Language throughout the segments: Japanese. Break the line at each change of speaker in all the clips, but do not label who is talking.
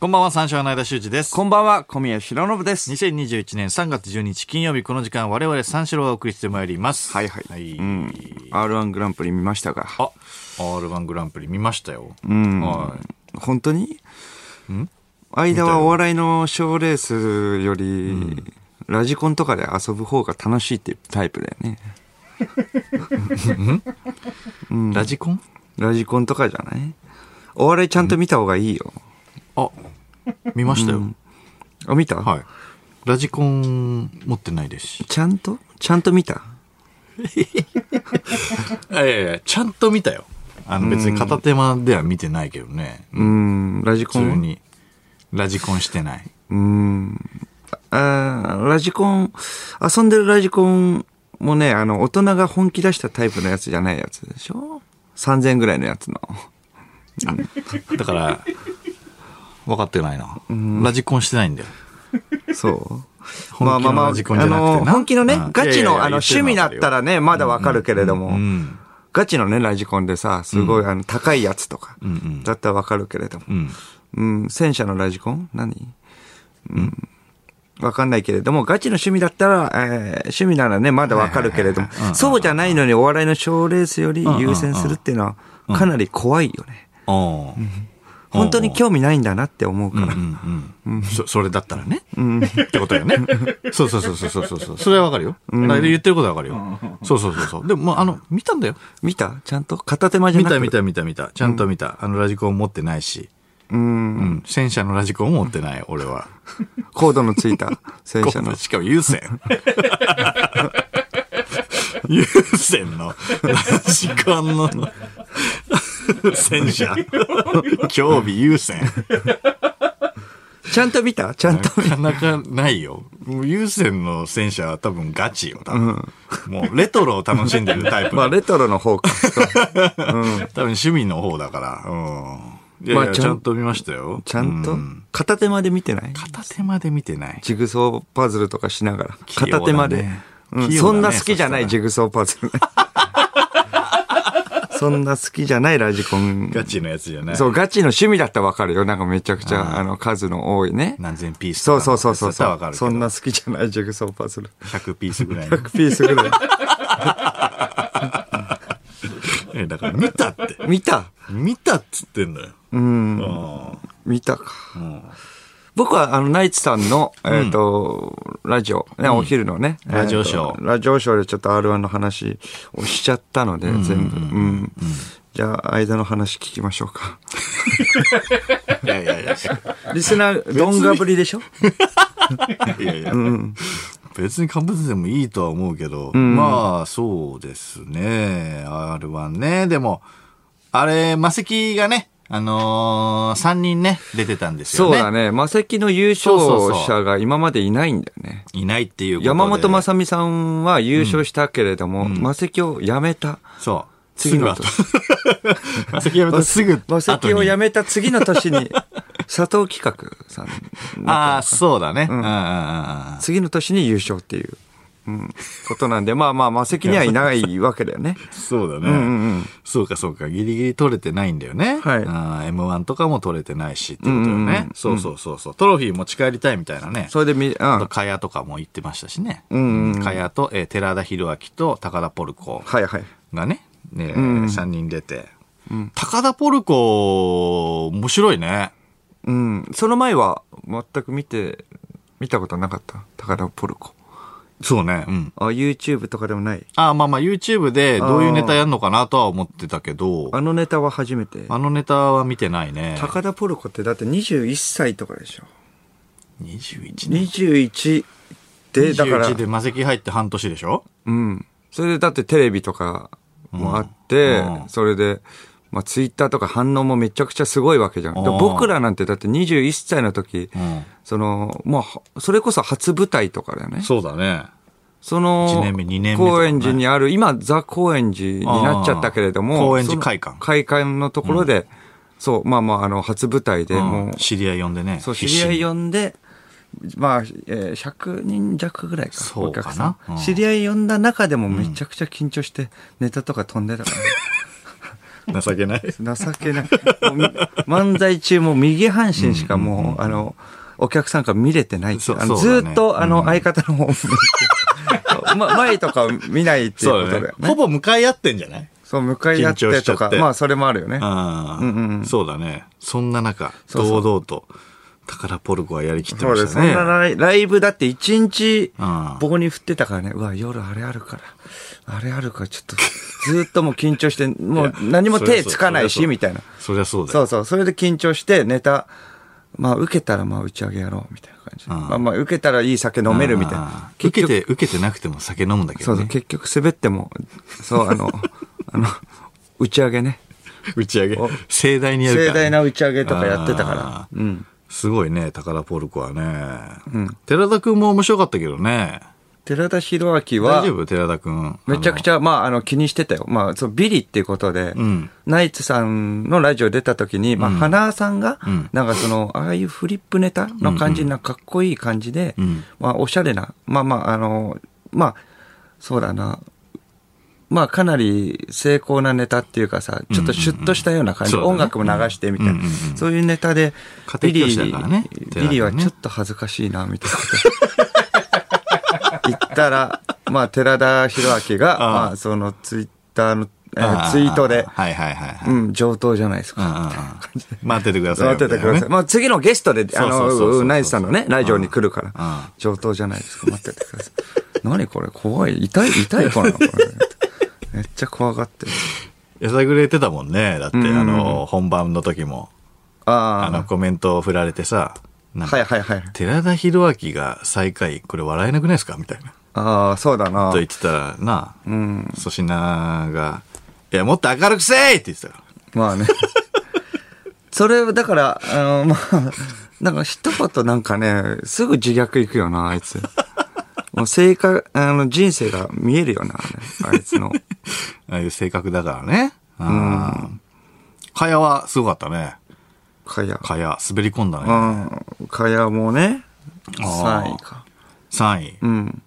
こんばんは、三章の間修二です。
こんばんは、小宮浩信です。
2021年3月12日金曜日、この時間、我々三四郎がお送りしてまいります。
はいはい。うん。R1 グランプリ見ましたが。
あ、R1 グランプリ見ましたよ。
うん。
は
本当に間はお笑いの賞ーレースより、ラジコンとかで遊ぶ方が楽しいっていうタイプだよね。
い。ラジコン
ラジコンとかじゃないお笑いちゃんと見た方がいいよ。
あ、見ましたよ。
あ、見た
はい。ラジコン持ってないですし。
ちゃんとちゃんと見た
いやいやいや、ちゃんと見たよ。あの、別に片手間では見てないけどね。
うん、ラジコ
普通
ン。
に。ラジコンしてない。
うん。あーラジコン、遊んでるラジコンもね、あの、大人が本気出したタイプのやつじゃないやつでしょ ?3000 ぐらいの やつの。
だから、分かってないな。ラジコンしてないんだよ。
そう。
本気のラジコンじゃなくてな
あの、本気のね
うん、
ガチ
いやいやい
の、
や
あの、趣味だったらね、まだわかるけれども、
うん。
ガチのね、ラジコンでさ、すごい、あの、高いやつとか、だったらわかるけれども
う、ん。
うん、戦車のラジコン何うん。わかんないけれども、ガチの趣味だったら、えー趣味ならね、まだわかるけれども
はいはいはいはいうんう、ん
そうじゃないのにお笑いの賞ーレースより
うんうん
優先するっていうのは、かなり怖いよね。
ああ。
本当に興味ないんだなって思う
う
か
ん
ら。
うんうん。そ、それだったらね。ってことよね。そうそうそうそうそうそう。それはわかるよ。だから言ってることはわかるよ。そうそうそうそう。でも、まああの、見たんだよ。
見たちゃんと片手間じゃ
見
なく
た見た見た見た。ちゃんと見た。あのラジコン持ってないし。
うん。
うん。戦車のラジコン持ってない、俺は。
コードのついた戦車の
しかも優先。 優先のラジコンの戦車。競技優先。
ちゃんと見たちゃ んと。
なかなかないよ。もう優先の戦車は多分ガチよ、多分。もうレトロを楽しんでるタイプ。
まあ、レトロの方か。
多分趣味の方だから。うん。い
ま
やい
あ
や、
ちゃん
ちゃんと見ましたよ。
ちゃん
う
と片手間で見てない
片手まで見てない。
ジグソーパズルとかしながら。
器用だね
片手間で。うん
器用だね
そんな好きじゃな
そ
い
した
ジグソー パズル。そんな好きじゃないラジコン。
ガチのやつじゃない。
そう、ガチの趣味だったらわかるよ。なんかめちゃくちゃ、あの、数の多いね。
何千ピースと
そう
か
そ
の
うそうそう
やつだったらわか
そ
る
う。
け
そ
ど
んな好きじゃないジグソーパズル。
100ピースぐらいの。
100ピースぐらい。
えだから見たって。
見た
見たっつってんのよ。
うん。見たか。僕は、あの、ナイツさんの、えっ、と、ラジオ、ね、お昼のね、
ラジオショー
えーとラジオショーでちょっと R1 の話をしちゃったので、全部。うん。じゃあ、間の話聞きましょうか。
いやいやいや。
リスナー、どんがぶりでしょ
いやいや。別にかぶっててもいいとは思うけど、まあ、そうですね。R1 ね。でも、あれ、マセキがね、あのー、3人ね、出てたんですよ
そう
ね。
だね。マセキの優勝
そうそうそ
者が今までいないんだよね。
いないっていうことで。
山本正美さんは優勝したけれども、マセキを辞めた。
そう。
次の年
すぐ後。 マセキやめたすぐ後に。
マセキを辞めた次の年 に、佐藤企画さん。
ああ、そうだね。うんうんうんうん。
次の年に優勝っていう、うん、ことなんで、まあまあ、魔石にはいないわけだよね。
そうだね、
うんうんうん
そうかそうか。ギリギリ取れてないんだよね。
はい
あー M1 とかも取れてないしってことよね、そうそうそうそう。トロフィー持ち帰りたいみたいなね。
それでみ、う
あと、
ん。
カヤとかも行ってましたしね。
んうん
カヤと、えー寺田博明と高田ポルコ
はいはい。
がね、ね、
ん
3人出て。高田ポルコ、面白いね。
うん。その前は、全く見て、見たことなかった。高田ポルコ。
そうね。うん。
あ、YouTube とかでもない。
あーまあまあ YouTube でどういうネタやるのかなとは思ってたけど、
あのネタは初めて。
あのネタは見てないね。
高田ポルコってだって21歳とかでしょ。
21年。
21で、だから
21、で魔石入って半年でしょ
うん。それでだってテレビとかもあって、
うんうん
それで、まあツイッターとか反応もめちゃくちゃすごいわけじゃん。で
うん
僕らなんてだって21歳の時、
うん。
その、まあ、それこそ初舞台とかだよね。
そうだね。
その、
一年目二年目とかね
高円寺にある、今、ザ・高円寺になっちゃったけれど
あ
も、
ー高円寺
その
会館
会館のところで、そう、まあまあ、あの、初舞台で、
うん
もう、
知り合い呼んでね。
そう、知
必
り
死に
合い呼んで、まあ、えー100人弱ぐらいか、
そうかな
お客さん
うん
知り合い呼んだ中でもめちゃくちゃ緊張して、ネタとか飛んでたから、
情けない。
情けない。 もう漫才中も右半身しかもう、あの、お客さんから見れてないっていう
そ
あの
そうだね
ずーっと、あの、相方の方を向いて ま、前とか見ないってい
そ
うこ
う
と
だ
だ
ね
よ。
ほ
ね。
ぼ向かい合ってんじゃない
そう、向かい合っ
緊張
て
しちゃ
と
っ
か
て、
まあ、それもあるよね。
ああ、そうだね。そんな中、
そうそう
堂々と、宝ポルコはやりきって
そ
ま
うで
し
す。
た
そ
ね。
んなライライブだって一日
うん、
棒に振ってたからね。うわ、夜あれあるから。あれあるから、ちょっと、ずーっともう緊 張して、もう何も手つか
そりゃ
ない
そ
し、
う
みたいな。
そりゃそうだ
そ
よ。
うそう。それで緊張して、ネタ、まあ、受けたらまあ、打ち上げやろう、みたいな感じ。
ん
まあまあ、受けたらいい酒飲めるみたい
あ
な
あ。受けて、受けてなくても酒飲むんだけ
そ
ど
うそう、
ね。
結局滑っても、そ う、あの、あの、打ち上げね。
打ち上げ。盛大にやる
盛
からね。
大な打ち上げとかやってた
あ
か
ーすごいね、宝ポルコはね。寺田くんも面白かったけどね。
ら。寺田博明は
大、丈夫寺田くん。
めちゃくちゃ、まあ、あの、気にしてたよ。まあ、そう、ビリっていうことで、
ん
ナイツさんのラジオ出た時に、まあ、花さんが、
ん
なんかその、ああいうフリップネタの感じ、なんかかっこいい感じで、
ん
まあ、おしゃれな、まあまあ、あの、まあ、そうだな、まあ、かなり成功なネタっていうかさ、ちょっとシュッとしたような感じ、
うんうんうん
音楽も流してみたいな、
うんうんうん
そういうネタで、
家庭教師だからね
ビリ
寺田
ビリは
ね
ちょっと恥ずかしいな、みたい なこと。行ったら、まあ、寺田博明が、
ああ
まあ、そのツイッターの、えー
あー
ツイートで、
はいはいはいはい。
うん、上等じゃないです
うんうん
か。
うん待っててください
待
よ。
っててくだ
みた
さ
な
い。
ね
まあ、次のゲストで、あ
そうそうそうそうそう
の、ナイスさんのね、ラジオに来るか
あ
ら、上等じゃないですか。待っててください。何これ怖い痛い痛いかなこれ。めっちゃ怖がってる。
やさぐれてたもんね。だって、
うんうんうん
あの、本番の時も、あの、
あ
コメントを振られてさ、な
あ。
んか
はいはいはい。
寺田博明が最下位、これ笑えなくないですかみたいな。
ああ、そうだな
と。言ってたら、なあ、
うん。
粗品が、いや、もっと明るくせえって言ってたか
まあね。それ、だから、あの、まあ、なんか一言なんかね、すぐ自虐いくよな、あいつ。もう性格、あの、人生が見えるよな、あいつの。
ら。ああいう性格だからね。うん。かやはすごかったね。
かや。
かや、滑り込んだね。
うん。かやもね、
あー
3位か。
3位。
うん。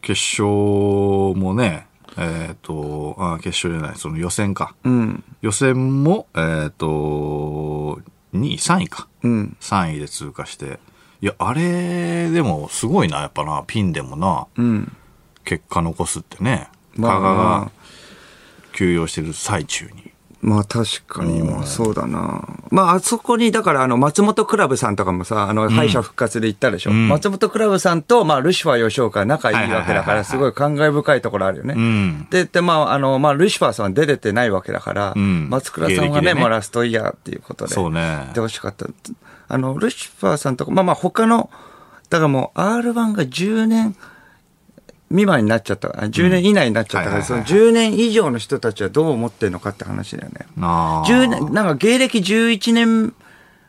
決勝もね、えっ、と、あ、決勝じゃない、その予選か。
うん。
予選も、えっ、と、2位、3位か。
うん。
3位で通過して。いや、あれ、でも、すごいな、やっぱな、ピンでもな、
うん。
結果残すってね。
まあ
加賀が休養してる最中に。
まあ確かに、まあそうだな。まああそこに、だからあの、松本クラブさんとかもさ、あの、敗者復活で行ったでしょ。
ん
松本クラブさんと、まあルシファー吉岡仲いいわけだ
はいはいはい
か
はい
ら、すごい感慨深いところあるよね。
うん。
で、で、まあ、あの、まあ、ルシファーさんは出れてないわけだから、
うん
松倉さんは
芸歴でね
ね、もうラストイヤーっていうことで、
そうね
出。てほしかった。あの、ルシファーさんとか、まあまあ、他の、だからもう、R1 が10年未満になっちゃった、あ10年以内になっちゃったか
はいは
ら、
い
そ
はい
の10年以上の人たちはどう思ってるのかって話だよね。
なあ。
10年、なんか芸歴11年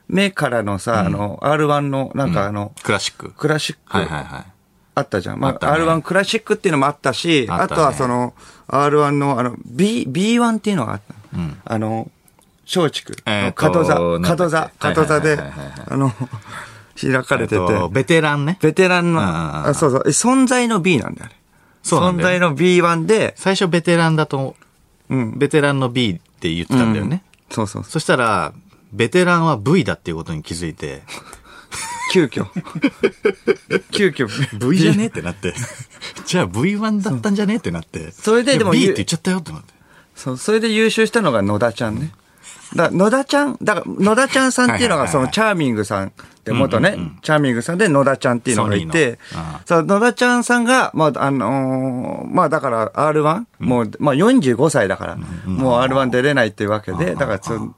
目からのさ、あの、R1 の、なんかあの、
クラシック。
クラシック、
はいはいはい。
あったじゃん。
あ
ま
った
あ、
ね
R1 クラシックっていうのもあったし、
あったね
あとはその、R1 の、あの、B、B1 っていうのがあった。あの、松竹
えー
の
と
角座、
なんだっけ
角座、角座
はい
で
はいはいはい、
あの、 開かれてて
え、っとベテランね。
ベテランの、
うんうんうん
あそうそう、え存在の B なんだよ、あれ。
そうなん
存
だ
在
よ。
の B1 で、
最初ベテランだと、
うん。
ベテランの B って言ってたんだよね。
そうそうそう、
そしたら、ベテランは V だっていうことに気づいて、
急 遽。急遽。
V じゃねってなって、 じゃあ V1 だったんじゃねってなって、
それででも
いや
ゆ
B って言っちゃったよってなって。
そう、それで優秀したのが野田ちゃんね。だ野田ちゃん、だから野田ちゃんさんっていうの
はいは
が
いは
そ
いはい
のチャーミングさんって元ね、チャーミングさんで野田ちゃんっていうのがいて
ソニーのあ、
そう野田ちゃんさんが、まあ、あのーまあだから R1、もう、まあ45歳だから、もう R1 出れないっていうわけで、だからその、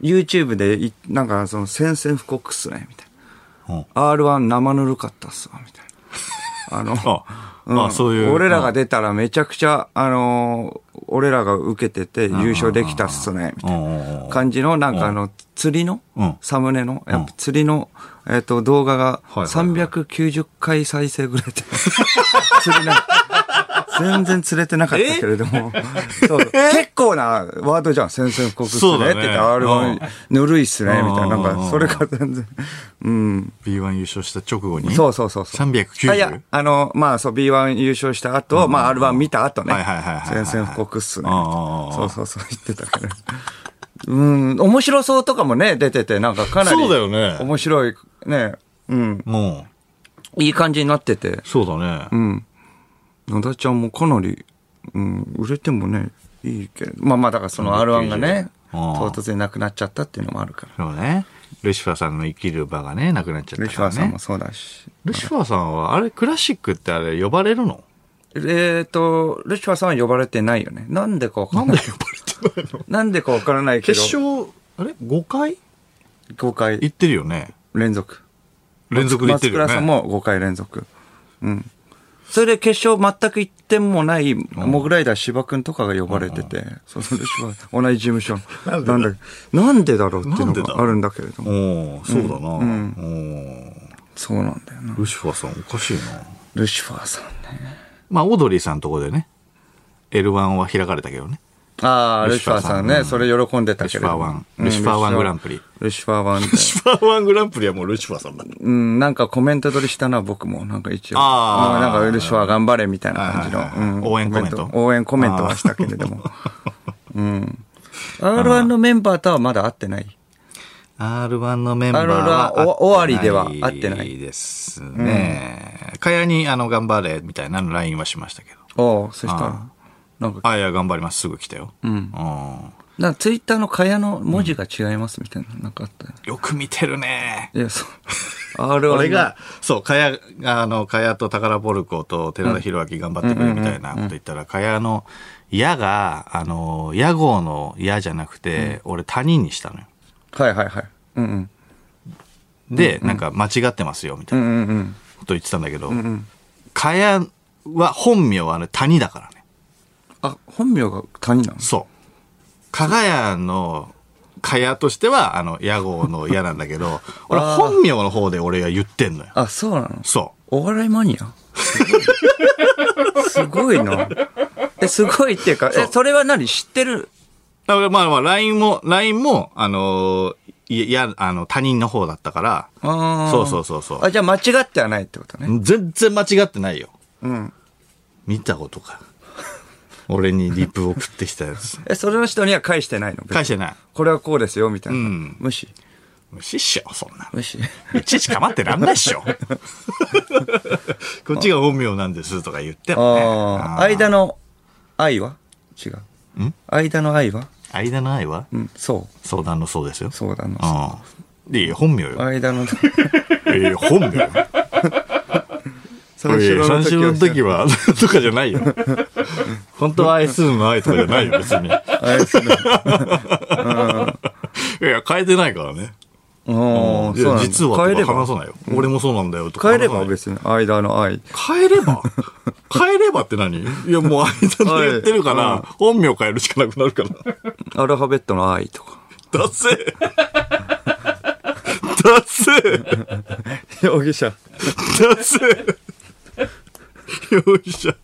YouTube でい、なんかその宣戦布告っすね、みたい
うん
な。R1 生ぬるかったっすわ、みたいな。あの、
あ、
うん
あ、そういう。
俺らが出たらめちゃくちゃ、あのー俺らが受けてて優勝できたっすね、み
う
たい
ん、うんうん
な感じの、なんかあの、釣りの
うん、
サムネの、やっぱ釣りの、えっと、動画が
いはいはい
390回再生ぐらいで、釣りな、全然釣れてなかったけれども。 そう結構なワードじゃん。宣戦布告っす
そうだ
ね
ね
って言って、R1 ぬるいっすね、みたいな。
うん
なんか、それが全然。うん。
B1 優勝した直後に。
そうそうそうそう。
390
あいや、あの、まあ、そう、B1 優勝した後、まあ、R1 見た後ね
はいはいはいはい。はい
宣戦布告っすね
うんうんうん。
そうそうそう、言ってたから。うん、面白そうとかもね、出てて、なんかかなり。
そうだよね
面白い、ね。うん。
も
いい感じになってて。
う、そうだね。
うん。野田ちゃんもかなり、うん、売れてもね、いいけど。まあまあ、だからその R1 がね、
うん
唐突になくなっちゃったっていうのもあるから。
そうね。ルシファーさんの生きる場がね、なくなっちゃったから、ね。
ルシファーさんも。そうだし。
ルシファーさんは、あれ、クラシックってあれ、呼ばれるの
えっと、ルシファーさんは呼ばれてないよね。なんでかわかんない。なんでかわからないけど
決、勝、あれ ?5 回
5回
行ってるよね。
連続。
連続で行って
松
るよ
倉
ね。
さんも5回連続。うん。それで決勝全く一点もない、モグライダー芝君とかが呼ばれてて、そうそうルシファー同じ事務所。なんだなんでだろうっていうのがあるんだけれども。
おーそうだな、お
ん
ー
そうなんだよな。
ルシファーさんおかしいな。
ルシファーさんね。
まあ、オードリーさんのとこでね、L1 は開かれたけどね。
ああ、ル
ル
シ
シ
フ
フ
ァ
ァー
ーさ
さ
ん
ん
ね、
うん
それ喜んでたけれども。
ルシファーワンルシフ
うん
ァーワングランプリ。
ルシファーワンで。
シファーワングランプリはもうルシファーさんだった。
うん、なんかコメント取りしたな、僕も。なんか一応。
あー
うんなんかルシファー頑張れみたいな感じ
はいはいはい。
のうん
応援コメント
応援コメントはしたけれども。うん。R1 のメンバーとはまだ会ってない
R1 のメンバーは
R1 お終わりでは
会
会ってない
ですね。かやに、あの、頑張れ、みたいなの LINE はしましたけど。
おうそしたら
あ、
なんか、
あ、いや、頑張ります。すぐ来たよ。
う
う
ん。
ん
なんかツイッターの蚊帳の文字が違いますみたいな、なんかあったよ。
よく見てるね。
いや、そう。R1 の
俺が、そう、かや、あの、かやと宝ポルコと寺田博明頑張ってくれみたいなこと言ったら、かやの、矢が、あの、屋号の矢じゃなくて、俺、谷にしたのよ。
はいはいはい。うんうん。
で、なんか、間違ってますよ、みた
う
い
ん
な
うんうん。
こと言ってたんだけど、かやは、本名はあれ、谷だからね。
あ、本名が谷なの
そう。かがやの、かやとしては、あの、屋号の矢なんだけど、俺、
あー
本名の方で俺が言ってんのよ。
あ、そうなの
そう。
お笑いマニア すごいな。え、すごいっていうか、え、それは何知ってる
だからまあまあ、LINE も、LINE も、あのーいや、あの、他人の方だったから、
あー
そうそうそうそう
あ、じゃあ間違ってはないってことね。
全然間違ってないよ。
うん。
見たことか。 俺にリプ送ってきたやつ。
え、それの人には返してないの
返
し
してない。
これはこうですよ、みたいな。
うん
無視。
無視っしょ、そんな
無 視。
の。いちいち構ってらんないっ しょ。こっちが本名なんですとか言ってもね。
ああ。
あー
間の愛は違う。
ん
間の愛は
間の愛は
うん、そ
相談のそうですよ
う。。そうだな。
ああ。いやいや本名よ。
間の、
いやいや本名よ。
三四 郎
三四郎の時
は。
は、 とかじゃないよ。本当は愛するの愛とかじゃないよ、別に。い
あれですね。
や、変えてないからね。
お
いや実は
変え
と
れ
か話
ば。
さないよ。俺もそうなんだよとか。
変えれば別に。間の愛。
変えれば変えればって何いや、もう間の言ってるか
は
ら、本名変えるしかなくなるから。
アルファベットの愛とか。
だせえだせえ
容疑者。
だせえよいしょ。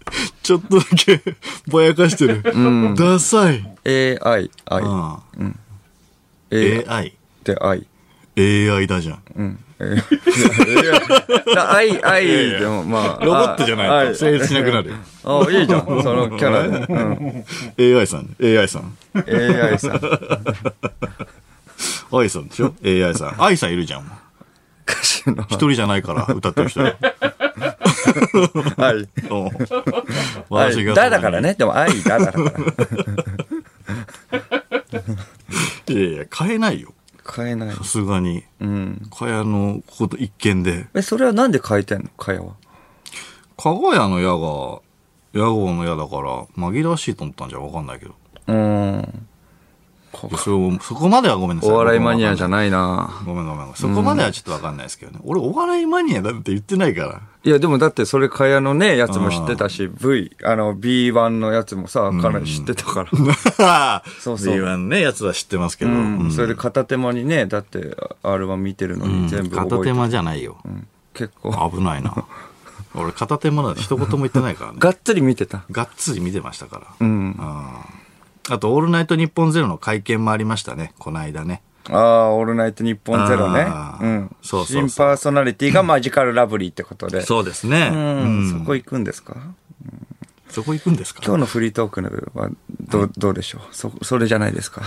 ちょっとだけぼやかしてる。ダサい。
AI、愛。
うん
AI
AI。
で愛。
AI だじゃん。
うん。AI だ愛、愛でもまあ。
ロボットじゃないと成立しなくなるよ。
あ、あいいじゃん。そのキャラで。 うん。
AI さん、AI さん。
AI さん。
愛さんでしょ ?AI さん。愛さんいるじゃん。
歌手の
一人じゃないから、歌ってる人。 うん
愛。
私
愛。
が。
だだから。ね。でも愛、だだから。
いやいや、変えないよ。
変えない
さ。すがに。
うん。
かやの、ここと一見で。
え、それはなんで変えてんのかやは。
かがやの矢が、矢号の矢だから、紛らわしいと思ったんじゃわかんないけど。
うーん。
いやそれをそこまではごめんなさい。
お笑いマニアじゃ
ん。
ないな
ごめんごめんごめん。そこまではちょっとわかんないですけどね。俺、お笑いマニアだって言ってないから。
いや、でもだってそれ、かやのね、やつも知ってたし、V、あの、B1 のやつもさ、かなり知ってたから。そうそう
B1 ね、やつは知ってますけど。
う、
うんん
それで片手間にねだって R1 見てるのに全部覚え
片
て、
手間じゃないよ。
結構
危ないな。俺片手間なんで一言も言ってないからね。
がっつり見てた。
がっつり見てましたから。
うん。
あと、オールナイトニッポンゼロの会見もありましたね。この間ね。
ああ、オールナイトニッポンゼロね
あ。
う
ー
ん。
そうそうそう
新パーソナリティがマジカルラブリーってことで。
そうですね。
う。
うん
そ
ん。
こ行くんですか
そこ行くんです
今
か
日のフリートークの部はど、どうでしょうそ、それじゃない ですか。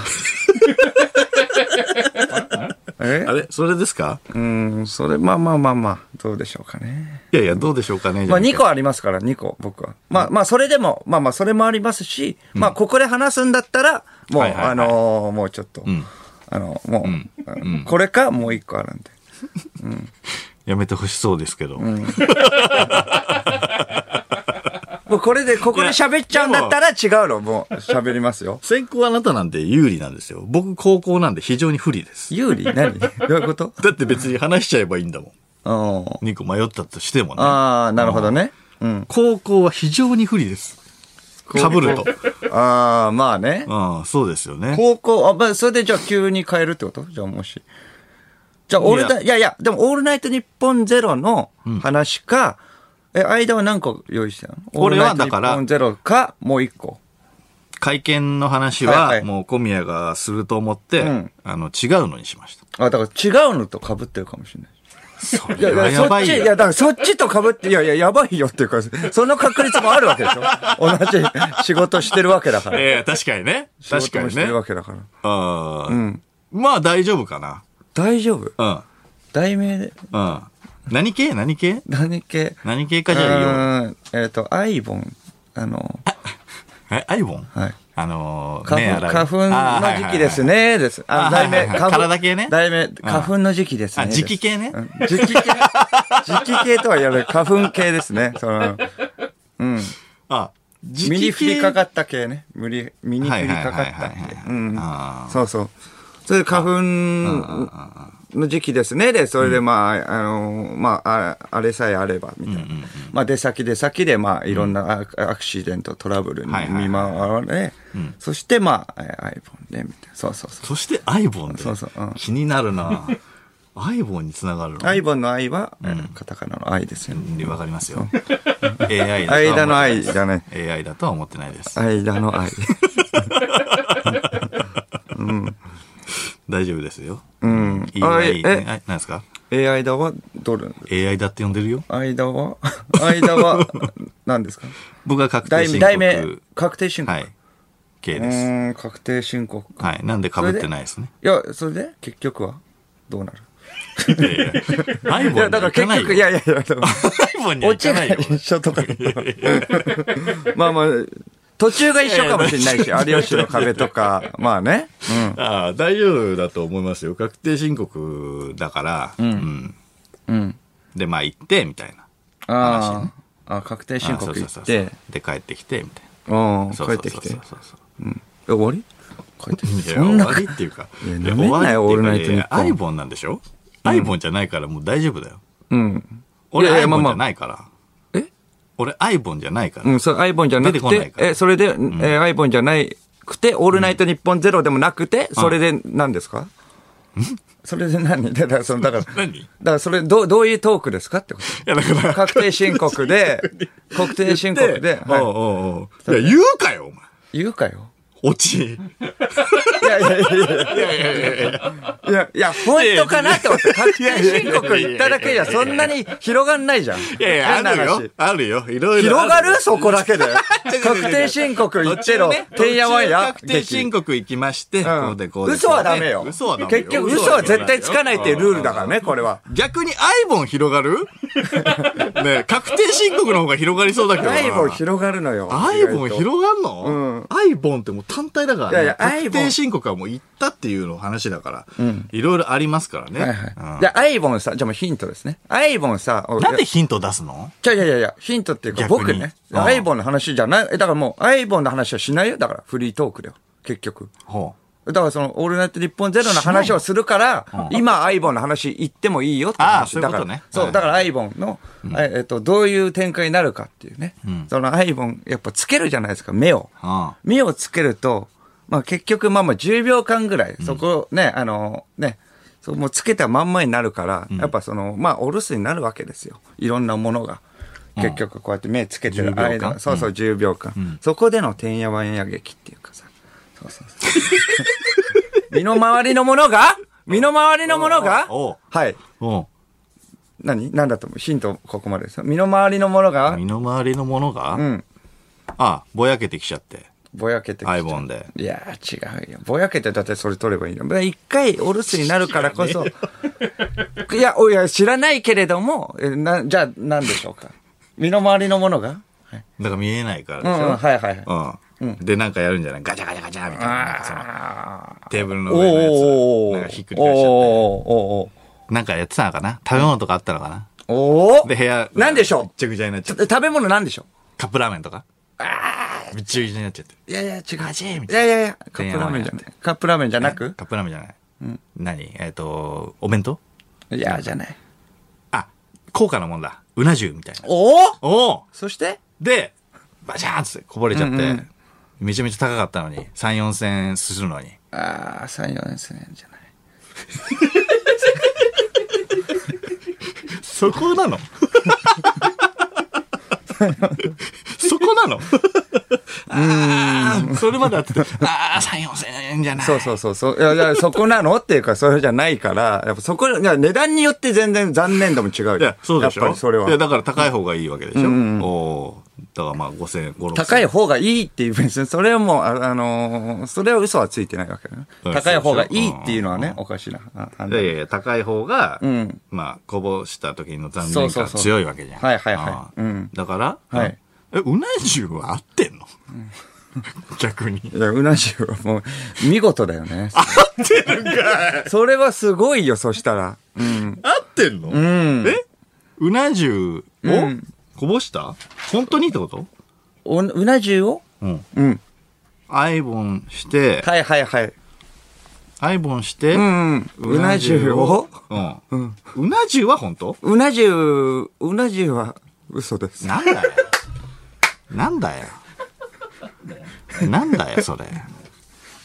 え
あれそれですか
うん、それ、まあまあまあまあ、どうでしょうかね。
いやいや、どうでしょうかね。
まあ
じゃ
2個ありますから、2個、僕は。まあまあ、それでも、まあまあ、それもありますし、まあ、ここで話すんだったら、もう、
はいはいはい
あのーもうちょっと、
ん
あの、もう、あのこれか、もう1個あるんで。
やめてほしそうですけど。
もうこれで、ここで喋っちゃうんだったら違うの、もう、喋りま すよ。
先行あなたなんて有利なんですよ。僕高校なんで非常に不利です。
有利何どういうこと
だって別に話しちゃえばいいんだも
うん
ん。2個迷ったとしてもね。
ああ、なるほどね。うん。
高校は非常に不利です。被ると。
ああ、まあね。
うん、そうですよね。
高校、あ、まあ、それでじゃあ急に変えるってことじゃあもし。じゃあ、オールナイいやいや、でも、オールナイト日本ゼロの話か、え、間は何個用意してたの
俺は
オールナイト日本ゼロか、もう一個。
会見の話
はいは
はいもう小宮がすると思って、
うん
あの、違うのにしました。
あ、だから違うのと被ってるかもしれない。
そ
いや
れ
い
は
や、
や
そ
ば
っ
い
ち、い
よ
や、だからそっちと被って、いやいや、やばいよっていうか、その確率もあるわ けでしょ同じ仕事してるわけだから。
ええ確かにね。
仕
確
事
か
も
に
して
ね
る。わけだから。
あー
ん
まあ大丈夫かな。
大丈夫
うん。
題名で、
うん。何系何系
何系
何系かじゃあいいよ。
うーんえっ、と、アイボン、あの、
え、アイボン
はい。
あのー、目
花
洗
粉
う
花粉
あーはい
の
はい
時
はい
期ですね、です。あ、
あはい
題
はい
名、
はい
花粉。
体系ね
題名、花粉の時期ですね。
あ
です
時期系ね
うん時期系。時期系と は言わない。花粉系ですね。その、うん。
あ、時
身に降りかか
っ
った系ね。無理、身に降りかかった系。うん。
あ
そうそう。それで花粉の時期ですね。で、それでまあ、あの、まあ、ああれさえあれば、みたいな。まあ、出先出先で、まあ、いろんなアアクシデント、トラブルに
はいはいはい
見舞われ、そしてまあ、えーアイボンで、みたいな。そうそうそ
そしてアイボンで。
そうそううん
気になるなアイボンにつながるの。
う。アイボンの愛は、えーカタカナの愛ですよね。
でわかりますよ。AI だとは思ってないです
間の愛じゃない。
AI だとは思ってないです。
間の 愛。
大丈夫ですよ。
うん。あ
AI、
え
え、何ですか
え、間は、どれ
?AI だって呼んでるよ。
間は 間は、何ですか
僕は 確定
題
申
名、
告。
題名、確定申告。
はい。系
う
です。
ーん、確定申告か。
はい。なんで被ってないですね。
いや、それで結局はどうなる
いやいやアイボン
い
に
や、だか
行か
ら結
ないよ。
局、いやいやいや、だから
アイボンに は
オ
行
チ
かな
が
いよ。
一緒とか。まあまあ、途中が一緒かもしれないし、有吉の壁とか、まあね。
ああ、大丈夫だと思いますよ。確定申告だから、うん。
うん。うん。
で、まあ行って、みたいな。話
あ
ね
ーあ、確定
あ
申
あ
告
そう
行
そうそう
って
そう、で、帰ってきて、みたいな。
うん、
そう
帰
そう
ってきて。
そう
え
そうそう
終わり帰ってきて。
そ
そん
ん
な
な、終わりっていうか。
いや
いや
舐めんな
終わ
よオールナ
り
イ
って
ト
いう
ニ
か
ッポン
アイボンなんでしょアイボンじゃないからもう大丈夫だよ。
うん。
俺
いや
ア
い
イ
や
ボンじ
まあ
ゃ
まあ
ないから。
え
俺アイボンじゃないか
う
ら。
ん、それアイボンじゃなく
出てこない
て、
から
え、それで、えー、アイボンじゃないくて、オールナイト日本ゼロでもなくて、それで何ですかそれで何だから、その、だから、だか
何い
らそれ、どう、どういうトークですかってこと
や、だ から。
確定申告で、確定申告で、
おう
は
おうおういや、言うかよ、お前。
い、言うかよ。
オチ。
いやいやいやいやいや、いや、本当かなって思って、確定申告言っただけじゃ、そんなに広がんないじゃん。
いやいや、
変な
ある
話
よ。あるよ。いろいろある。
広がるそこ だけで
違う。
確定申告言ってろ
途中ね。
てんやわんや。
途中確定申告行きまして、こうでこうでこうで。
嘘はダメよ。
嘘はダメよ
結局嘘は絶対つかないっていうルールだからね、これは。
逆にアイボン広が るねえ確定申告の方が広がりそうだけどな。
アイボン広がるのよ。
アイボン
意外と
広がんの、アイボンってもう単体だから、ね、
いやいやアイ
確
ボン
定申告はもう行ったっていうの話だから、いろいろありますからね。
はいはい。じゃあ、アイボンさ、じゃあもうヒントですね。アイボンさ、
うんなんでヒント出すの
じゃいやいやいや、ヒントっていうか、
逆に
僕ね、
うん
アイボンの話じゃない、えだからもう、アイボンの話はしないよ。だから、フリートークだよ。結局。
ほ
だからその、オールナイト日本ゼロの話をするから、今、アイボンの話言ってもいいよって
ああ
話。
そういうことね
だから
は
そ、
いう
だからアイボンの、ええっと、どういう展開になるかっていうね。そのアイボン、やっぱつけるじゃないですか、目を。
うん
目をつけると、まあ結局、まあまあ10秒間ぐらい、そこね、あの、ね、そうもうつけたまんまになるから、やっぱその、まあお留守になるわけですよ。いろんなものが。結局こうやって目つけてる
10秒
間、
間
そうそう、10秒間、そこでのてんやわんや劇っていうかさ。そうそうそう。 身の回りのものが身の回りのものが
おう
はい。
うん。
何何だと思うヒントここまでですよ。身の回りのものが
身の回りのものが、
うん。
あ、ぼやけてきちゃって。
ぼやけてきちゃう
アイボンで。
いやー違うよ。ぼやけてだってそれ取ればいいの。一回お留守になるからこ そ。いや、おいや、知らないけれども、えなじゃあ何でしょうか。身の回りのものが、はい、
だから見えないから
うん、うん、
でし
はいはいはい。
ょ。うん。で、なんかやるんじゃないガチャガチャガチャみたいな。なんかその
あー
テーブルの
おー
上のやつ
おーお
を
ーおー
なんかひっくり返しちゃっ
おーおー
て。なんかやってたのかな食べ物とかあったのかな
おーおーおー
で、部屋。
なんでしょう
ぐちゃぐちゃになっちゃって。
食べ物なんでしょ
カップラーメンとかぐちゃぐちゃになっちゃって。
ういやいや違う。
ジーみ
い
たい
やいやいや、カップラーメンじゃない。カップラーメンじゃな
な。
く
カップラーメンじゃない。何えっと、お弁当
いや、じゃない。
あ、高価なもんだ。うな重みたいな。
おお
おお
そして
で、バシャーンっつってこぼれちゃって、
うんうん
めちゃめちゃ高かったのに、3、4千円するのに。
ああ、3、4年生じゃない。
そこな のそこなのあーそれまであってて、ああ、3、4千円じゃない。
そうそうそうそう。いや、いやそこなのっていうか、それじゃないから、やっぱそこ、いや値段によって全然残念度も違うよ。
いや、そうでしょ
やっぱりそれはい
や、。だから高い方がいいわけでしょ、おーだからまあ5000円、5、6
高い方がいいっていう、別にそれはもう、ああのーそれは嘘はついてないわけだね。
うん
高い方がいい
そうそう
っていうのはね、おかしいな。あ判
いや
断
いやいや、高い方が、
ん
まあ、こぼした時の残
そう
念
そ
感
うそう
強いわけじゃん。
はいはいはい
ああ
うん
だから、
はい
え、うな重は合ってんの、 逆に。
いや、うな重はもう、見事だよ ね。合ってるかいそれはすごいよ、そしたら。うん。
合ってんの、
ん
えうな重を
うん
こぼした、本当にってこと
おうな重を
うん。
うん。
アイボン して、
はいはいはい。
アイボンして、
うん。うな重を
うん。うな重は本当
うな重、うな重は嘘です。
なんだよ。なんだよ。なんだよ、それ。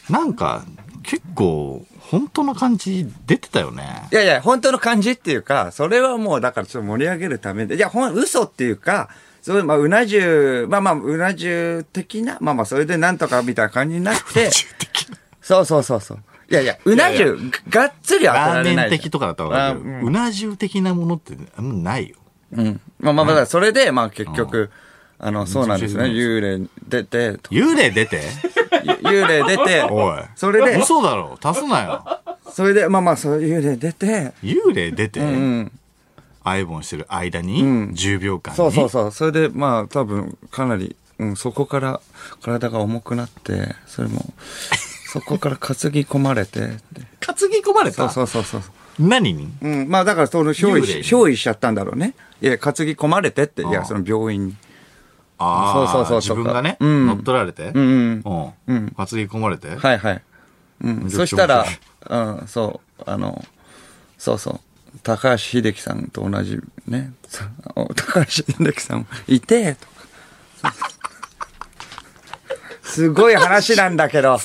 なんか、結構、本当の感じ出てたよね。
いやいや、本当の感じっていうか、それはもうだからちょっと盛り上げるためで、いや、ほん、嘘っていうか、そういう、まあ、うな重、まあまあ、うな重的な、まあまあ、それでなんとかみたいな感じになって、そうそうそうそう。いやいや、うな重、がっつり当てら
ラー
れな
メン
いじゃん。
的とかだったらわかるけど、
あ
うな重的なものってあんまないよ。
うん。まあまあ、だからそれで、まあ結局、あの、そうなんですね。幽霊出て、と
幽霊出て
幽霊出 て、
おい。
それで
嘘だろ。足すなよ。
それで、まあまあ、そう幽霊出て、
幽霊出て、
うん。
アイボンしてる間に、
ん
10秒間に。
そうそうそう。それで、まあ、多分、かなり、うん、そこから体が重くなって、そ れも、そこから担ぎ込まれて、で
担ぎ込まれ
そう
た
そうそうそう。
何に
うん、まあ、だから、その、憑依
幽霊に
し、憑依しちゃったんだろうね。いや、担ぎ込まれてって、い
ああ
や、その病院に。
ああ、
そうそう
自
そう
分がね、
うん
乗っ取られて、
うんうん。
うん
うん
担ぎ込まれて、
はいはい。うん。
めちゃく
そ
ちゃ
したら
面、
うん、そう、あの、そうそう。高橋秀樹さんと同じね、 さお高橋秀樹さんもいて、とか。 すごい話なんだけど。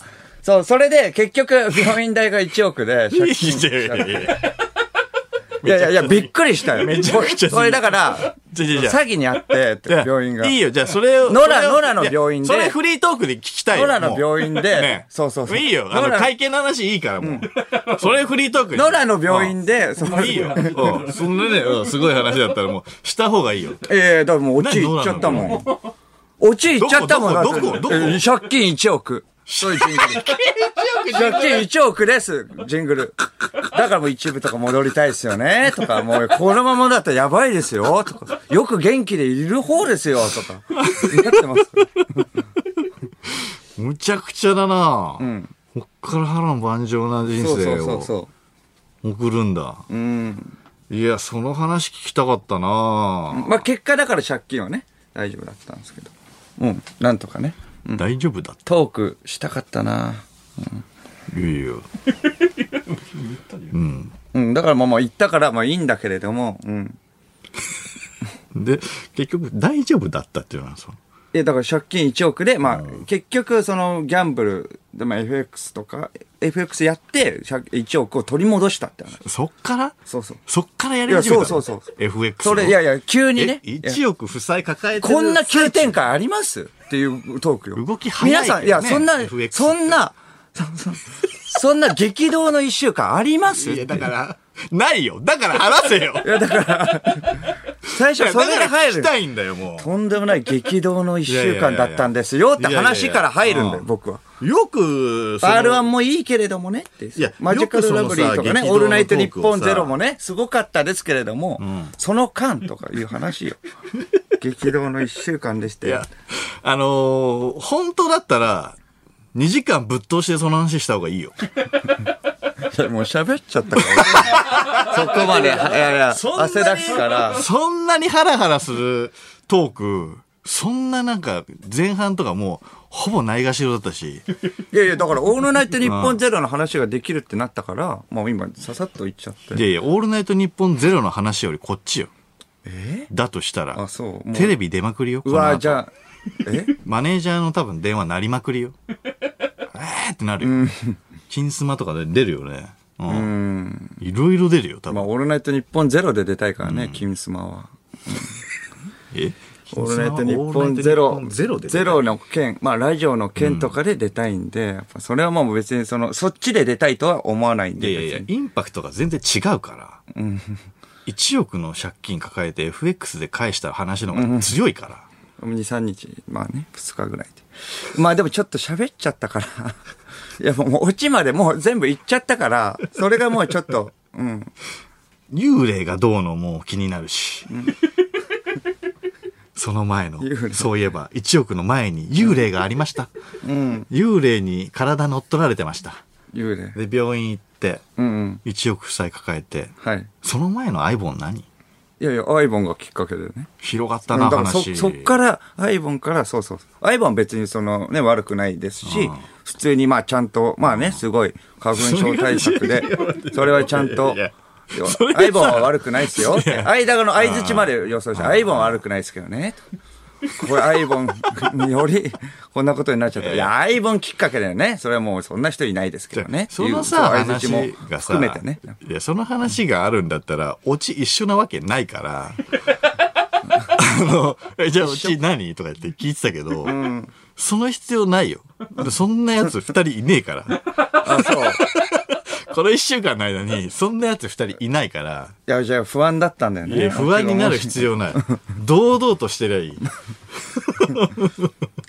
そう、それで結局病院代が1億で
いや
借金しちゃった。いやいやいや、びっくりしたよ。
めちゃくちゃ
それだから、
じゃじゃじゃ
詐欺にあってって、病院が。
いいよ、じゃあそれを。
野良
それを
野良の病院で
いやそれフリートークで聞きたいよ。
野良の
もう
病院で
ね
そうそうそう
いいよ、あ
野
の、
良
会見の話いいから、もう。それフリートークに
野良の病院
で。
で、そ
うんいい よ。うんそんなね、うんすごい話だったらもう、した方がいいよ。
ええだからもう、オチ行っちゃったもん。オチ行っちゃったもんだっ
ど
て
こどこどこ
えー借金1億。そういうジングル。借金1億です、ジングル。だからもう一部とか戻りたいですよね、とか、もうこのままだったらやばいですよ、とか、よく元気でいる方ですよ、とか、なってます。
むちゃくちゃだな
うん。
こっから波乱万丈な人
そうそ
生
うそう
を
そ
送るんだ。
う。うん。
いや、その話聞きたかったな
まあ結果だから借金はね、大丈夫だったんですけど。うん、なんとかね。
大丈夫だっ
トークしたかったな
た。いいよ。うん。
うん、だからまあまあ行ったからまあいいんだけれども、うん。
で、結局、大丈夫だったっていうのは、その
え、だから借金1億で、まあ、結局、その、ギャンブル、でまあ、FX とか、FX やって、借1億を取り戻したって話。
そっから
そうそう
そっからやり始めたの
いやそうそうそう
FX
それ、いやいや、急にね
ね。。1億負債抱えてる
こんな急展開ありますっていうトークよ。
動き早いけどね
皆さん、いや、そんな、
FX
そんな、そそそんな激動の一週間あります
いや、だから、ないよ。だから話せよ。いや、
最初
だ
そ
か
れで
ら
入
聞き。
る
たいんだよ、も
とんでもない激動の一週間だったんですよって話から入るんだよ、僕は。
う。よく、その
R1 もいいけれどもねって。
いや
マジカルラブリー
よ
とか
くその
ね、
さ
オールナイト日本
激動のトークをさ
ゼロもね、すごかったですけれども、その間とかいう話 よ。激動の一週間でした
い
よ
や。、あのー本当だったら、2時間ぶっ通してその話した方がいいよ。
いやもう喋っちゃっ たから。そこまで、いやいや、
そんなに
汗だくから。
そんなにハラハラするトーク、そんななんか、前半とかもう、ほぼないがしろだった し、
いやいや、だから、オールナイト日本ゼロの話ができるってなったから、もう今、ささっと言っちゃって。
いやいや、オールナイト日本ゼロの話よりこっちよ。だとしたら
あ、そうもう
テレビ出まくりよ。
う
この
わ、
後
じゃあ、え
マネージャーの多分電話鳴りまくりよ。えーってなるよ。金スマとかで出るよね。うん。いろいろ出るよ、多
まあ、
分。
オールナイト日本ゼロで出たいからね、キムスマは。
え
オールナイト日本ゼ
オー
ロ
ルナイト日本、ゼロで
ゼロの件、まあ、ラジオの件とかで出たいんで、やっぱそれはもう別に、その、そっちで出たいとは思わないん
い
で。
やいやいや
別、に
インパクトが全然違うから。1億の借金抱えて FX で返した話の方が強いから。
2、3日、まあね、2日ぐらいで。まあでもちょっと喋っちゃったから。 いやもう、オチまでもう全部言っちゃったから、それがもうちょっと、うん。
幽霊がどうのも気になるし。その前の
幽、霊
そういえば、1億の前に幽霊がありました。幽霊に体乗っ取られてました。
幽霊。
で、病院行って、
うんうん。
1億負債抱えて、
はい。
その前のアイボン何
いやいや、アイボンがきっかけだよね。
広がった
だ
な、
からそ
話。
そっから、アイボンから、そうそうそう。アイボンは別にそのね、悪くないですし、普通にまあちゃんと、まあね、すごい花粉症対策で、それはちゃんと
いやい、
いやアイボンは悪くないですよ。間の相づちまで予想して、アイボンは悪くないですけどね。これアイボンにより、こんなことになっちゃった。いや、アイボンきっかけだよね。それはもうそんな人いないですけどね。
その
っ
さ、
ていう
話
そう相づちも
がさ、
含めてね。
いや、その話があるんだったら、オチ一緒なわけない から、あの、えじゃあオチ何とか言って聞いてたけど、その必要ないよ。そんなやつ二人いねえから。
あ、そう。
この一週間の間に、そんなやつ二人いないから、
いや、じゃあ不安だったんだよね。
いや不安になる必要ない。堂々としてりゃいい。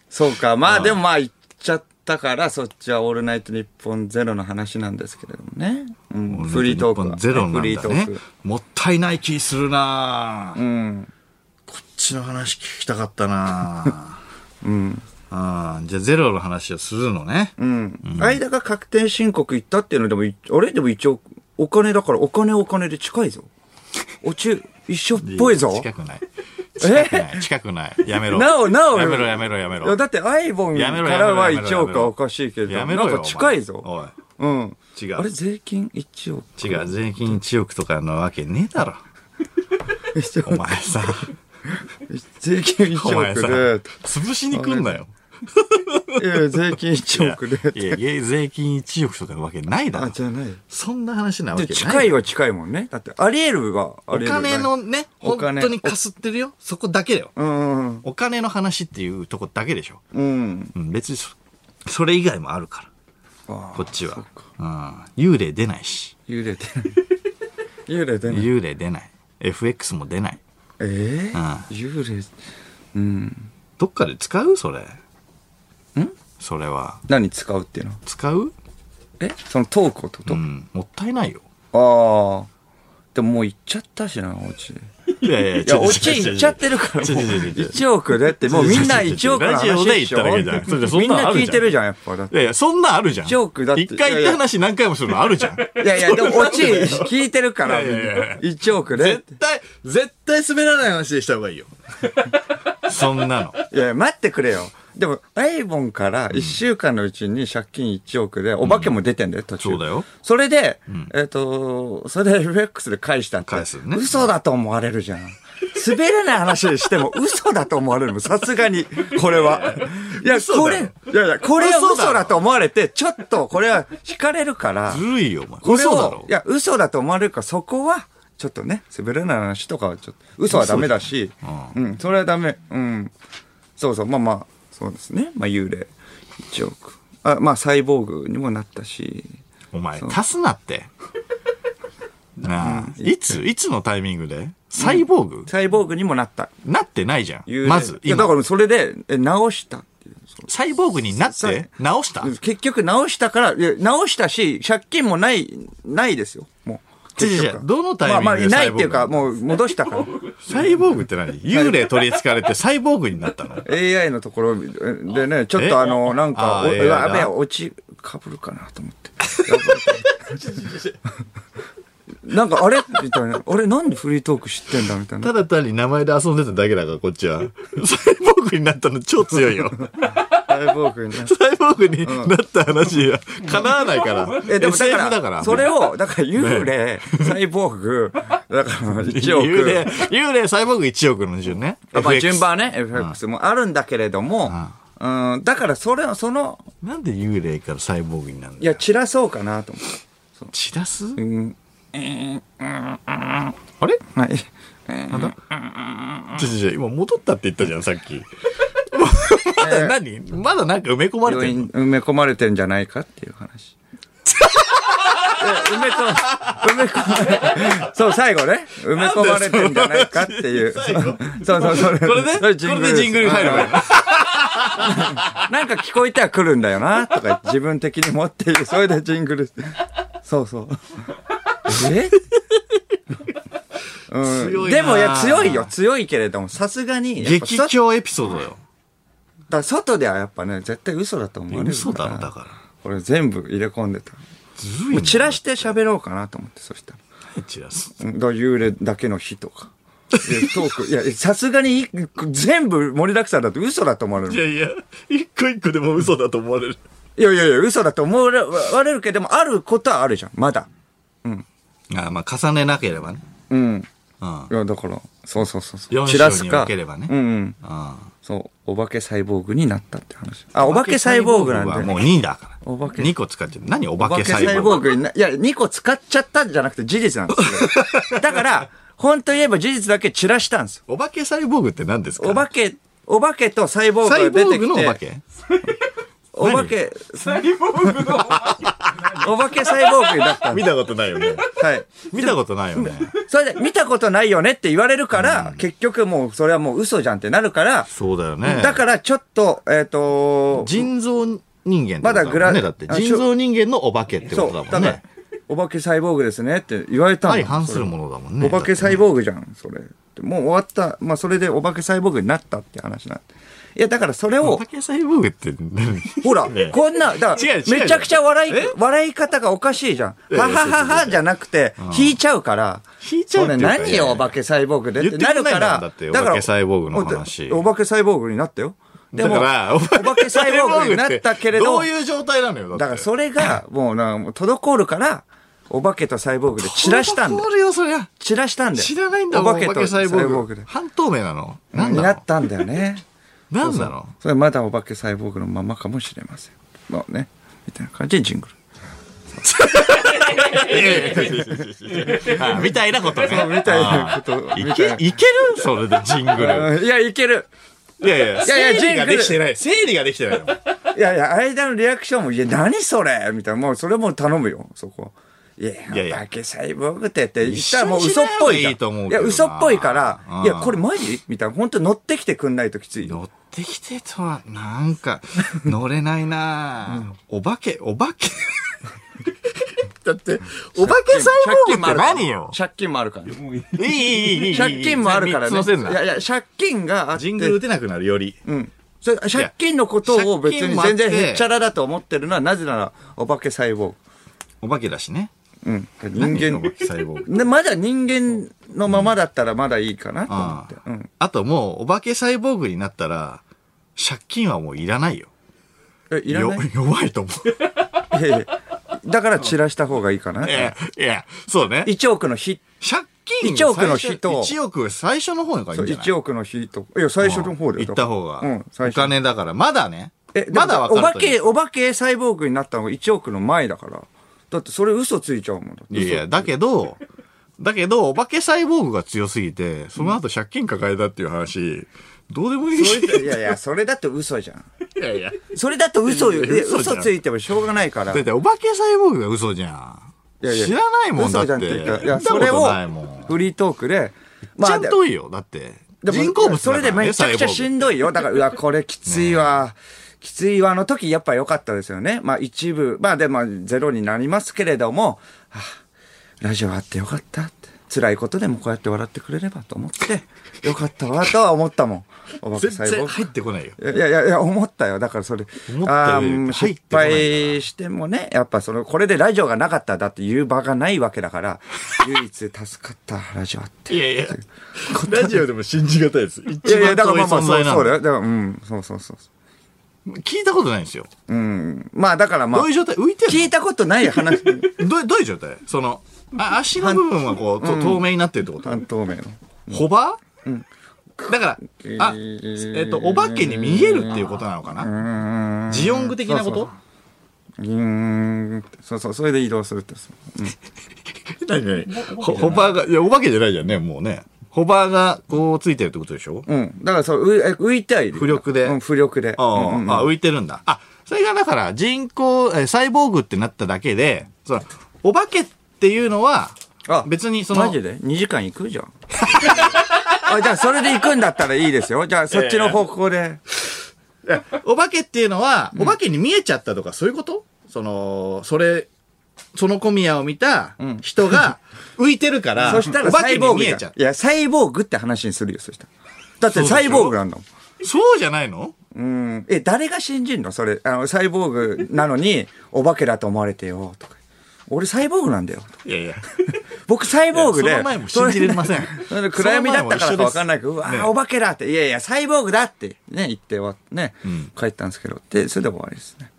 そうか。まあでもまあ言っちゃったから、そっちはオールナイト日本ゼロの話なんですけれどもね。うん。フリートークは、
ゼロなんだ
フリートー
ね
ク。。
もったいない気するなぁ
うん。
こっちの話聞きたかったな ぁうん。じゃあゼロの話をするのね。
うん。間が確定申告行ったっていうのでもい、あれでも一応、お金だからお金お金で近いぞ。お中、一緒っぽいぞ。
近くない。近くない。近くない。やめろ。
なお、なお。
やめろ、やめろ、やめ
い
ろ。
だって、アイボンか
やめろやめろ
らは
やめろ
1億はおかしいけれど、
や
な
め
ん
ろよ。
か近い
お前
ぞ。うん。
おい。違
あれ、
う。
税金1億。
違う。税金1億とかのわけねえだ ろ。お前さ、
税金
お
1
前
億
さ、
で。
潰しに来んなよ。
いや、税金
い
1
や
億で。
いやいや、税金1億とかのわけないだ
あ、
ろ。
じゃない。
そんな話なわけ
で
ない。
近いは近いもんね。だって、あり得るはあ
お
り得る。
金の。ね、
お
本
金
当にかすってるよ。そこだけだよ。
うんうん
お金の話っていうとこだけでしょ。
うん。うん。
うん、別にそ、それ以外もあるから、
あ
こっちは。うん。幽霊出ないし、
幽霊出 ない。幽霊出ない。
幽霊出ない。FX も出ない。
ええ幽霊。うん。
どっかで使うそれ。んそれは。
何使うっていうの
使う
えその投稿と
う
と。
ん。もったいないよ。
ああ。でももう行っちゃったしな、おち。
いやいや、
いや、おち行っちゃってるから、
ちょ
もう
ちょちょちょちょ
1億でって、もうみんな1億の
ラジオ
話
で
で
行
し
った
ょ
だけじゃんそれじゃそん
みん
な
なん
あるじゃん
聞いてるじゃん、やっぱ。だって
いやいや、そんなあるじゃん。
一億だって
一回言った話何回もするのあるじゃん。
いやいや、でも、オチ聞いてるから、
いやいやいや
1億で
絶。対、 絶対滑らない話でした方がいいよ。そんなの。
いや、待ってくれよ。でも、アイボンから1週間のうちに借金1億で、お化けも出てんだよ、途中。
そうだよ。
それで、えっ、と、それで FX で返したって
返すよ、ね
嘘だと思われるじゃん。滑らない話しても嘘だと思われるもんさすがに、これは。いや、
嘘
こ
だ
れ、い
よ
やいや、これは
嘘だろ
嘘だと思われて、ちょっと、これは惹かれるから
ず。るいよ、お前。
これを
嘘だろ
い。や、嘘だと思われるから、そこは、ちょっとね、滑らない話とかは、ちょっと、嘘はダメだし、うん、それはダメ、うん。そうそう、まあまあ、そうですね。まあ、幽霊、1億。あ、まあ、サイボーグにもなったし、
お前、足すな って。なあ、いつ、いつのタイミングでサイボーグ、
サイボーグにもなった。
なってないじゃん。
幽霊
まず、
いや、
今
だからそれで、え直したっていう。そ
サイボーグになっ
さ
て直した
う結局直したから、いや直したし、借金もない、ないですよ。もう。
違う違う
結局
どのタイミングで
まあまあ、いないっていう
サイ
か、
ボ
もう戻し たから。
サイボーグって何幽霊取り憑かれてサイボーグになったの
AI のところでね、ちょっ
え
とあの、なんか、
あー
お
AI だ
やべえ、落ち、かぶるかなと 思って。なんか、あれみたいな。あれなんでフリートーク知ってんだみたいな。
ただ単に名前で遊んでただけだから、こっち は。サイボーグになったの超強いよ。
サイボーグにね。
サイボーグになった話は叶わないから。
え、でもだ
SF
か
だ
ら、
から。
それを、だから幽霊、サイボーグ、だから1億。
幽霊、幽霊、サイボーグ1億の順ね。
やっぱ
FX
順番はね、FX もあるんだけれども、うん、だからそれを、その、
なんで幽霊からサイボーグになるん
い
だよ
や、散らそうかなと思って。
散らす
うん、
あれ
はい。
ちょちょちょ、今戻ったって言ったじゃん、さっ き。まだ何まだなんか埋め込まれてるの
病院埋め込まれてんじゃないかっていう 話。いや埋め込埋め込まれ、そう、最後ね。埋め込まれてんじゃないかっていう。そう そう、それ。
これね、こ
そ
れでジングル入るわよ。
なんか聞こえては来るんだよな、とか自分的に持っている。それでジングル。そうそう。え、う
強
ん、
いな
でもいや、強いよ。強いけれども、さすがに。やっぱ
激
外
強エピソードよ。
だから外ではやっぱね、絶対嘘だと思われるから。
嘘だろ、だから。
これ全部入れ込んでた。
ずるい
も
な
う散らして喋ろうかなと思って、そしたら。
散らす。
うんだから幽霊だけの日とか。でトーク。いや、さすがにい全部盛りだくさんだと嘘だと思われ
い
る。
やいや、一個一個でも嘘だと思われる。
いやいやいや、嘘だと思われわれるけども、あることはあるじゃん、まだ。
ああまあ重ねなければね。
うん。
うん。
いや、だから、そうそうそうそう。
四章
散らす
に
か。
分ければね
うんうん。
あ
そう。お化けサイボーグになったって話。あ、お化けサイボーグなん
は
で。
もう2だから。
お化け
2個使っちゃう。何お
お
化
化
け
け
サ
サ
イボー
イ
グ。
ボーグにな、いや、2個使っちゃったんじゃなくて事実なんですよ。だから、本当言えば事実だけ散らしたんですよ。
お化けサイボーグって何ですか
お化け、お化けとサイボー
サイ
グが
ボ
出て
ーグ
きて。
のお化け
お化け、お化けサイボーグだったんで
見たことないよね。
す。はい。
見たことないよね。
それで、見たことないよねって言われるから、結局もう、それはもう嘘じゃんってなるから、
そうだよね。
だからちょっと、えっ、と、
人造人間ってこと
ま
も
だ
んね
グラ
だって
あ
人造人間のお化けってこ
そ
と
う、
だ
だ
も
か
ん
ら
ね。、
お化けサイボーグですねって言われたん
相反するものだもんね
お化けサイボーグじゃん、それ。でもう終わった。まあ、それでお化けサイボーグになったって話なん。いや、だからそれ
お
を
化、けサイボーグって何
ほら
ね、
こんな、だから、
違う違う
めちゃくちゃ笑い、笑い方がおかしいじゃん。
や
はい
や
はははじゃなくて、引いちゃうから。
引いちゃうっていうか
それ
い
何
やい
よ、
や
お化けサイボーグでって
言って
な
くれ
る
ない
か
んだ
ら。
もんだって
だから
お化けサイボーグの話
お化けサイボーグになったよ。で
だ
も、
から、
お化けサイボーグになったけれど、
どういう状態なのよ、だって。
だからそれが、もうな、もう滞るから、お化けとサイボーグで散らしたんだ
通
よ。
るよ、そりゃ。
散らしたんだよ。
知らないんだもん、お化けサイボーグ
で。。
半透明なのなん
にな
だろ
ったんだよね。
うなんだ ろ
それまだお化けサイボーグのままかもしれません。まあね。みたいな感じでジングル。
うあみたいなことね。
みたいなこと
あー
み
い
たいな
け、いけるそれでジングル。
うんいや、いける。
いやいや、
いやいや
整理が
ジングル
できてない。整理ができてないよ。
いやいや、間のリアクションも、いや、何それみたいな。もう、それも頼むよ、そこ。いや
いやい
お
や
化けサイボーグってって言った
一緒
ら
に
もう嘘っぽいじ
しない方が
ゃん。
いいと思う
い
け
や、
どな
嘘っぽいから
う、ん
いや、これマジみたいな。本当乗ってきてくんないときついよ。
乗ってきてとは、なんか、乗れないなぁ、お化け、お化け。だって、お化けサイボーグって何よ
借金もあるから。
いいいいいいいい。
借金もあるから
三
ね。
つ乗せんない
やいや、借金があって。
ジングル打てなくなるより。
うん。それ借金のことを別
借金
に
もあって
全然へっちゃらだと思ってるのは、なぜなら、お化け細胞。
お化けだしね。
うん。人
何よ
間
お化けサイボーグ。
で、まだ人間のままだったらまだいいかなと思
あ
って。う
あ
ん。
あともう、お化けサイボーグになったら、借金はもういらないよ。
え、いらない
よ弱いと思 う。
いやいやだから散らした方がいいかな。
いや、いや、そうね。
1億の日、
借金
一億の人
1億最初の方がいい
そ
ん
う
じゃない
1億の日とか。いや、最初の方で。
行った方が。
うん、最
お
初。
金だから、まだね。
え、でも
まだ分か
お化
るとい
け、
う。
お化けサイボーグになったのが1億の前だから。だってそれ嘘ついちゃうもん。だって
いやいや、だけど、だけど、お化けサイボーグが強すぎて、その後借金抱えたっていう話、どうでもいい
そ
し。
れいやいや、それだって嘘じゃん。
いやいや。
それだと嘘よ。
いやいや
で
嘘じゃん
嘘ついてもしょうがないから
だっ。て、お化けサイボーグが嘘じゃん。
いやいや
知らないもんだっ
嘘じ
て。
ゃんって言ったい
見
や、
た
そ
こ
れを
とないもん。
フリートークで。
ちゃん
で
といいよ、だって。
でも
人工物だ
そ
から、
れ
ね、
でめちゃくちゃし
ん
んどいよ。だから、う わ、これきついわ。きついわの時、やっぱ良かったですよね。まあ一部、まあでもゼロになりますけれども、はあ、ラジオあってよかったって。辛いことでもこうやって笑ってくれればと思って、よかったわとは思っ たもん。おばけ
全
細胞
然入ってこないよ。
いやいやいや、思ったよ。だからそれ。
思ったよ
あーうん
入っ
失
てこないな
敗してもね、やっぱその、これでラジオがなかったらだって言う場がないわけだ から、唯一助かった、ラジオあって。
いやいや、ラジオでも信じがたいです。
い
一
やいや、
番
だか
遠い
らまあまあ、
存在
そう
な
そ
ん
うだ
だ。
よ。だからうん、そうそうそう。
聞いたことないんですよ。
うん。まあだからま
ど
あ
ういう、状態浮いて
聞いたことない話、
るのどうどういう状態その、あ足の部分はこう、と透明になってるってこと
半透明の。
ホバーだから、あ、
え
えっと、お化けに見えるっていうことなのか
う
な
ーん。
ジオング的なこ
そう
と
そううーん。そうそう、それで移動するって。
何何ほホバーが、いや、お化けじゃないじゃんね、もうね。ホバーがこうついてるってことでしょ
うん。だからそう、うえ浮いてはいる。
浮力で
うん、浮力で。
あ
うんうん
あ、浮いてるんだ。あ、それがだから人工、えーサイボーグってなっただけで、その、お化けっていうのは、
あ
別にその、
マジで ?2 時間行くじゃん。 あじゃあ、それで行くんだったらいいですよ。じゃあ、そっちの方向で。
お化けっていうのは、お化けに見えちゃったとかそういうことその、それ、その小宮を見た人が浮いてるから、
そした
お
ら、
化
サ
け
イボ
に
ーグ
見
じ
え
ゃん
ちゃっ
いや、サイボーグって話にするよ、そしたら。だって、サイボーグなんだもん。
た。そうじゃないの
うん。え、誰が信じんのそれ。あの、サイボーグな のに、お化けだと思われてよ、とか。俺、サイボーグなんだよ。とか
いやいや。
僕、サイボーグで。
いやその前も信じれません
それで暗闇だったからかわかんないけど、う
その
わ
前も一緒です
ーお化けだって。いやいや、サイボーグだって。ね、言っては、ね、帰ったんですけど。で、それで終わりですね。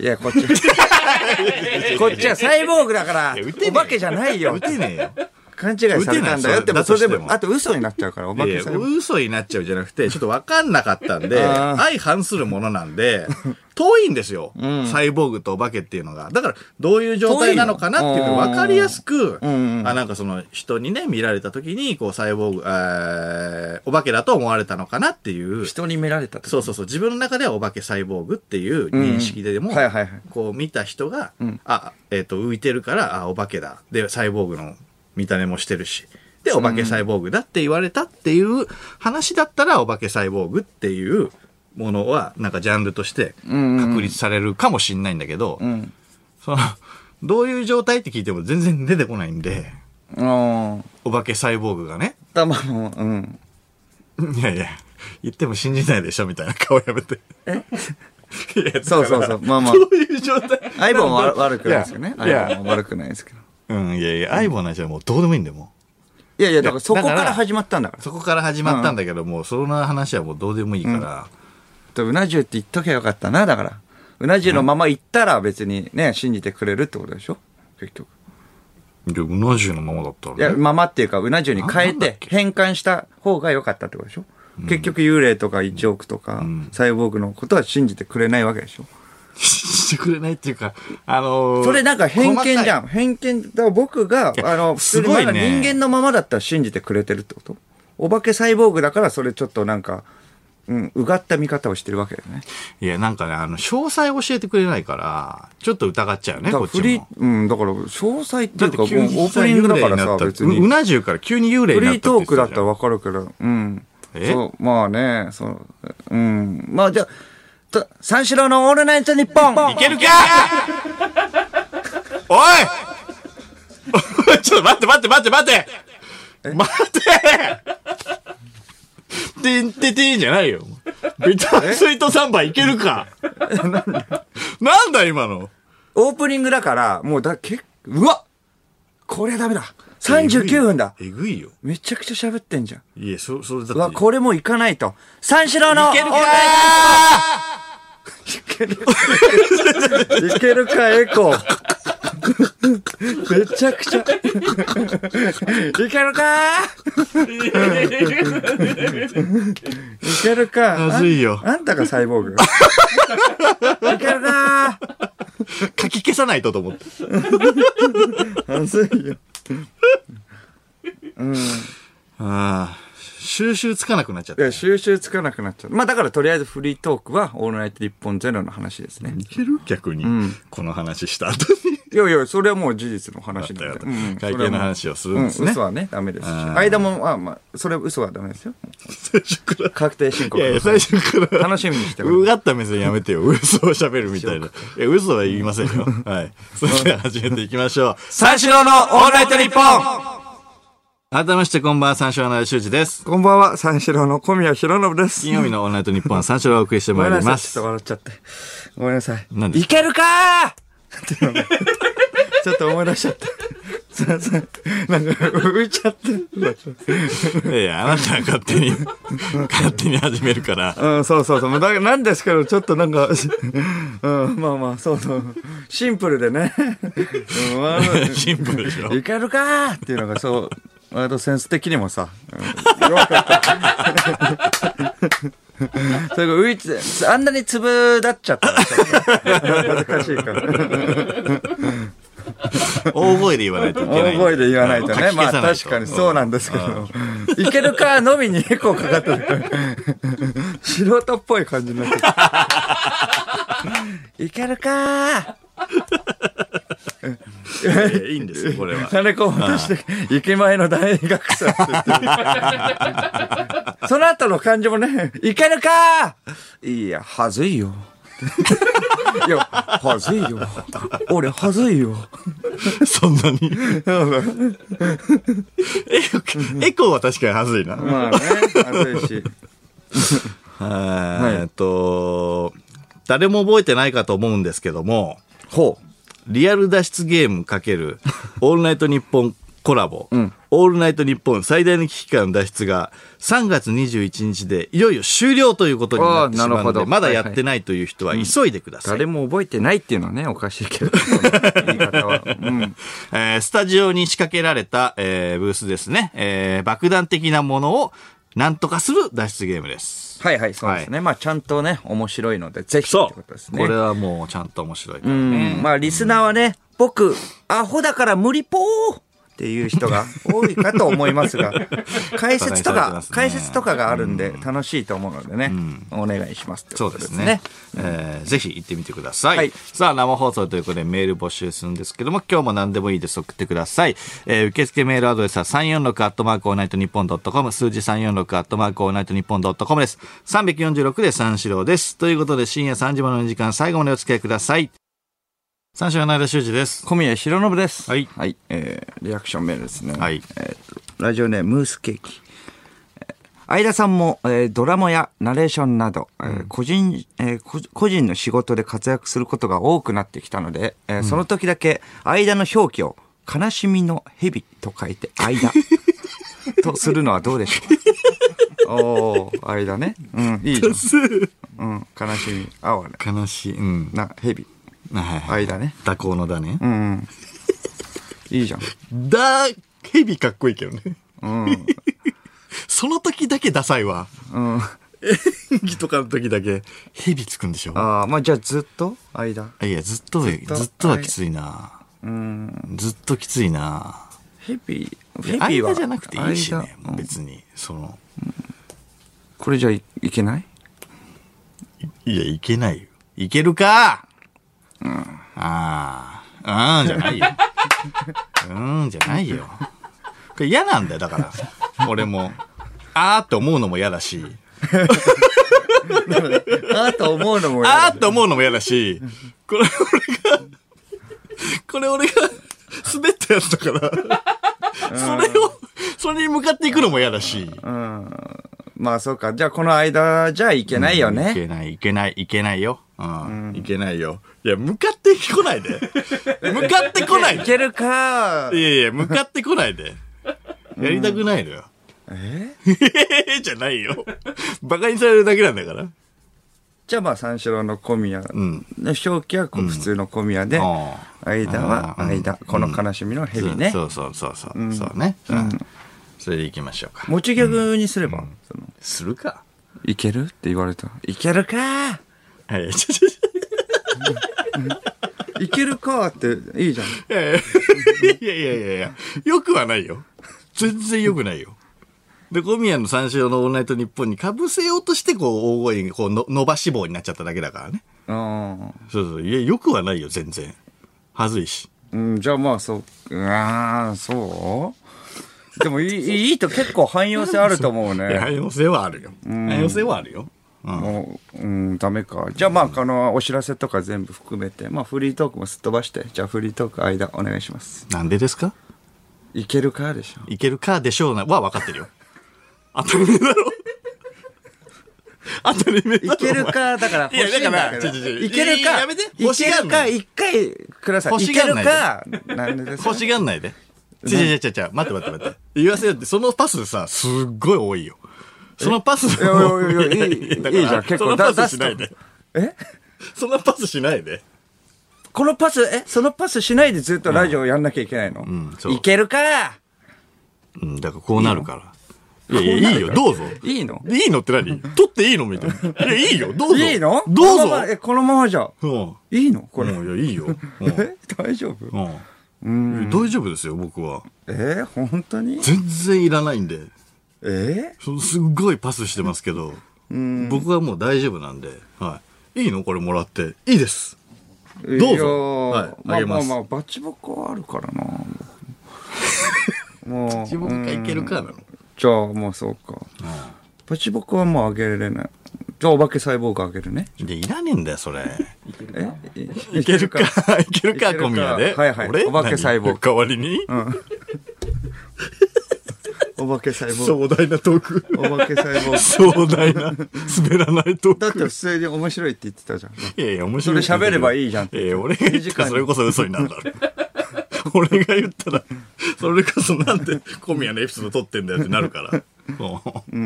いや、こっち。 こっちはサイボーグだから
いや打てねえ、
お化けじゃないよ
打。てねえよ。
勘違いされたんだよって、
打てない
も
だ
うそれで
として
も、
も
あと嘘になっちゃうから、お化
い
け
や
サイボーグ。
嘘になっちゃうじゃなく て、ちょっとわかんなかったんで、
あー
相反するものなん で、遠いんですよ、サイボーグとお化けっていうのが。だから、どういう状態なのかなっていうの
遠い
が
の
わかりやすく、
ん
あ、なんかその人にね、見られた時に、こう、サイボーグ、えーお化けだと思われたのかなっていう。
人に見られたと。
そうそうそう。自分の中ではお化けサイボーグっていう認識ででも、
うんはいはいはい
こう見た人が、あ、えっ、と、浮いてるから、あ、お化けだ。で、サイボーグの見た目もしてるし。で、お化けサイボーグだって言われたっていう話だったら、お化けサイボーグっていうものは、なんかジャンルとして確立されるかもしんないんだけど、
うん。
その、どういう状態って聞いても全然出てこないんで、
うん。
お化けサイボーグがね、
だまあもう、うん。
いやいや、言っても信じないでしょみたいな顔やめて。え
そうそうそうまあまあ
そういう状態。
相棒もわ悪くないですよね。
いや
相棒も悪くないですけど。
うん、いやいや、相棒なんじゃもうどうでもいいんだよ、も
いやいや、だからそこか
だから
ら始まったんだ
う。
から。
そこから始まったんだけど、もうそんな話はもうどうでもいいから。
とうな重って言っときゃよかったな、だから。うな重のまま言ったら別にね、信じてくれるってことでしょ結局。
で、うな重のままだった
いや、
らね。
ままっていうか、うな重に変え、
ななんだってけ
変換した方が良かったってことでしょ、結局幽霊とか1億とか、サイボーグのことは信じてくれないわけでしょ、
してくれないっていうか、あのー
それなんか偏見じゃ
ん。
ん。偏見、だから僕が、
や
あの、普通
す
に
ご
ま
いね
だ人間のままだったら信じてくれてるってことお化けサイボーグだからそれちょっとなんか、うん、うがった見方をしてるわけだよね。
いや、なんかね、あの、詳細教えてくれないから、ちょっと疑っちゃうよね、
だか
こ
ら
っち
フリー
も。、
うん、だから、詳細って
だ
い
っ
う
て
か、もうオ
急に
ープニングだか
幽
ら
霊にな
さ、
った
別に。
ううな重から急に幽霊
フ
になった
リートークだったら
ら。
わかるけど、うん。
え
そう、まあね、そう、うん。まあじゃあ、と三四郎のオールナイトニッポン
いけるかおい ちょっと待って待って待って待って待っててんててんじゃないよ。ビタースイートサンバいけるかなんだ今の
オープニングだから、もうだ、けうわこれはダメだ39分だ。
えぐいよ。
めちゃくちゃ喋ってんじゃん。
いや、そ、それだ
うわ、
って。
これもう行かないと。三四郎の
いけるか
オールナイトいけるか、エコー。 めちゃくちゃ。いけるかいけるか
まずいよ
あんあんたがサイボーグ。いけるか
書き消さないとと思って。
まずいよ。
ああ、収集つかなくなっちゃっ
い
た。い
や、収集つかなくなっちゃう。まあだからとりあえずフリートークはオールナイト日本ゼロの話ですね。
ける逆に、この話した後に。
いやいや、それはもう事実の話
だ
なん
よ
で。うん
会見の話をす
それ
るん
はもう
ですね。
うん、嘘はね、ダメですし。
あー
間も、まあまあ、それは嘘はダメですよ。
最初から。
確定申告
いやいや、最初から。
楽しみにして
う
おり
がった目線やめてよ。嘘を喋るみたいな。いや、嘘は言いません よ。はい。それでは始めていきましょう。
三四郎のオールナイト日本
改めまして、こんばんは、三四郎の修二です。
こんばんは、三四郎の小宮弘信です。
金曜日のオールナイト日本は三四郎をお送りして
ご
ま
め
い
んな
りま
さい、ち
す
ょっと。笑っちゃって。ごめんなさい。
何です
いけるかーっていうのがちょっと思い出しちゃって。すいません。なんか、浮いちゃって。
いやいや、あなたが勝手に、 勝手に始めるから。
うん、そうそうそう。まあだなんですけど、ちょっとなんか、 うん、まあまあ、そうそう。シンプルでね。うん、ワード
シンプルでしょ。
いけるかーっていうのがそう、割とセンス的にもさ、うん、弱かった。 それが浮いて、あんなに粒だっちゃったらさ 恥ずかしいから。
大声で言わないといけない。
大声で言わないとね。まあ確かにそうなん
だ。
ですけど。いけるかーのみにエコーかかってるから。 素人っぽい感じになって る。いけるか
いやいやいいんですよ、これは
ー。金子を渡して、行き前の大学生 って言ってるその後の感じもね、いけるかーいや、はず いよ。いや、はずいよ。俺、はずいよ。
そんな に。 エコエコーは確かに恥ずいな。
まあね、はずいし。
はいえっと、誰も覚えてないかと思うんですけども、
ほ
リアル脱出ゲーム× オールナイトニッポンコラボ、オールナイトニッポン最大の危機感脱出が3月21日でいよいよ終了ということになってし
あー
ま
な
う
るほ
ので、
ど
まだやってないという人は急いでください。
誰も覚えてないっていうのはね、おかしいけ ど。その言い方は。うん。
えースタジオに仕掛けられた、えーブースですね、えー爆弾的なものをなんとかする脱出ゲームです。
はいはい、そうですね。まあ、ちゃんとね、面白いので、ぜひってことですね。
これはもうちゃんと面白いから。
うん、まあ、リスナーはね、僕、アホだから無理ぽーっていう人が多いかと思います が、解説と
お互いされて
か、
ますね
解説とかがあるんで、楽しいと思うのでね、お願いしますって
そ
こ
う
と
で
ですす
ね
ね。。
えーぜひ行ってみてください。
はい
さあ、生放送ということでメール募集するんですけども、今日も何でもいいです。送ってください。えー受付メールアドレスは346アットマークオールナイトニッポンドットコム、数字346アットマークオールナイトニッポンドットコムです。346で三四郎です。ということで、深夜3時までの時間、最後までお付き合いください。三四郎の間修二です。
小宮弘信です。
はい
えーリアクションメールですね。
はい。
ラジオネームムースケーキ。えー相田さんも、えードラマやナレーションなど、えー個人、えーこ個人の仕事で活躍することが多くなってきたので、えーその時だけ、間の表記を、悲しみの蛇と書いて、 間とするのはどうでしょ うかおー、間ね。うん、いいじゃん。うん、悲しみ、あわね。
悲しい。うん。
な、蛇、
はいはい。
間ね。
蛇行のだね
う。ん。いいじゃん。
だ、ヘビかっこいいけどね。
うん。
その時だけダサいわ。
うん。
演技とかの時だけ、ヘビつくんでしょ
ああ、まあじゃあずっと間。
いや、ずっとで、
と
ずっとはきついな。
うん。
ずっときついな。
ヘビー、ヘビーは。
間じゃなくていいしね、
間うん
別に。その、
これじゃいいけない
いや、いけないよ。いけるかうん。ああ、うんじゃないよ。うんじゃないよ。これ嫌なんだよ、だから。俺も。あーって思うのも嫌だし、
ああと思うのも嫌
あ
だ
ーって思うのも嫌だし、これ俺が、これ俺が滑ったやつだから、それを、それに向かっていくのも嫌だし。
うん。まあそうか。じゃあこの間じゃいけないよ
い
ね。
けない、いけない、いけないよ。うん、いけないよ。いや、向かってこない で。向かってこない
い
で。
けるか
いやいや、向かってこないで。やりたくないのよ。
え
え じゃないよ。バカにされるだけなんだから。
じゃあまあ三四郎の小宮
ん
の正気はこう普通の小宮で、
あ
間は
うん
間、この悲しみのヘビね。
そうそうそうそう。そうね。うんそれで行きましょうか。
持ちギャグにすれば、その
するか。
いけるって言われた。いけるか
はい、ちょちょち
いけるかっていいじゃん。
ょいやいや いやいやいや、よくはないよ。全然よくないよ。で、小宮の三四郎のオールナイト日本に被せようとして、こう、大声に、こうの、伸ばし棒になっちゃっただけだからね。
うん
そうそう。いや、よくはないよ、全然。はずいし。
うん、じゃあまあそう、うわーそうでもいいいいと結構汎用性あると思う
いや、
ね。
要請はあるよ。要請はあるよ。
もう、うん、ダメか。じゃあまあ、このお知らせとか全部含めて、まあフリートークもすっ飛ばして、じゃあフリートーク間お願いします。
なんでですか
いけるかでしょ。
いけるかでしょうな、は分かってるよ。当たり前 だろ。当たり前だろ。
いけるか、だから欲しいんだ
い
け
やだからちょちょちょ
ど。いけるか、
やめて
いけるか、
欲
一回ください。
欲
い
し
け
が
る
んない
か、なんでです
お前。
か
欲しがんないで。ちょちょちょちょ、待って待って待って。言わせようって、そのパスさ、すっごい多いよ。そのパス
いやいやいやいい
いや だから
いいじゃん結構
その
だ
パ
出
ス
す
し
と
ないで。
え
そのパスしないで。
このパス、え、そのパスしないでずっとラジオやんなきゃいけないの、
んそう
いけるか
うん、だからこうなるから。いやいや、いいよ、どうぞ。
いいの
いいのって何取っていいのみたいな。いや、いいよ、どうぞ。
いいの
どう
この
ぞ
まま。え、このままじゃ。
うん。
いいのこれ。
うん、いや、いいよ。うん
え 大丈夫
うん。大丈夫ですよ、僕は。
え本当に
全然いらないんで。
え
そすっごいパスしてますけど、僕はもう大丈夫なんで、はい。いいのこれもらって。いいです。
ど
どうぞはい
ま
あ
あ
げ
ま
ま
あ
す
まあ、バチボコはあるからな。もう。
自分がいけるかなの。
じゃあ、まあそうか。バチボコはもうあげれない。じゃあ、お化け細胞があげるね。
で、いらねえんだよ、そ れ。
え
いけるか、いける
い
か、
けるか
小宮で。
はいはい
俺
お化け細胞
何代わりに、
お化け細胞。
壮大なトーク。
お化け細 胞。
壮大な、滑らないト
だ
ー
っ
ク。
て普通に面白いって言ってたじゃん。
いやいや、面白い。
それ喋ればいいじゃんって
いやいや俺が言ったらそれこそ嘘になるだろ。 俺が言ったら、それこそなんで小宮のエピソード撮ってんだよってなる から。うん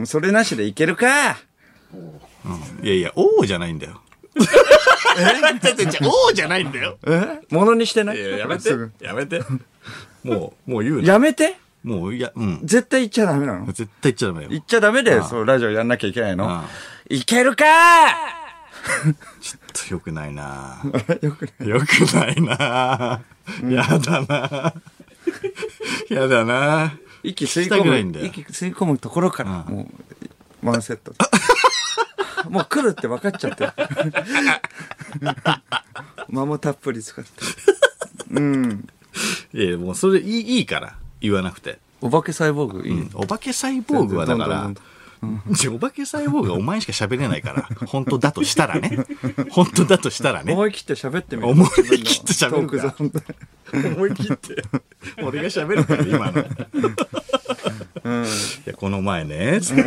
うん、それなしでいけるか
いやいや、王じゃないんだ よ。ちょちょちょ王じゃないんだよ。
えものにしてないい
やいややめて
すぐ、
やめて。 もう、もう言うな。
やめて
もう、いや、うん。
絶対言っちゃダメなの
絶対言っちゃダメよ。
言っちゃダメで、そう、ラジオやんなきゃいけないの
ああ。
いけるか
よくないな
よくない。
よくないなやだなやだな
息吸い
したくない
込
んだ
む、
よ
息吸い込むところから、もう、ワンセット。 もう来るって分かっちゃってる。 間もたっぷり使って。
いや、もうそれいいいいから。言わなくて。
お化けサイボーグいいね
お化けサイボーグはだか
ど
ら
んどんどんどん、
じゃあお化けサイボーグはお前しか喋れないから。本当だとしたらね。本当だとしたらね。
思い切って喋ってみる。
思い切って喋るか
自分のトークゾーンで
思い切って俺が喋るから今の、いやこの前ね つって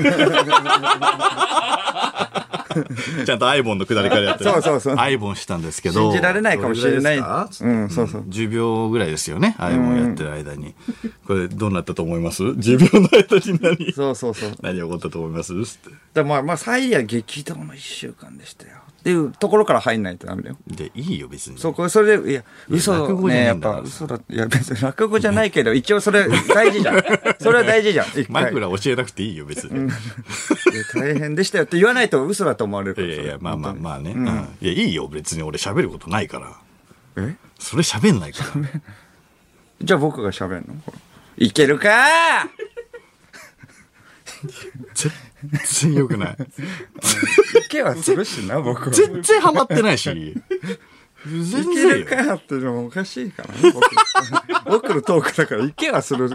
ちゃんとアイボンの下りからやってる
そうそうそう
アイボンしたんですけど
信じられないかもしれない。
どぐらです
う
か
ん、そうそう。
10秒ぐらいですよねアイボンやってる間に、これどうなったと思います ?10 秒の間に何
そうそうそう。
何起こったと思いますつって
だからまあ、まあ、最悪激動の一週間でしたよ。っていうところから入んないとダメだよ。
でいいよ別に
そう、これ、それで、いや、嘘
落語じゃね
ね、
え
やっ
んだ
ぱ
から
嘘だって、いや、別に落語じゃないけど、一応それ大事じゃ ん。それは大事じゃん。一
マイ
回。
クラ教えなくていいよ別に、
いや大変でしたよって言わないと嘘だと思われるか
い
ら。
やいやまあまあまあね、
う
うん
ん
いやいいよ別に俺喋ることないから
それえ
それ喋んないから
じゃあ僕が喋るのこれいけるか
全然良く ない。
いけはするしな、僕 は。
全然ハマってないし。全
いけ
然
る
よ。
かってのもおかしいからね、僕。僕のトークだから、いけはする。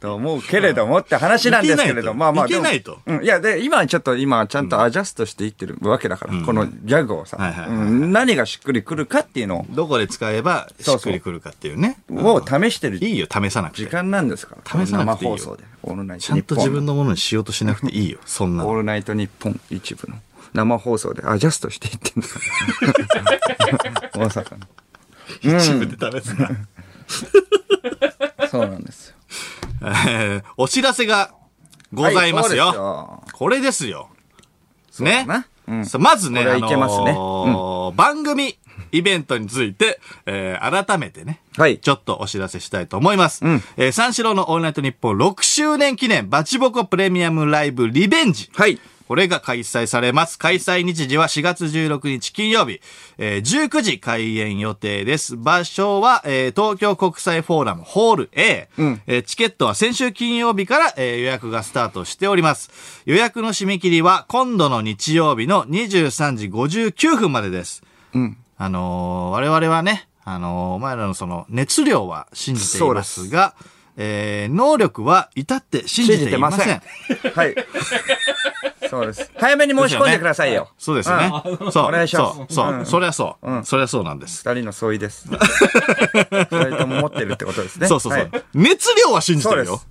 と思うけれどもって話なんですけ
い
れど、
けないと
まあまあ。
いけない
でも
と
うん、いや、で、今ちょっと今ちゃんとアジャストしていってるわけだから、このギャグをさ、
はいはいはい
うん何がしっくりくるかっていうの
どこで使えばしっくりくるかっていうね。
を試してる
いいよ、試さなく
時
て。
間なんですから。
試さなく
生
ていいよ
放送で。オールナイト
ちゃんと
ニッ
自
ポン
分のものにしようとしなくていいよ、そんな
オー
の。
ルナイトニッポン一部の生放送でアジャストしていっ てんだ。大阪の。
一部で試すな。
そうなんですよ。
えーお知らせがございますよ。
はいそう
これですよ。ね
な。うん
さまずね、
これはいけますね
あのー番組、イベントについて、えー改めてね、
はい
ちょっとお知らせしたいと思います。
ん
えー三四郎のオールナイトニッポン6周年記念バチボコプレミアムライブリベンジ。
はい。
これが開催されます。開催日時は4月16日金曜日、えー19時開演予定です。場所は、えー東京国際フォーラムホール A。えーチケットは先週金曜日から、えー予約がスタートしております。予約の締め切りは今度の日曜日の23時59分までです。あのー我々はね、あのーお前らのその熱量は信じていますが、えー能力は至って信
信
じ
じ
て
て
い
ま
ませ
せ
ん
ん。。 はい。そうです。早めに申し込んでくださいよ。
そうですよね。そう。
お願いします
そう。そう。そりゃそう。そりゃそうなんです。
二人の相違 です。二人とも持ってるってことですね。
そうそうそう
は。
熱量は信じてる
そう
よ
で。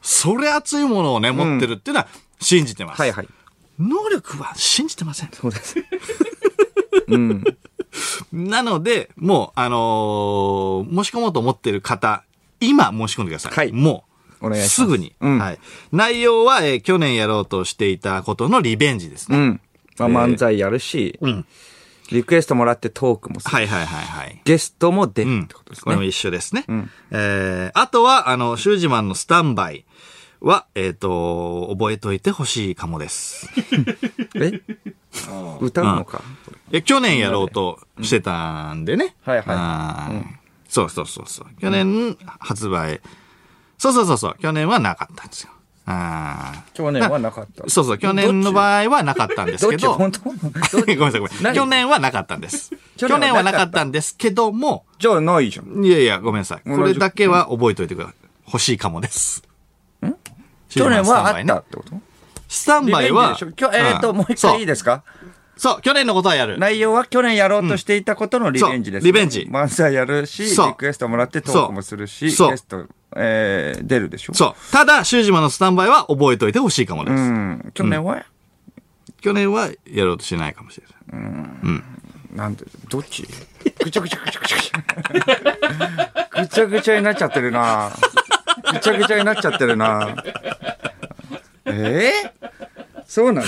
それ熱いものをね、持ってるっていうのは信じてます。
いはい。
能力は信じてません。
そうです。
なので、もう、あのー申し込もうと思ってる方、今申し込んでください。
はい
もう。
お願いします
すぐに、
うん
はい。内容は、えー去年やろうとしていたことのリベンジです
う
ね。
ん。まあ、
えー
漫才やるし、
ん
リクエストもらってトークもする。
はいはいはいはい。
ゲストも出
う
る
ん
ってことです
これも
ね。
一緒ですね。えー、あとは、あの、シュージマンのスタンバイは、えっ、と、覚えといてほしいかも です。
え歌うのか。
え去年やろうとしてたんでね。
うんはいはい
あーそうそうそうそう。去年発売。そうそうそうそう。去年はなかったんですよ。あー
去年はなかった。
そうそう。去年の場合はなかったんです
どっ
け
ち
ど。
本 当
ごめんなさいごめんなさい。
何
去年はなかったんです。去
去年はな
年はな
かった
かったんですけども、
じゃあな いじゃん。
いやいや、ごめんなさい。
同
こ
じ
れだけは覚えておいてください。欲しいかもです。
去年はあっ
ね
たってこと
スタンバイは
リベンジでしょきょえっと、
ん
もう一回いいですか
そうそう去年のことはやる
内容は去年やろうとしていたことのリベンジです
そ
ね。
うリベンジ
漫才やるし、
そう
リクエストもらってトークもするし、ゲ
そう
スト、えー出るでしょ
そうただ修島のスタンバイは覚えておいてほしいかもです、
うん。去年は、
去年はやろうとしないかもしれない
なんで、どっちぐちゃぐちゃぐちゃぐちゃぐちゃ。ぐちゃぐちゃになっちゃってるなぐちゃぐちゃになっちゃってるなえーそうなの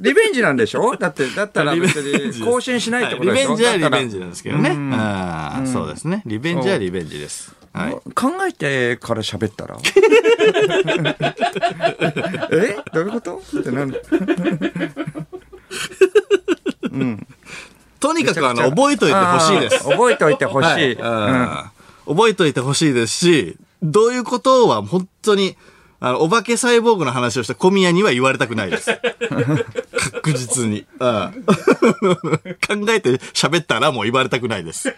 リベンジなんでしょだって、だったら別に更新しないってことでしょ
はいリベンジは
だ
リ
ったら
ベンジなんですけどねあーそうですねリベンジはリベンジですはい
考えてから喋った らえどういうことってなん
とにかくあの覚えといてほしいです
あー覚えておいてほし。
はいいあー覚えといてほしいですしどういうことは本当にあのお化けサイボーグの話をした小宮には言われたくないです 確実にあー 考えて喋ったらもう言われたくないです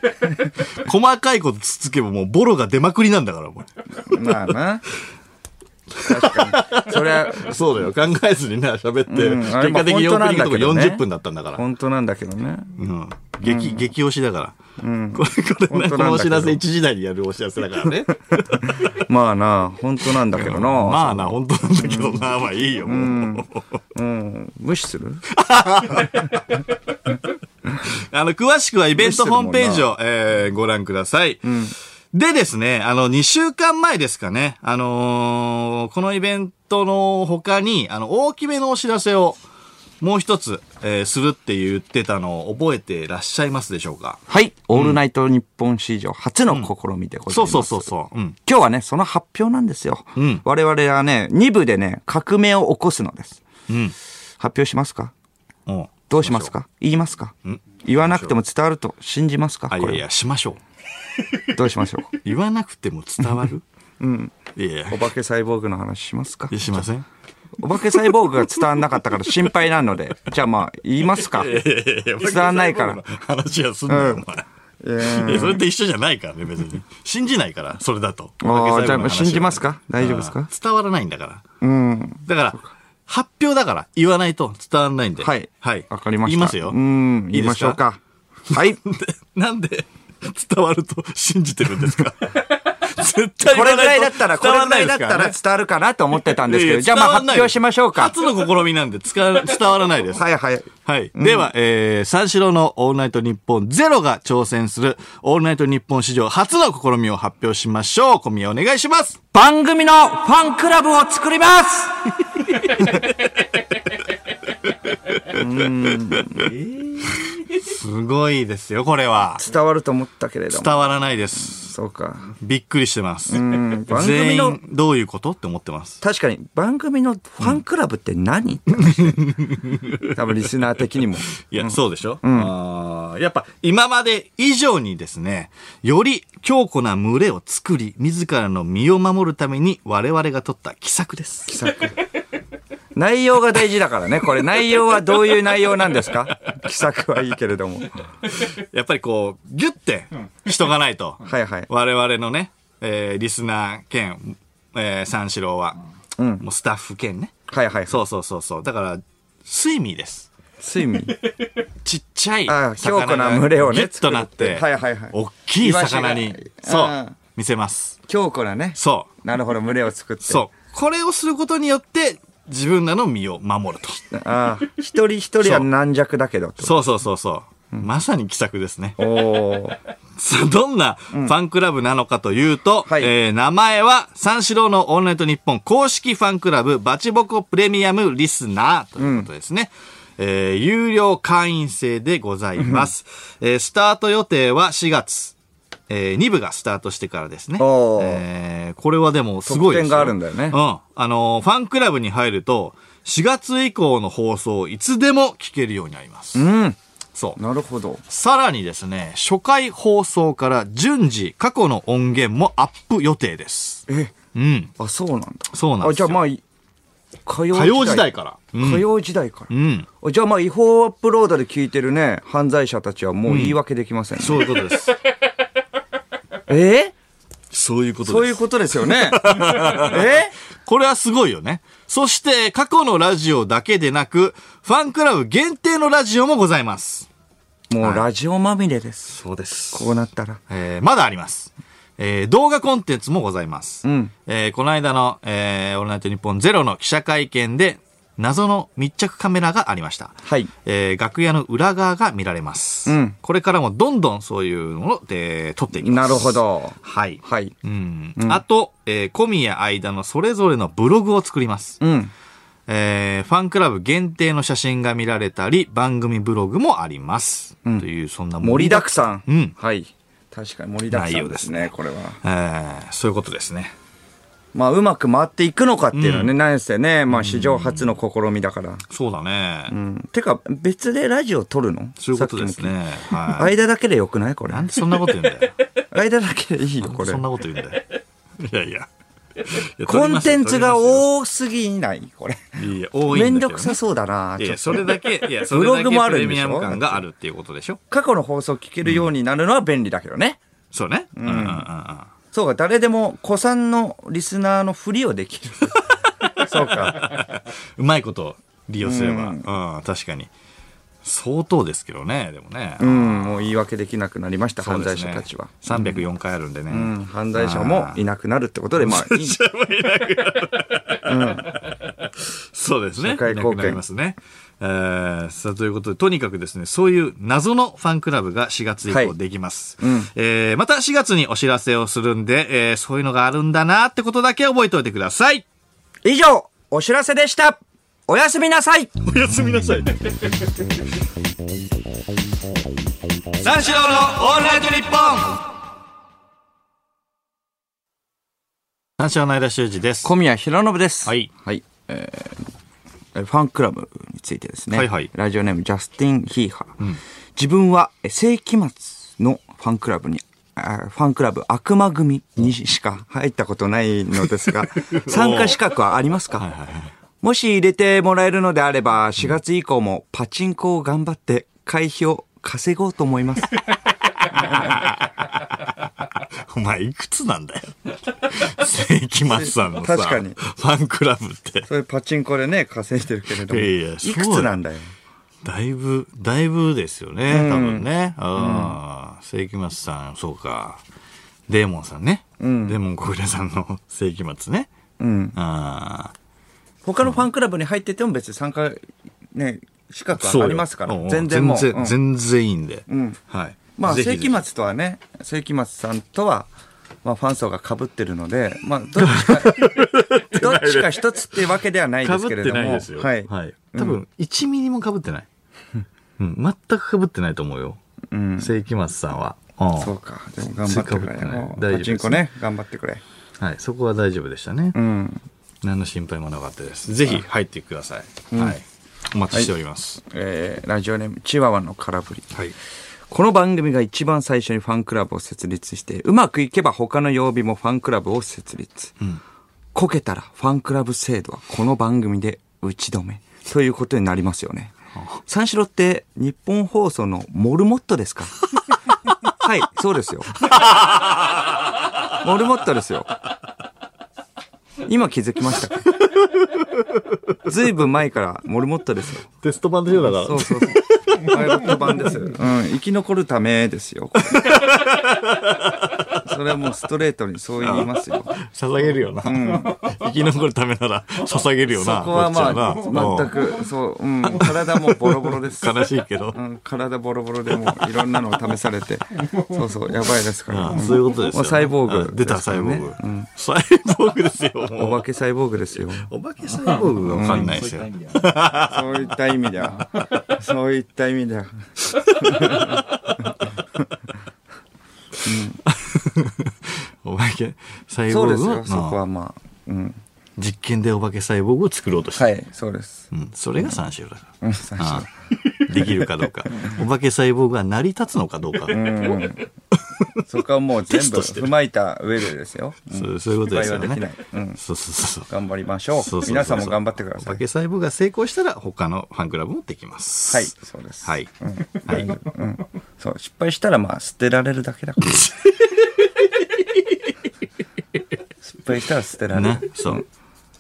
細かいことつつけばもうボロが出まくりなんだからもう
うんまあな。確かに。それは、
そうだよ。考えずにな、喋って、
うんあれ
結果的に
まあ
オー
本当な
プニ
ん
ング
だ
と
け
か
どね
40分だったんだから。
本当なんだけどね。
うん。激、激推しだから。これ、これ
本当なん
ね、
だけど
このお知らせ1時台にやるお知らせだからね。
まあな、本当なんだけどな。
まあな、本当なんだけどな、まあいいよ、もう。
うん。無視する
あの、詳しくはイベントホームページを、えーご覧ください。でですね、あの、2週間前ですかね、あのーこのイベントの他に、あの、大きめのお知らせを、もう一つ、えーするって言ってたのを覚えてらっしゃいますでしょうか
はい。オールナイト日本史上初の試みでござい
そ
ま
う
す。
そうそうそう。うん。
今日はね、その発表なんですよ。
ん
我々はね、2部でね、革命を起こすのです。
うん。
発表しますか
うん。
どうしますか言いますか言わなくても伝わると信じますか
あ、い
こ
や
れ
いや、しましょう。
どうしましょう
言わなくても伝わるうん。いやい
お化けサイボーグの話しますか
や、しません。
お化けサイボーグが伝わんなかったから心配 なので、じゃあまあ、言います か
伝
伝わんないから
話はすんなよ、お前。いやそれと一緒じゃないからね、別に。信じないから、それだと。
あ
竹
あ、じ
細
ゃ
工の話
あ信じますか
だら
大丈夫ですか
あー伝わらないんだから。
うん。
だから、発表だから、言わないと伝わらないんで。
はい。
はい。
わかりまし
言
た。
いますよ。
うん。
いい
言い
で
ますしょう。か。はい。こ
でなんで、伝わると信じてるんです か絶対言わ
れ
ないと
ぐらいだったら、 こ
伝わ
れぐ
な
ら
い
い
で
だ
すか
った
ら
ら
ね
伝わるかなと思って たんです
い
け
やい
ど、
や
じゃあまあ
伝わん
発
ない
表しましょうか。
初の試みなんで、つか伝わらないです。
はいはい。
はい。では、えー、三四郎のオールナイトニッポンゼロが挑戦する、オールナイトニッポン史上初の試みを発表しましょう。小宮お願いします。
番組のファンクラブを作ります
すごいですよ、これは。
伝わると思ったけれども。
伝わらないです。
そうか。
びっくりしてます。
ん番
全
組の
員、どういうことって思ってます。
確かに番組のファンクラブって 何、多分リスナー的にも。
いや、そうでしょ、あーやっぱ、今まで以上にですね、より強固な群れを作り、自らの身を守るために我々が取った奇策です。奇策。
内容が大事だからね。これ内容はどういう内容なんですか気さくはいいけれども。
やっぱりこう、ギュッてしとかない と。
はいはい。
我々のね、えーリスナー兼、えー三四郎は、
うん
もうスタッフ兼ね。
はいはい。
そうそうそうそう。だから、睡眠です。
睡眠。
ちっちゃい
ああ強
魚
固
が
な群れをね
ギュッとなって、
作るってはいはいはい
大きい魚
イ
に
ワシ、が、
そううん見せます。
強固なね。
そう。
なるほど、群れを作って。
そう。これをすることによって、自分らの身を守ると。
ああ、一人一人は軟弱だけどと。
そうそうそうそう。まさに奇策ですね。
おー
さあ、どんなファンクラブなのかというと、
はい
えー名前は三四郎のオールナイトニッポン公式ファンクラブバチボコプレミアムリスナーということですね。えー有料会員制でございます。えースタート予定は4月、え2部がスタートしてからですね。
おー
えーこれはでもすごいです
特典があるんだよね
うん。あのーファンクラブに入ると、4月以降の放送をいつでも聞けるようになります。
うん。
そう。
なるほど。
さらにですね、初回放送から順次過去の音源もアップ予定です。
え、
うん。
あ、そうなんだ。
そうなんですよ
あ、じゃあまあ、い火曜
火曜時代から。う
火
ん。
曜時代から。
うん。
あじゃあまあ違法アップロードで聞いてるね、犯罪者たちはもう言い訳できませんね。
そういうことです。
え
そういうことです。
そういうことですよね。え
これはすごいよね。そして、過去のラジオだけでなく、ファンクラブ限定のラジオもございます。
もうラジオまみれです。
そうです
こうなったら。
えーまだあります。えー動画コンテンツもございます。
うん
えーこの間の、えー、オールナイトニッポンゼロの記者会見で、謎の密着カメラがありました。
はい
えー楽屋の裏側が見られます。
うん
これからもどんどんそういうのを、えー撮っていきま
な
す。
るほ。ど。
はい。
はい。
うん。あと、えー、小宮間のそれぞれのブログを作ります。
うん。
えーファンクラブ限定の写真が見られたり、番組ブログもあります。
ん
という、そんな
盛りだくさん。
うん
はい。確かに盛りだくさんです
内容
ね、
ですね
これは。
えーそういうことですね。
まあ、うまく回っていくのかっていうのはね、なんせね、まあ、史上初の試みだから。
そうだね。
うん。てか、別でラジオ撮るの
そういうことです。
さっきも
ね。はい。
間だけでよくないこれ
な。んでそんなこと言うんだ よ。
間だけでいいよ、これ
そん。なこと言うんだよ。いやいや。
コンテンツが
い
多すぎないこれ。
いや。多いんだけどね。
めんどくさそうだな。
い
ちょ
や、
っと
それだけ、 いや、そ
ブ
れ
ロ
だけ
グもあ
プ
る
レ
んで
ミ
しょ
アム感があるっていうことでしょ
過去の放送聞けるようになるのは便利だけどね。
そうね。うんうんうんうん。
そうか、誰でも、子さんのリスナーのふりをできる。 そうか。
うまいこと利用すれば。
う
うん、確かに。相当ですけどね、でもね。
うん、もう言い訳できなくなりました、
そう
犯
で
罪
すね
者たちは。
304回あるんでね。
うん、犯罪者もいなくなるってこと で、まあ、いい
そうですね。
社会貢献
なくなりますね。えー、さあ、ということで、とにかくですね、そういう謎のファンクラブが4月以
は
降
い
できます。
ん
えー、また4月にお知らせをするんで、えー、そういうのがあるんだなってことだけ覚えておいてください。
以上、お知らせでした。おやすみなさい。
おやすみなさ い。三四郎のオールナイトニッポン三四郎の間修二です。
小宮弘信です。
はい。
はい。えーファンクラブについてですね。
はいはい
ラジオネーム、ジャスティン・ヒーハー。自分は、え世紀末のファンクラブに、あファンクラブ悪魔組にしか入ったことないのです が、参加資格はありますか、もし入れてもらえるのであれば、4月以降もパチンコを頑張って会費を稼ごうと思います。
お前いくつなん だよ。世紀末さんのさ、
確かに
ファンクラブって。
そういうパチンコでね、稼いでるけれども。
いやいや
くつなんだよ。
だいぶ、だいぶですよね、多分ね。ああ、世紀末さん、そうか。デーモンさんね。デーモン小暮さんの 世紀末ね。
うん。
ああ。
他のファンクラブに入ってても別に参加、ね、資格
そう
は
よ
ありますか
うんう
ら。
ん
全然もう。
全
う
然、
ん
全然いいんで。
ん
はい。
まあ、
ぜひ
世
ぜひ
紀末とはね、世紀末さんとは、まあ、ファン層が被ってるので、まあ、どっち か、どっちか一つってわけではない
か
です
ぶ
けれ
って
ども。
ないですよ。
はい。
多分、1ミリもかぶって ない。うん、全くかぶってないと思うよ。
うん。
世紀末さんは。うん
そうか。でも頑張ってく
被っ
れ
てない
もう
大丈夫です
パチンコね、頑張ってくれ。
はい、そこは大丈夫でしたね。
うん。
何の心配もなかったです。ぜひ入ってください。はい。お待ちしております。
えーラジオネーム、チワワの空振り。
はい。
この番組が一番最初にファンクラブを設立して、うまくいけば他の曜日もファンクラブを設立。こけたらファンクラブ制度はこの番組で打ち止め。ということになりますよね。三四郎って日本放送のモルモットですか はい、そうですよ。モルモットですよ。今気づきましたかずいぶん前からモルモットですよ。
テスト版でしょ、だから
そうそうそう。パイロット版です。うん、生き残るためで すよ。これそれはもうストレートにそう言いますよ。
捧げるよな。生き残るためなら捧げるよ
そ
な。
こはま
こっちは
あ、
な
全く、そう、うん、体もボロボロです。
うん悲しいけど
う。ん、体ボロボロでもういろんなのを試されて、そうそう、やばいですから。
あそういうことですよ、
もうサイボーグ
あ出た、
です
サ
か
イ
ら
ボ
ね
ーグ。サイボーグですよ、
お
もう
化けサイボー グですよ。
お化けサイボーグがわかんないですよ。
そういった意味では。そういった意味では。
お化けサイ
そ
ボ
う
ー
です
グ
よ、そこ
の
はまあ。うん。
実験でお化けサイボーグを作ろうとしてる
はい、そうです。
うん、それが三四郎だから。
うん、最初。
ああできるかどうか。お化け細胞が成り立つのかどうか。
うん、そこはもう全
テス
部
トしてる
踏まえた上でですよ。
そうそういうことですよね。
失敗はできないうん
そうそうそうそう。
頑張りましょう
そうそうそうそう
皆さんも頑張ってくだ
お
さ
化
い。
け細胞が成功したら他のファンクラブもできます。
はい、そうです。
はい。はい。
そう、失敗したらまあ捨てられるだけ だから。失敗したら捨てられ
な
る。、
そう。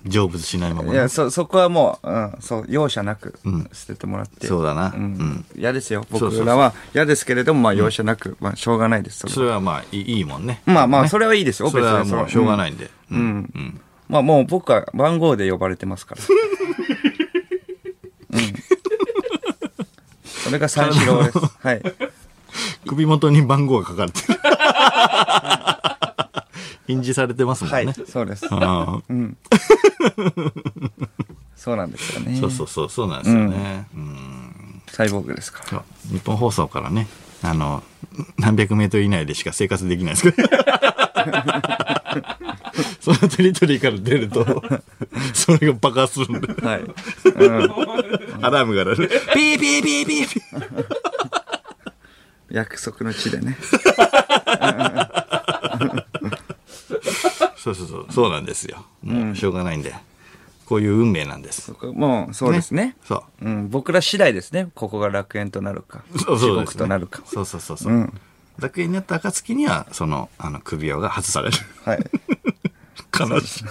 成仏しないまま
い
ね
や、。そ、そこはもう、うん、そう、容赦なく
ん
捨ててもらって。
そうだな。う
うん
ん。
嫌ですよ。
そうそうそう
僕らは嫌ですけれども、まあ容赦なく、まあしょうがないです。それ
そ
は
れはまあ、いいいいもんね。
まあまあ、
ね
それはいいですよ。
それは
別に。
もうしょうがないいんで。
うん。うんまあもう僕は番号で呼ばれ てますから。うん。それが三四郎です。はい。
首元に番号が書かれて る。印字されてますもん
は
ね。
い。そうです。
ああ
そうなんですよね。
そうそうそう、そうなんですよね。うん
サイボーグですから。
そう日本放送からね、あの、何百メートル以内でしか生活できないですから。 そのテリトリーから出ると、 それが爆発するんで、
はい。うん。
アラームが鳴る。ピーピーピーピーピー。
約束の地でね。
そうそうそう、そうなんですよ。もうしょうがないんで。こういう運命なんです。
そこもう、そうですね。
そう。
うん。僕ら次第ですね。ここが楽園となるか。
そうそう
地獄となるか。。
そうそうそうそううん楽園になった暁には、その、あの、首輪が外される。
はい。
悲しい。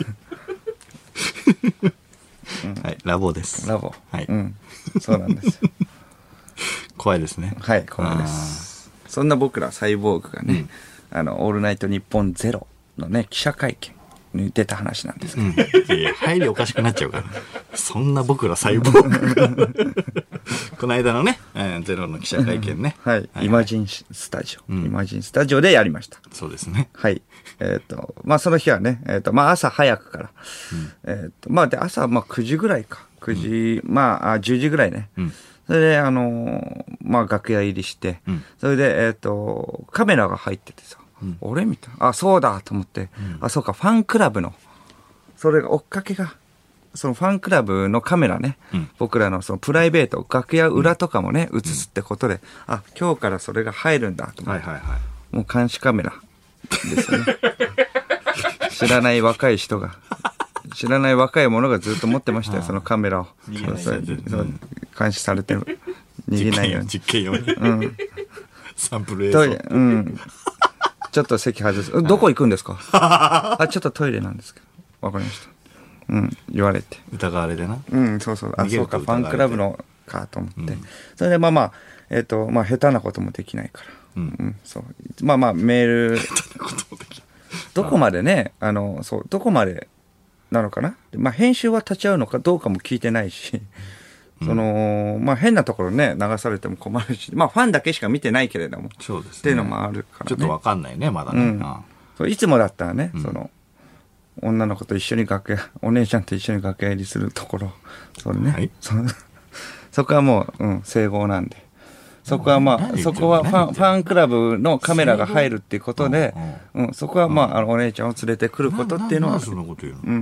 はい、ラボです。
ラボ。
はい
うん。そうなんですよ。
怖いですね。
はい、これです。そんな僕らサイボーグがね、あの、オールナイト日本ゼロのね、記者会見に出た話なんですけど、
うんいや入りおかしくなっちゃうから。そんな僕ら細胞 が。この間のね、えーゼロの記者会見ね。
はい、イマジンスタジオ、イマジンスタジオでやりました。
そうですね。
はい。えっ、と、まあ、その日はね、えっ、と、まあ、朝早くから。えっ、と、まあ、で、朝、まあ、9時ぐらいか。9時、まああ、10時ぐらいね。それで、あのーまあ、楽屋入りして。それで、えっ、と、カメラが入っててさ、俺みたいな。あ、そうだと思って。あ、そうか、ファンクラブの、それが追っかけが、そのファンクラブのカメラね、僕らのそのプライベート、楽屋裏とかもね、映すってことで、あ、今日からそれが入るんだと思って
はいはいはい。
もう監視カメラですよね。 知らない若い人が、知らない若い者がずっと持ってましたよ、そのカメラを。そうそうそう監視されてる。逃げないように。
実験用に。サンプル映
トイ
像
レ。うん。ちょっと席外す。どこ行くんですかあ、ちょっとトイレなんですけど。わかりました。うん、言われて。
疑われてな
うん、そうそう。
逃
あ、
げ
そ
る
う
と
か、フ
疑われ
ァン
て
クラブのかと思って。それで、まあまあ、えっと、まあ、下手なこともできないから。
うん
うん、そう。まあまあ、メール、どこまでね、あの、そう、どこまでなのかな。まあ、編集は立ち会うのかどうかも聞いてないし、その、まあ、変なところね、流されても困るし、まあ、ファンだけしか見てないけれども、っ
そうですね
ていうのもあるからね。
ちょっとわかんないねまだね、
う
うん
そういつもだったらね、その、女の子と一緒に楽屋、 お姉ちゃんと一緒に楽屋入りするところ、それね、
はい
そ そこはもう、うん、整合なんで。そこは
何
まあ、
言って
そ
んの
こはファン、
何言ってんの
ファンクラブのカメラが入るっていうことで、うん、そこはまあ、あの、お姉ちゃんを連れてくることっていうの
な
は、
んでそんなこと言う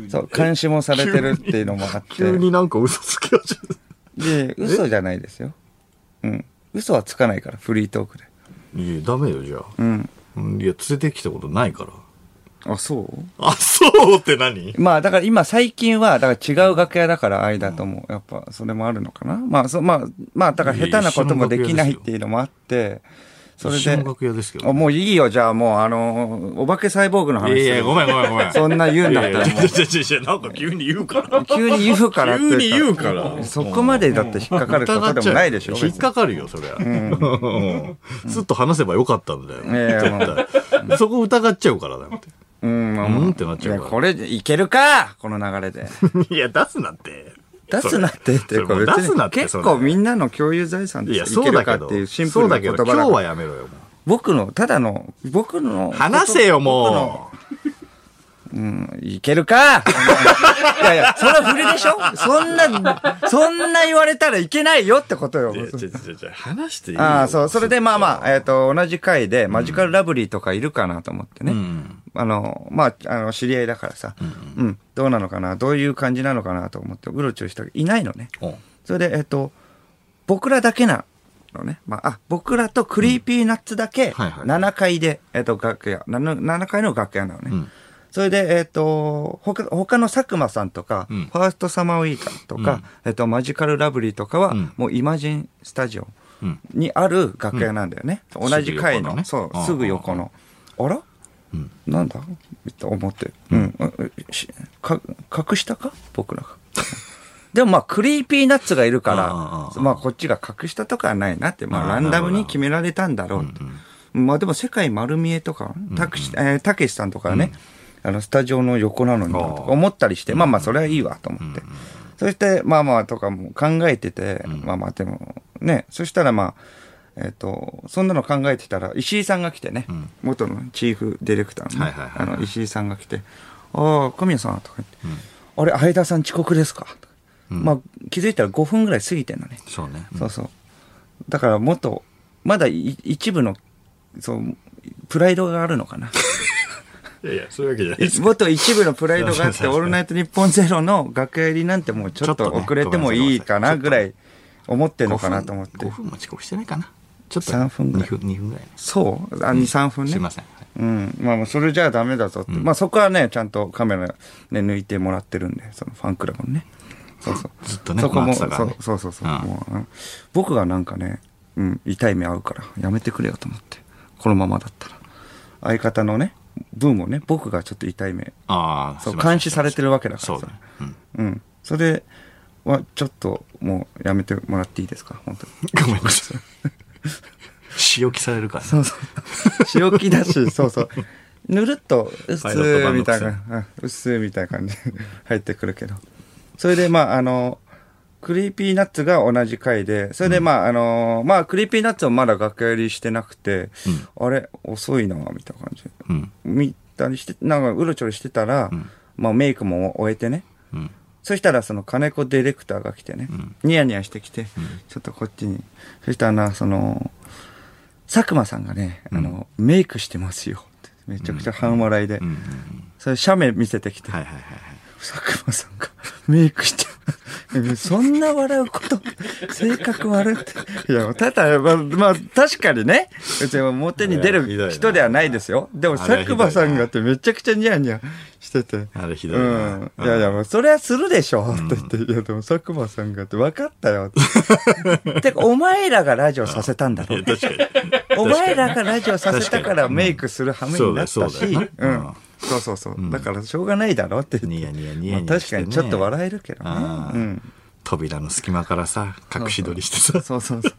の、
そう、監視もされてるっていうのもあって
急、になんか嘘つき始
で、嘘じゃないですよ。うん。嘘はつかないから、フリートークで。
めるいやダメよじゃあ、
うん。
うんいや連れてきたことないから
あ、そう
あそうって何
まあだから今最近は、だから違う楽屋だから間とも、やっぱそれもあるのかな。まあそ、まあ、まあだから下手なこともできないっていうのもあって、それ
一緒
で
の、楽屋ですけど
あもういいよ、じゃあもうあの、お化けサイボーグの話す
い
る。
やいやごめんごめんごめん
そんな言うんだったら
いやい
も
やちょちょちょなんか急に言うから
急に言うからっていう
急に言うから
そこまでだって引っかかるこ
疑
と
っ
で
ちゃ
も
う
ないでしょ。別
引
に
っかかるよそりゃ、うんずっと話せばよかったんだよ、
ええもう
絶対そこ疑っちゃうからだって
うん、まあ
う
ま
ん
あ。
ってなっちゃうか
い
ら
やこれいけるかこの流れで。
いや出すなって
出すなってっていうか、
それ
別
出すな
に
って
結構み
なん
なの共有財産
い
で
や
すよ。
そ
いけ
う
る
だ
か
け
っ
ど
ていうシンプ
そ
ル
うだ
な
け
言
ど
葉だ
今
か
日
ら
はやめろよも
僕の、ただの、僕の。
う話せよもう
うんいけるか いやいや、それは振りでしょそんな、そんな言われたらいけないよってことよ
い。やちょちょちょ話していいよ
ああ、そう。それでまあまあ、えっ、と、同じ回で、マジカルラブリーとかいるかなと思ってね。
うん
あの、まあ、あの、知り合いだからさ、うん、どうなのかな、どういう感じなのかなと思って、うろちょろしたけどいないのね。
お
それで、えっ、と、僕らだけなのね。まあ、あ、僕らとクリーピーナッツだけ、
はいはい
7階で、えっ、と、楽屋、7, 7階の楽屋なのね。
うん
それで、えっ、と、他、他の佐久間さんとか、
うん
ファーストサマーウイカとか、
うん
えっ、と、マジカルラブリーとかは、
うん
もうイマジンスタジオ
うん
にある楽屋なんだよね。
ん
同じ階
すぐ横
の、
のね
そうう、
ん
すぐ横の。あら、
うん
なんだって思って。うん。あしか隠したか僕らが。 でもまあ、クリーピーナッツがいるか
うんうんうんう
ら、
ん
まあ、こっちが隠したとかはないなって、まあ、ラ
うん
ンダムに決められたんだろうって。まあ、でも、世界丸見えとか、たくし、えーたけしさんとかね、あの、スタジオの横なのになとか思ったりして、まあまあ、それはいいわと思って。そして、まあまあとかも考えてて、まあまあ、でも、ね、そしたらまあ、えっ、と、そんなの考えてたら、石井さんが来てね、元のチーフディレクターの
はい
ね
はいはい
あの、石井さんが来て、ああ、小宮さんとか言って、あれ、相田さん遅刻ですかとかまあ、気づいたら5分ぐらい過ぎてんのね。
そうね
そうそう。だから、もっと、まだい一部の、そう、プライドがあるのか な。
いやいやそういうわけじゃない
いもっと一部のプライドがあって、
そうそう
オ
そう
ールナイトニッポンゼロの楽屋入りなんてもうちょっ
ちょ
と
っとね
遅れてもいいかな
ごめんなさい
ぐらい思ってんの
5
かなと思って
5。分も遅刻してないかなちょっと
3分ぐらい
2分二分ぐらいね
そうあ、2、3分ね。
すいませんはい
うん。まあまあ、それじゃあダメだぞって。まあそこはね、ちゃんとカメラね、抜いてもらってるんで、そのファンクラブのね。そうそう。
ずっとね
そこ
回っ
も、
て
そ
たからね
うそうそうそう、
うん
もううん僕がなんかね、うん、痛い目合うから、やめてくれよと思って。このままだったら。相方のね、分をね、僕がちょっと痛い目、
ああ
そう、
すいません
監視されてるわけだからさ。
そうだねうん
うん。それは、ちょっと、もう、やめてもらっていいですか本当に。
ごめんなさい。仕置きされるから、ね。
そうそう。塩気だし、 そうそう。ぬるっと、うっす
パイロット
ー
版
み
のく
たい
せに
な、あうっすーみたいな感じで入ってくるけど。それで、まあ、あの、クリーピーナッツが同じ回で、それで、まあ、あの、まあ、クリーピーナッツはまだ楽屋入りしてなくて、あれ、遅いな、みたいな感じで。
うん。
見たりして、なんかうろちょろしてたら、まあ、メイクも終えてね。
うん。
そしたらその金子ディレクターが来てね、ニヤニヤしてきて、ちょっとこっちに。そしたらな、その、佐久間さんがね、あの、メイクしてますよって。めちゃくちゃ半笑いで。
うん。
それ、写メ見せてきて、
はいはいはいはい。
佐久間さんがメイクしてうんそんな笑うこと、性格悪くて。いや、ただ、まあ、まあ、確かにね、うちは表に出
いやひどい
る
な
人ではないですよ。でも、
あれはひどい
佐久
な
間さんがってめちゃくちゃニヤニヤしてて。
あれひどいな
うん。いやいや、まあ、それはするでしょ、って言って。いや、でも佐久間さんがって分かっ たよって。てか、お前らがラジオさせたんだろうね。
確かに。
お前らがラジオさせたからメイクする羽目になった
確か
し、
にうんそうだよそうだ
う。
よなん
そうそうそう。だからしょうがないだろって言って。
ニヤニヤニヤニ
まあ
ヤ
確
して
か
ね
にちょっと笑えるけどね。
あー
うん。
扉の隙間からさ、隠し撮りしてさ。
そうそうそう。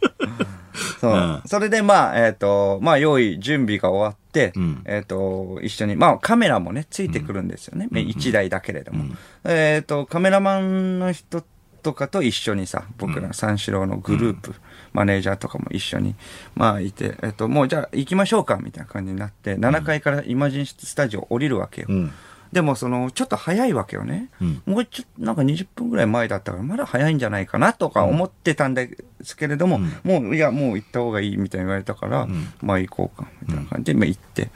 そう、
うん
それで、まあ、えっ、と、まあ、用意、準備が終わって、
うん
えっ、と、一緒に、まあ、カメラもね、ついてくるんですよね。一1台だけれども。えっ、と、カメラマンの人とかと一緒にさ、僕ら三四郎のグループ、マネージャーとかも一緒に、まあ、いて、えっ、と、もう、じゃあ、行きましょうか、みたいな感じになって、7階からイマジンスタジオ降りるわけよ。
うん。
でもその、ちょっと早いわけよね。
うん
もうちょっと、なんか20分ぐらい前だったから、まだ早いんじゃないかなとか思ってたんですけれども、もう、いや、もう行った方がいいみたいに言われたから、まあ行こうか、みたいな感じで、まあ行って。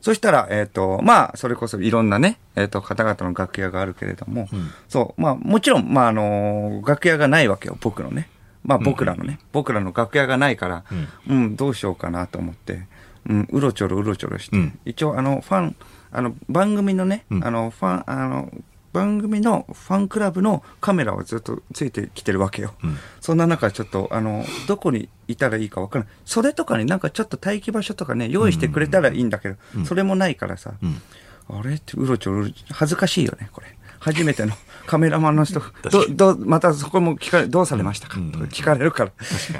そしたら、えっ、と、まあ、それこそいろんなね、えっ、と、方々の楽屋があるけれども、そう、まあ、もちろん、まあ、あのー楽屋がないわけよ、僕のね。まあ、僕らのね、僕らの楽屋がないから、うん、どうしようかなと思って、うん、うろちょろうろちょろして、
うん
一応、あの、ファン、あの、番組のね、あの、ファン、あの、番組のファンクラブのカメラをずっとついてきてるわけよ。そんな中、ちょっと、あの、どこにいたらいいかわからない。それとかになんかちょっと待機場所とかね、用意してくれたらいいんだけど、それもないからさ、あれってうろちょろうろちょ、恥ずかしいよね、これ。初めてのカメラマンの 人、ど、どう、またそこも聞かれ、どうされましたか、とか聞かれるから。い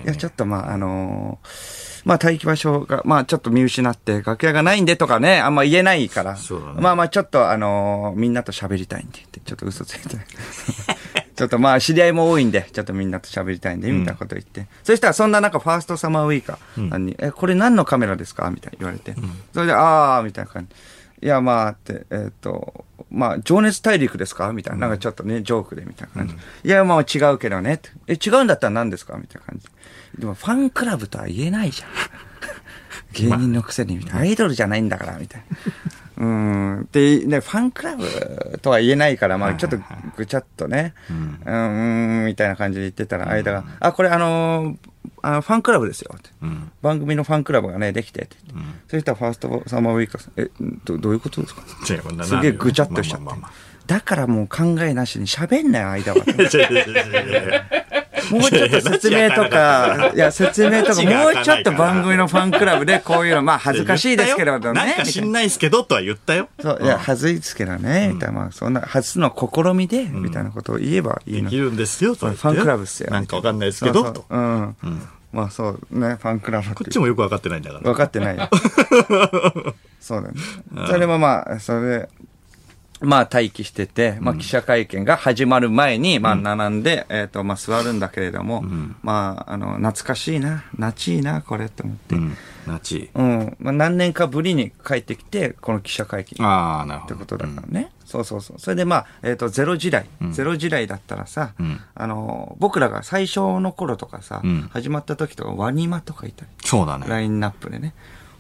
や、ちょっとまあ、あのーまあ、待機場所が、まあ、ちょっと見失って、楽屋がないんでとかね、あんま言えないから。
そうだね
まあまあ、ちょっと、あのーみんなと喋りたいんで、って、ちょっと嘘ついて。 ちょっとまあ、知り合いも多いんで、ちょっとみんなと喋りたいんで、みたいなこと言って。そしたら、そんな中、ファーストサマーウイカさんに、え、これ何のカメラですかみたいな言われて。それで、あー、みたいな感じ。いや、まあ、って、えっ、と、まあ、情熱大陸ですかみたいな。なんかちょっとね、ジョークで、みたいな感じ。いや、まあ、違うけどね。ってえ、違うんだったら何ですかみたいな感じ。でも、ファンクラブとは言えないじゃん。芸人のくせにみたいな、アイドルじゃないんだからみたいな。 うん。で、ね、ファンクラブとは言えないから、まあちょっとぐちゃっとね、うん、ーんみたいな感じで言ってたら、間が、あ、これあのーあのファンクラブですよって、番組のファンクラブがね、できてって言ってそしたらファーストサマーウイカさん、え、どどういうことですか
じゃあこんな
すげえぐちゃっとしちゃって
まあまあまあまあ。
だからもう考えなしに喋んない間は。もうちょっと説明と か、いや、説明とか、
口が
も
開かないから
うちょっと番組のファンクラブでこういうの、まあ恥ずかしいですけれどね。
なんか
みた
知
いなん
ないですけどとは言ったよ。
そう、いや、恥ずいですけどね、みたいな、まあそんな、初の試みで、みたいなことを言えばいい
で
の。
きるんですよとは言ったよ
ファンクラブっすよ
なんかわかんないです
そ
け
うそ
ど
う
と。
うん。まあそうね、ファンクラブって
こっちもよくわかってないんだから。
分かってない よ。そうだね。それもまあ、それ、まあ待機してて、まあ記者会見が始まる前に、まあ並んで、えっと、まあ座るんだけれども、まあ、あの、懐かしいな、なちいな、これって思って。
うん。ナチ。
うん。まあ、何年かぶりに帰ってきて、この記者会見っ
ああ、なるほ
て
ど。
ことだからね。そうそうそう。それでまあ、えっ、と、ゼロ時代、ゼロ時代だったらさ、あの、僕らが最初の頃とかさ、
ん
始まった時とかワニマとかいたり、
そうだね。
ラインナップでね。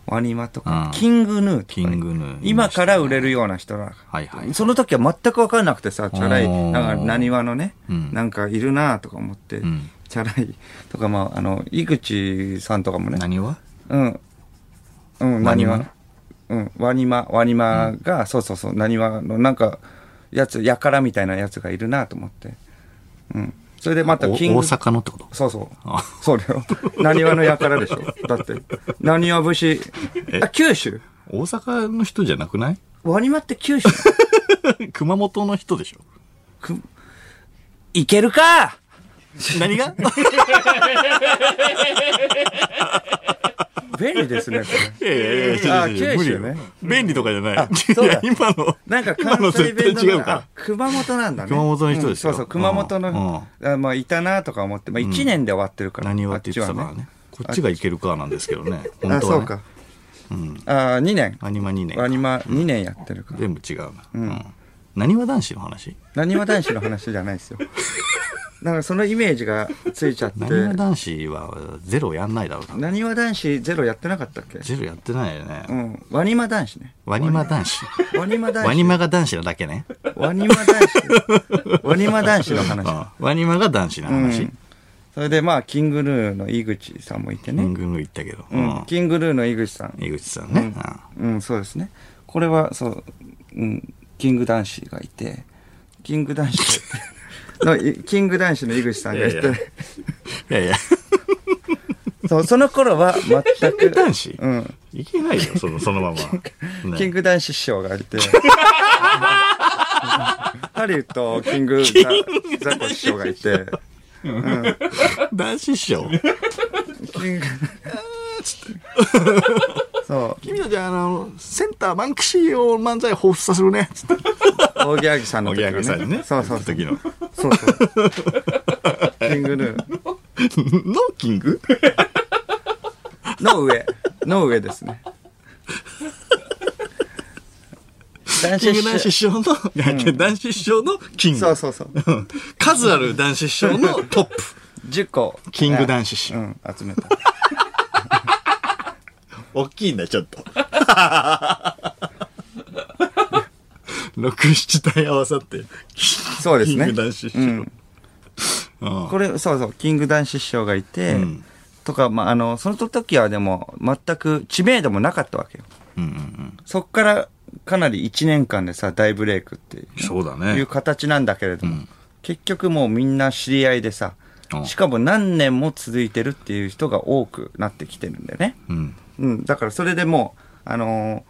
ワニマとか
う、ん
キングヌーとかね、
キングヌー
今から売れるような人だから。
はいはい
その時は全く分かんなくてさ、チャラい、
おー
なんか、何話のね、
うん
なんかいるなとか思って、
ん
チャラいとか、まあ、あの、井口さんとかもね、
何は
うん。うん、
ワ
なに
ニマ
わ。うん、ワニマ、ワニマが、そうそうそう、なにわの、なんか、やつ、やからみたいなやつがいるなと思って。うん。それでまた、
お大
キング。
阪のってこと
そうそう
あ。
そうだよ。なにわのやからでしょ。だって、なにわ節。あ、九州
大阪の人じゃなくない
ワニマって九州
熊本の人でしょ
くいけるか
何が
便利ですね、これ。
いやいやいや
あ
違う違う無
九
理
州
よ
ね
便利とかじゃない。
そう
い
だ
や、 今の。
なんか
今
関
の
西
絶
弁
対
の
違うから
あ。熊本なんだね。
熊本の人ですよ
うんそうそう、熊本の、あまあ、いたなとか思って、まあ、1年で終わってるから。
何はって言ってたから
あっちは
ね。こっちがいけるかなんですけどね。本当は、ね。
あ、そうか。あ、2年。
アニマ2年
アニマ2年やってるから。
全部違うな。うん。何は男子の話
なにわ男子の話じゃないですよ。なんかそのイメージがついちゃって
なにわ男子はゼロやんないだろうな。
なにわ男子ゼロやってなかったっけ
ゼロやってないよ
う
ね。
んワニマ男子ね
ワニマ男子。
ワニマ男子
ワニマが男子なだけね。
ワニマ男子ワニマ男子の話
ワニマが男子の
う
話
ん。それでまあキングルーの井口さんもいて
ぐ
ね
んぐん言ったけど。う
うんんキングルーの井口さん
井口さんね。うん
うん、そうですね。これは、そう、うん、キング男子がいて、キング男子 の、いキング男子の井口さんがいて、
いやいいやいや、
そうその頃は全く、
男子
うん、
いけないよ、 そのそのまま。
キン
ね
グ男子師匠がい て、ハリウッドキングザザコ師匠がいて、
男子師 匠。
キング、 そう、
君たちあの、センターバンクシーを漫才彷彿させる ね。つって。
大木明さんの
お
時
ぎ
の
やはぎさんにね。
そうそうそう。
時の。
そうそう。キングル
ノ
ー
ーキング
の上、の上ですね。男
キング
子
男
師
子師匠の、いや男子師匠のキング。
そうそうそう。
うん数ある男子師匠のトップ。
10個。
キング男子師
う
匠。
ん、集めた。
大きいんだ、ちょっと。 六七体合わさって。
そうですね。
キング男子師匠
うん
うん
これ、そうそう、キング男子師匠がいて、
ん
とか、まあ、あの、その時はでも、全く知名度もなかったわけよ。
うんうん
そっから、かなり1年間でさ、大ブレイクっていう
うん。そうだ
い
ね
う。形なんだけれども、結局もうみんな知り合いでさ
う、ん
しかも何年も続いてるっていう人が多くなってきてるんだよね。
うん。
うん、だからそれでもう、あのー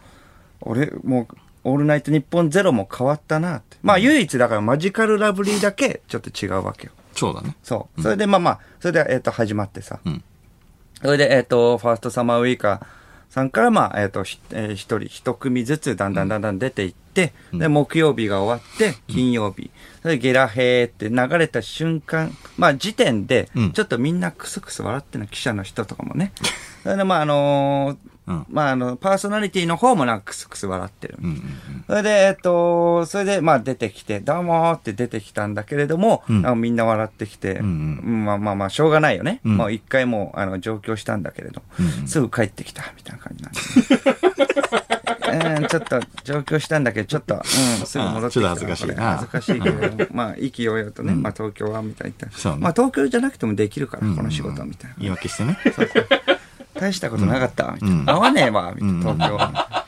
俺、もう、オールナイト日本ゼロも変わったなって。まあ唯一だからマジカルラブリーだけちょっと違うわけよ。
そうだね。
そう。それでまあまあ、それで、えっ、と、始まってさ。
うん
それで、えっ、と、ファーストサマーウイカさんからまあ、えっ、と、ひえー一人一組ずつだんだんだんだん出ていって、で、木曜日が終わって、金曜日。それでゲラヘーって流れた瞬間、まあ時点で
うん、
ちょっとみんなクスクス笑ってるの記者の人とかもね。それでまああのー
うん
まああの、パーソナリティの方もなんかクスクス笑ってる。
うんうん
それで、えっと、それで、まあ出てきて、どうもーって出てきたんだけれども、
うん
あのみんな笑ってきて、
ん
うんまあまあまあ、しょうがないよね。
うん
まあ一回もう、あの、上京したんだけれど、
うん
すぐ帰ってきた、みたいな感じなんで、ね えーちょっと上京したんだけど、ちょっと、うん、すぐ戻ってきた
あちょっと恥ずかしいな
恥ずかしいけれども、まあ、意気揚々とね、まあ東京は、みたいな。
そうね
まあ東京じゃなくてもできるから、
うん。
この仕事は、みたいな。
言い訳してね。
大したことなかった、みたいな。
うん
合わねえわ、みたいな、
うん
東京は。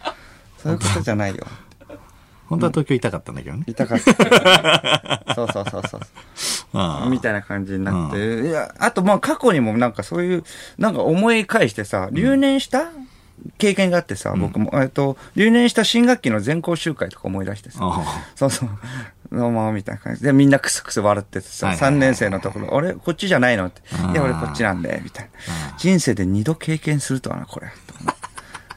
そういうことじゃないよ。
本当は東京いたかったんだけどね。
痛かった。 そうそうそうそう。
あ
みたいな感じになって。いや、あとまあ過去にもなんかそういう、なんか思い返してさ、留年した経験があってさ、僕も、えっと、留年した新学期の全校集会とか思い出してさ、
あ。
そうそう。どうも、みたいな感じで、みんなクスクス笑っててさ、
はいはいはい
3年生のところ、俺、こっちじゃないのって。いや、俺こっちなんで、みたいな。人生で2度経験するとはな、これ。と思っ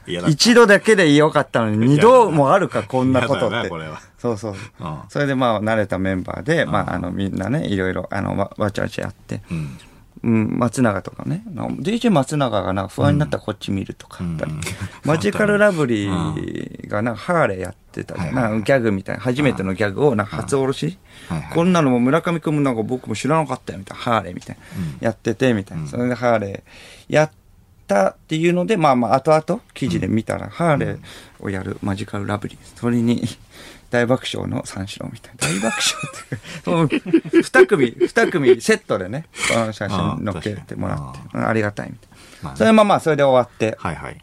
て
いやだ。
一度だけでよかったのに、二度もあるか、こんなこと
嫌
っ
だな
て
これは。
そうそう
うん。
それでまあ、慣れたメンバーで、まあ、あの、みんなね、いろいろ、あの、わわちゃわちゃやって。
うん。
うん、松永とかね。な DJ 松永がなんか不安になったらこっち見るとかあったり
うんうん
マジカルラブリーがなんかハーレーやってたじゃん。
はい
な
はい
んかギャグみたいな。初めてのギャグをなんか初おろし
はいはい
こんなのも村上くんもなんか僕も知らなかったよみたいな。ハーレーみたいな。やっててみたいな。それでハーレーやったっていうので、まあまあ後々記事で見たら、ハーレーをやるマジカルラブリー。それに大爆笑の三四郎み たいな。大爆笑っていうその二組、二組セットでね、この写真載っけてもらって
あー確、
うんありがたいみたいな。
まあね
それまあまあ、それで終わって。
はいはい。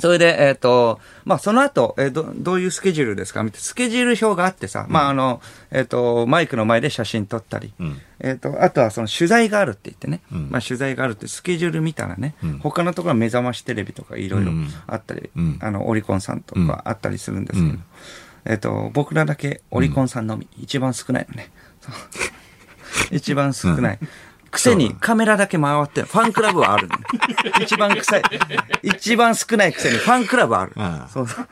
それで、えっ、と、まあ、その後、えーど、どういうスケジュールですかみたいなスケジュール表があってさ、まあ、あの、えっ、と、マイクの前で写真撮ったり、
うん
えっ、と、あとはその取材があるって言ってね、
うん
まあ、取材があるってスケジュール見たらね、
うん
他のところは目覚ましテレビとかいろいろ
うん
あったり、
うん
あの、オリコンさんとかあったりするんですけど、
うん
えっ、と、僕らだけオリコンさんのみ、一番少ないのね。そう一番少ない。くせにカメラだけ回ってるファンクラブはあるのね、一番臭い。一番少ないくせにファンクラブある。
ああ
そうそう。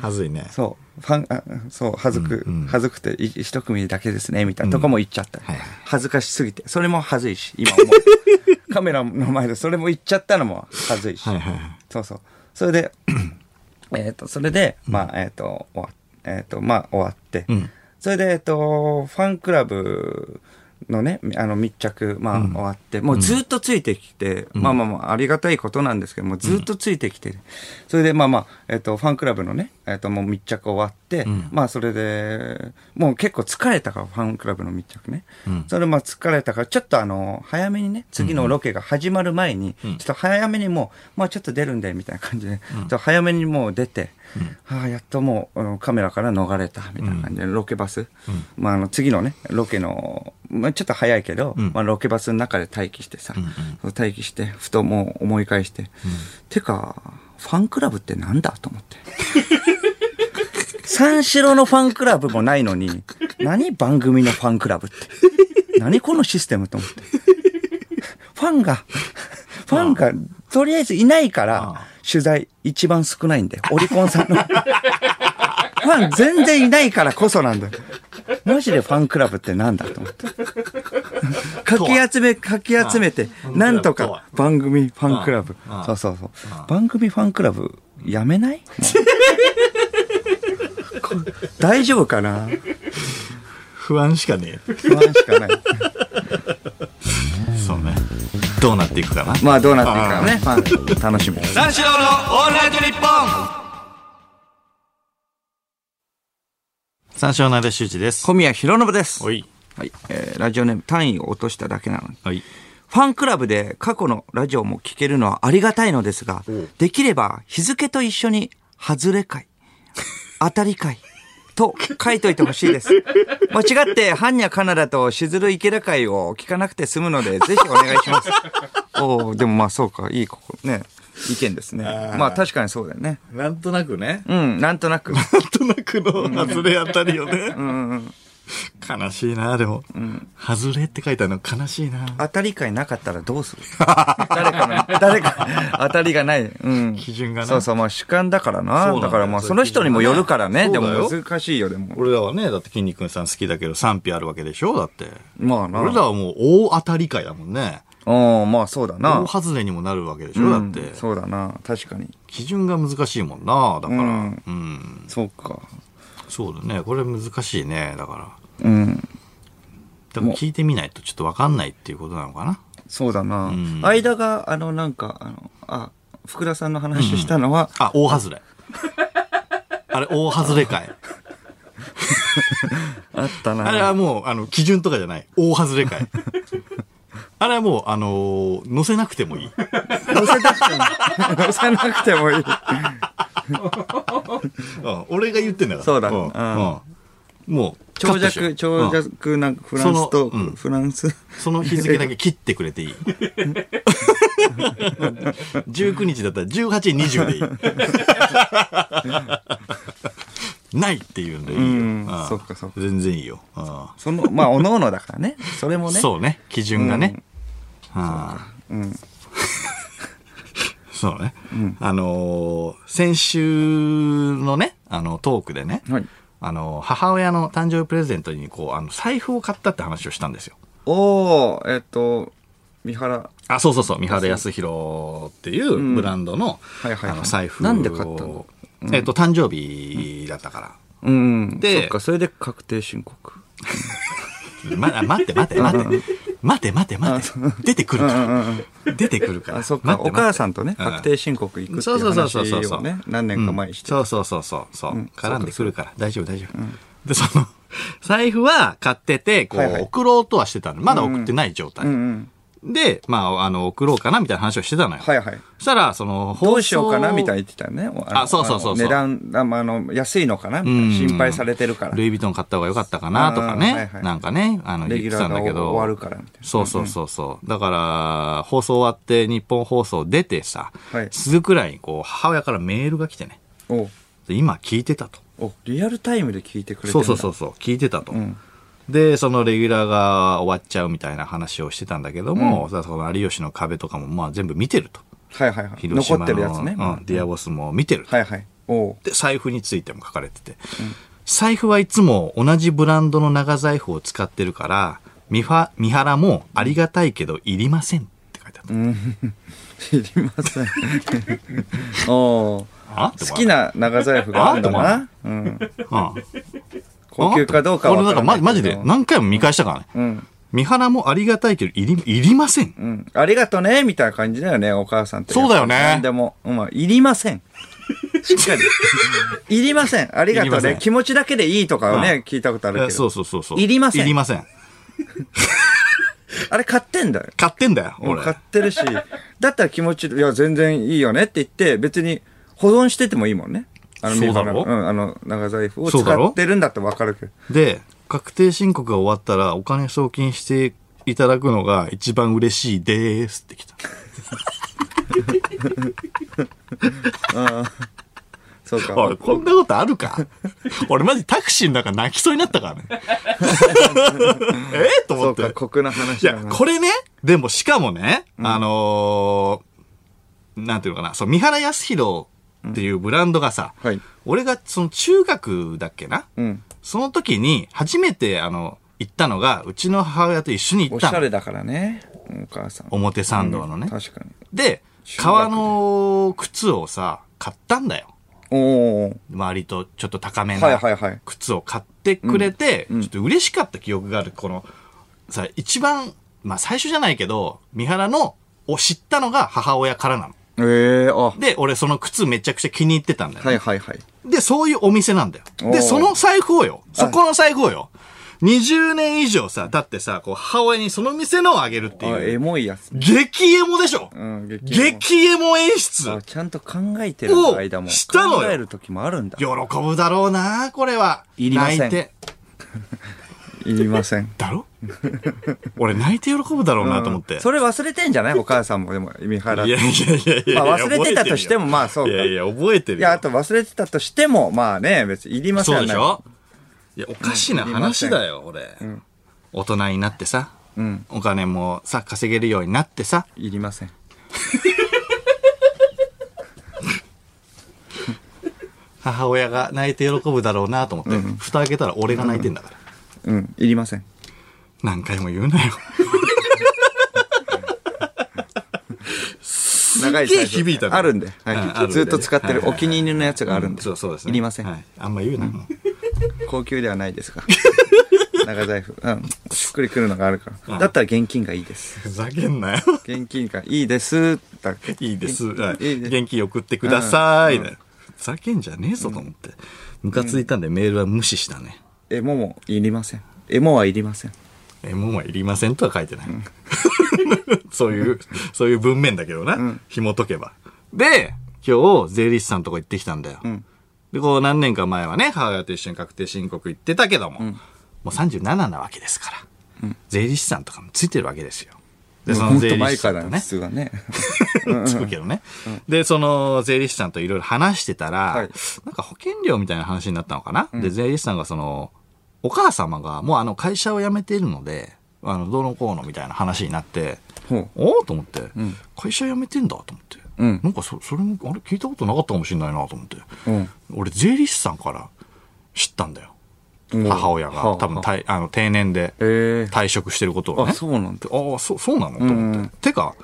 はずいね。
そう。ファン、あそう、恥ずく、
うんうん
恥ずくて、い一組だけですね、みたいなとこも言っちゃったり。
はいはい
恥ずかしすぎて。それも恥ず いし、今思う。カメラの前でそれも言っちゃったのも恥ずいし。
はいはいはい。
そうそう。それで、 えっと、それで、まあ、えっ、と、終わえっ、と、まあ、終わって。
うん
それで、えっ、と、ファンクラブのね、あの密着、まあ、終わって、もうずっとついてきて、まあまあまあ、ありがたいことなんですけども、ずっとついてきて、それでまあまあ、えっ、と、ファンクラブのね、えっ、と、もう密着終わって、まあ、それで、もう結構疲れたから、ファンクラブの密着ね。それまあ疲れたから、ちょっとあの、早めにね、次のロケが始まる前に、ちょっと早めにもう、まあちょっと出るんで、みたいな感じで、ちょっと早めにもう出て、ああ、やっともうあのカメラから逃れた、みたいな感じで、ロケバス。まああの、次のね、ロケの、まあちょっと早いけど、まあロケバスの中で待機してさ、待機して、ふともう思い返して、てか、ファンクラブってなんだと思って。三四郎のファンクラブもないのに、何番組のファンクラブって。何このシステムと思って。ファン が、ファンが、とりあえずいないから、取材一番少ないんだよ。オリコンさんの。フ ァン全然いないからこそなんだよ。マジでファンクラブってなん だと思って。かき集め、かき集めて、なんと
ファンクラ
か番組ファンクラブ
あ。あ
そうそうそう。番組ファンクラブ、やめ ない大丈夫かな
不安しかね
不安しかない。
え。そうね。どうなっていくかな。
まあどうなっていくかね。まあ楽しみです。
三四郎のオールナイトニッポン三四郎の間修二です。
小宮浩信です。
おい。
はい。えーラジオネーム単位を落としただけなのに。
はい。
ファンクラブで過去のラジオも聞けるのはありがたいのですが、できれば日付と一緒に、外れ会、当たり会、と書いといてほしいです。間違って、般若カナダとしずる池田会を聞かなくて済むので、ぜひお願いします。おおでもまあそうか、いいここね。意見ですね。まあ確かにそうだよね。
なんとなくね。
うん、なんとなく。
なんとなくの外れあたりよね。悲しいな、でも。外れって書いてあるの悲しいな。
当たり会なかったらど うする誰かの、 誰か、当たりがない。うん。
基準がな
そうそう、まあ主観だからな。
そうなんだ
だ
よ
からまあ
そう
その人にもよるからね。
基
で
準がね
も
そうだ
難しいよ、でも。
俺らはね、だって筋肉さん好きだけど賛否あるわけでしょだって。
まあな。
俺らはもう大当たり会だもんね。
うん、まあそうだな
大。外れにもなるわけでし
う
ょだっ
ん
て。
そうだな。確かに。
基準が難しいもんな。だから。う
うん
ん。
そうか。
そうだね。これ難しいね。だから。
うん。
多分聞いてみないとちょっとわかんないっていうことなのかな。
そうだな
うん。
間が、あの、なんか、あの、あ、福田さんの話したのは、
あ、大外れ。 あれ、大外れ会。
あったな。
あれはもう、あの、基準とかじゃない。 大外れ会。あれはもう、あのー載せなくても いい。
乗せなくても、乗せなくて もいい。
うん俺が言ってんだから。
そうだ
んうんもう、
長
カットしよ
尺、
ううん
長尺なフランスと、
そのうん
フランス。
その日付だけ切ってくれていい。19日だったら18、20で いい。ないっていうんでいいよ。
うん
ん
そっかそっか
全然いいよ。うん
その、まあ、おのおのだからね。それもね。
そうね。基準がね。あ
う。ん。
ー そうね。あのー先週のね、あの、トークでね、
はい。
あのー母親の誕生日プレゼントに、こう、あの、財布を買ったって話をしたんですよ。
おー、えっ、と、三原。
あ、そうそうそう、三原康弘っていうブランドの、
はいはいはい
あの、財布を。
なんで買ったの
えっと、誕生日だったから。
うん。
で
そっか、それで確定申告。
ま、あ待って待って待って。待て待て待て。出てくるから。出てくるから。
あ、そっか、
待
お
て待て
母さんとね、確定申告行くっていう
そうそうそうそう
話
そう
をね、何年か前にして。
そうそうそうそうそう、絡んでくるから大丈夫大丈夫、でその 財布は買っててこう、
はいはい
送ろうとはしてたのまだ送ってない状態、
うんうん。
でまああの送ろうかなみたいな話をしてたのよ、
はいはい。
そしたらその
どうしようかなみた
い
いな言ってたよね。
あそうそうそうそう
あの値段、あまああの、安いのかなみた
うん
いな心配されてるから。
ルイ・ヴィトン買った方が良かったかなとかね、
あーはいはい
なんかねあの言っ
レギ
て
ュラ
たんだ
ー
け
が
ど
終わるからみたいな。
そうそうそうそう。だから、放送終わって、日本放送出てさ、
はい
すぐくらいに、こう、母親からメールが来てね、
お
で今聞いてたと。
おリアルタイムで聞いてくれてるん
そう
だ
そうそうそう聞いてたと、
ん
でそのレギュラーが終わっちゃうみたいな話をしてたんだけども、さその有吉の壁とかもまあ全部見てると
はいはいはい。
広島
残
の
ってるやつね。
うん、ディアボスも見てると、
はいはい。おう
で財布についても書かれてて、財布はいつも同じブランドの長財布を使ってるから三は三原もありがたいけどいりませんって書いてあった、
知りません。 おう
あ
好き、な長財布があるんだな。うん。
って思わないうん
高級かどうかは
俺
分
なん
ら
か
ない
マ
け
ジ
ど
マジで何回も見返したからね、
うん。
三原もありがたいけど、いり、いりません。
うん。ありがとね、みたいな感じだよね、お母さんって。
そうだよね
何でも。うん、いりません。しっか り。いりません。ありが
いり
と
ませ
ね
ん。
気持ちだけでいいとかを
う
ね、聞いたことあるけ
え
ど。
そうそうそうそう。
いりません
いりません。
あれ買ってんだよ。
買ってんだよ、
もう
俺。
買ってるし、だったら気持ち、いや、全然いいよねって言って、別に保存しててもいいもんね。あの、
そうだろ
身柄うん、あの、長財布を
そうだろ
使ってるんだってわかるけど。
で、確定申告が終わったら、お金送金していただくのが一番嬉しいでーすってきた。
そうか。
俺、こんなことある か俺マジタクシーの中泣きそうになったからね。えーと
そ
思
う
って。
か、酷な話
い
だ
や、
な。
これね、でもしかもね、あのーなんていうのかな、そう、三原康弘っていうブランドがさ、
はい
俺がその中学だっけな、
うん。
その時に初めてあの、行ったのが、うちの母親と一緒に行
お
っ
したゃ
の
れだからね、お母さん。
表参道のね。
確かに。
で、
中学
革の靴をさ、買ったんだよ。
おー。
割とちょっと高め
はい
な
はいはい
靴を買ってくれて、ちょっと嬉しかった記憶がある。この、さ、一番、まあ最初じゃないけど、三原のを知ったのが母親からなの。
ええー、あ。
で、俺その靴めちゃくちゃ気に入ってたんだよ。
はいはいはい。
で、そういうお店なんだよ。
おー
で、その財布をよ。そこの財布をよ。20年以上さ、経ってさ、こう、母親にその店のをあげるって
あ、
い
エ
う。
モいやつ。
激エモでしょ、
うん、激エモ
激エモ演出
あ、ちゃんと考えてるんだ
お
間も。
したのよ
考える時もあるんだ。
喜ぶだろうな、これは。
いりません
泣いて。
いりません。
だ ろ俺泣いて喜ぶだろうなと思って。
うんそれ忘れてんじゃないお母さんも、でも、三原
いやいやいやいや。
まあ忘れてたとしても、まあそう
覚え
か。
てるよ。いやいや、覚えてる
い
よ。
や、あと忘れてたとしても、まあね、別にいりません
そうでしょいや、おかしな話だよ、俺。大人になってさ、
うん。
お金もさ、稼げるようになってさ、
いりません。
母親が泣いて喜ぶだろうなと思って、蓋開けたら俺が泣いてんだから。
うん、いりません。
何回も言うなよ。
長い
すっげ
サ
え
イズ
響いたの
あるんで。はい
うんあるんで
ずっと使って
は
る
いはい
お
はい
気に入りのやつがあるんで。
そうそうですね。
いりません。
はいあんま言うな。
高級ではないです が。長財布。うん。しっくりくるのがあるから。だったら現金がいいです。
ふざけんなよ。
現金がいいです。だけ
いいです。はい
いいです
元気送ってください。
うんう
ふざけんじゃねえぞと思って。ムカついたんでメールは無視したね。
エモもいりません。エモはいりません。
え、もうはいりませんとは書いてない。 そういう、そういう文面だけどな。紐解けば。で、今日、税理士さんとこ行ってきたんだよ。
ん
で、こう何年か前はね、母親と一緒に確定申告行ってたけども、もう37なわけですから、税理士さんとかもついてるわけですよ。で、そ
も
の
っ
税
と
理士
前
さ
か
ん
ら
と
ね。
ね
普、通はね。
つくけどね。で、その税理士さんといろいろ話してたら、
はい
なんか保険料みたいな話になったのかな、で、税理士さんがその、お母様がもうあの会社を辞めているので、あの、どうのこうのみたいな話になって、
ほう。
おおと思って、会社辞めてんだと思って。
うん
なんかそそれも、あれ聞いたことなかったかもしれないなと思って。
うん
俺、税理士さんから知ったんだよ。
うん
母親
はあは
が
あ
多分たいあの定年で
ええ。
退職してることをね。
あ、そうなんだ。
ああ、そう、そうなのと
うん
思
う
っ
ん
て。てか、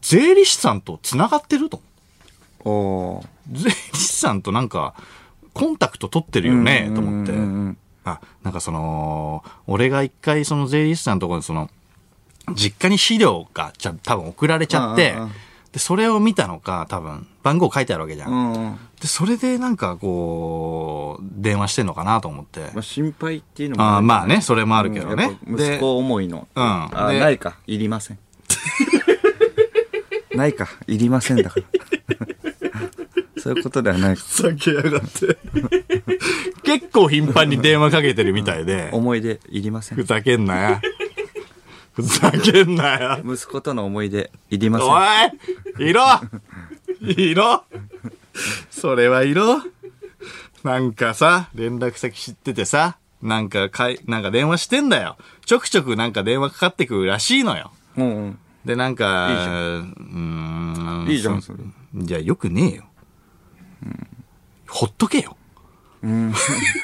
税理士さんと繋がってると思
おー。
って。税理士さんとなんか、コンタクト取ってるよね、と思って
うん。うんうん
あ、なんかその、俺が一回その税理士さんのところにその、実家に資料がちゃ多分送られちゃって
うんうんうん、
で、それを見たのか、多分、番号書いてあるわけじゃ。
うんんうん。
で、それでなんかこう、電話してんのかなと思って
ま。あ、心配っていうのも
あー
る
まあね、それもあるけど
やっ
ね
ぱ。息子思いの。
うん
あー
で
ないか。いりま せん。ないか。いりませんだから。 そういうことではない。
避けやがって。結構頻繁に電話かけてるみたいで。
思い出、いりませ
ふ
ん。
ざけんなよ。 ふざけんなよ。
息子との思い出、いりません。
おいいろいろそれはいろなんかさ、連絡先知っててさ、なんかかい、なんか電話してんだよ。ちょくちょくなんか電話かかってくるらしいのよ。
うんうん。
で、なんか、
いいじ
う
ゃ
ーん。
いいじゃん、それ。
じゃあよくねえよ。ほっとけよ。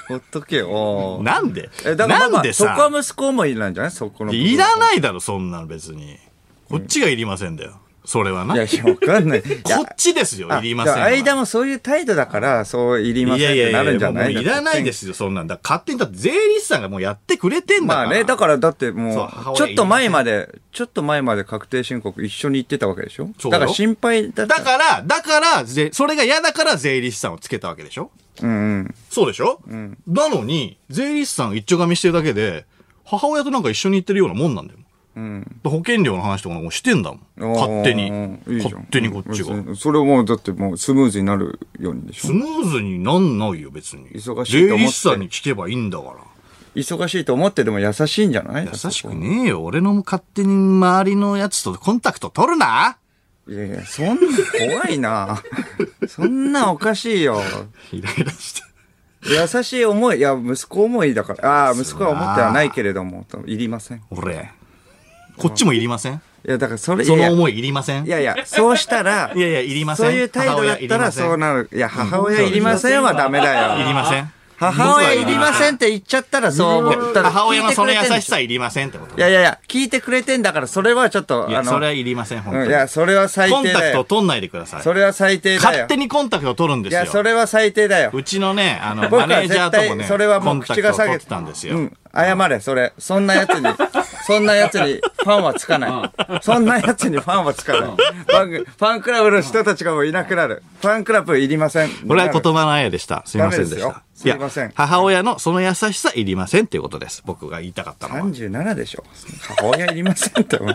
ほっとけよ。おー
なんで
え、だからま
な
あま
ん
あ、
で
そこ
さ。
は息子思いなんじゃないそこの。
いらないだろ、そんなの別に。こっちがいりませんだよ。それはな。
い
こ
や、いやわかんない。こ
っちですよ、いりませんは。
間もそういう態度だから、そういりま
い
せん
や
っ
いや
て
いや、
な
もう
るんじゃない。
いらないですすよ、そんなんだ。勝手にだって税理士さんがもうやってくれてんだか
ま
ら。
あね、だからだっても
そう
う
母、親
ちょっと前まで、ちょっと前まで確定申告一緒に行ってたわけでしょ
そうよ
だから心配だった。
だから、だから、ぜそれが嫌だから税理士さんをつけたわけでしょ
うんうん。
そうでしょなのに、税理士さん一丁噛みしてるだけで、母親となんか一緒に行ってるようなもんなんだよ。保険料の話とかもうしてんだもん。勝手に
おーいいじゃん
勝手にこっちが。
うん別にそれもうだってもうスムーズになるようにでし
ス
ょ
ムーズになんないよ、別に。
忙しいと思って
税理士さんに聞けばいいんだから。
忙しいと思ってでも優しいんじゃない
優しくねえよ。俺の勝手に周りのやつとコンタクト取るない
やいや、そんな、怖い な。そんなおかしいよ。
イライラして。
優しい思い、いや、息子思いだから、ああ、息子は思ってはないけれども、といりません。い
俺。こっちもいりません
や、だからそれ、
そ
いや
の
い
思いいりません
やいや、そうしたら、
いやいや、いりません。
そういう態度だったらそうなる。いや、母親いりませんはダメだ
いり
よ。
ません。
母親いりません
ん。
って言っちゃったらそう思ったら。
母親のその優し
さ。
さいりませんってこと。
いやいやいや、聞いてくれてんだから、それはちょっと、
い
あ
や、それ
の、
はいりません、本
う
当
んい
に。
や、それは最
コン
低
タ
だ
クトを
よ。
取んないでください。
それは最低だよ
勝。手にコンタクトを取るんで
いや、
すよ
そ。れは最低だよ。
うちのね、あの、
僕
マ
は
ネージャーとも
絶対
ね、
それはもう口が
コンタクトを
下げ
取ってたんですよ。
うん。謝れ、それ。そんなやつ に、そんなやつにファンはつかない。そんなやつにファンはつかない。ファンファンクラブの人たちがもういなくなる。ファンクラブいりません。
これは言葉のあやでした。すいませんでし
ダメ
た。
ですよすいません
や母親のその優しさいりませんっていうことです。僕が言いたかったのは。
37でしょ。母親いりませんって。お前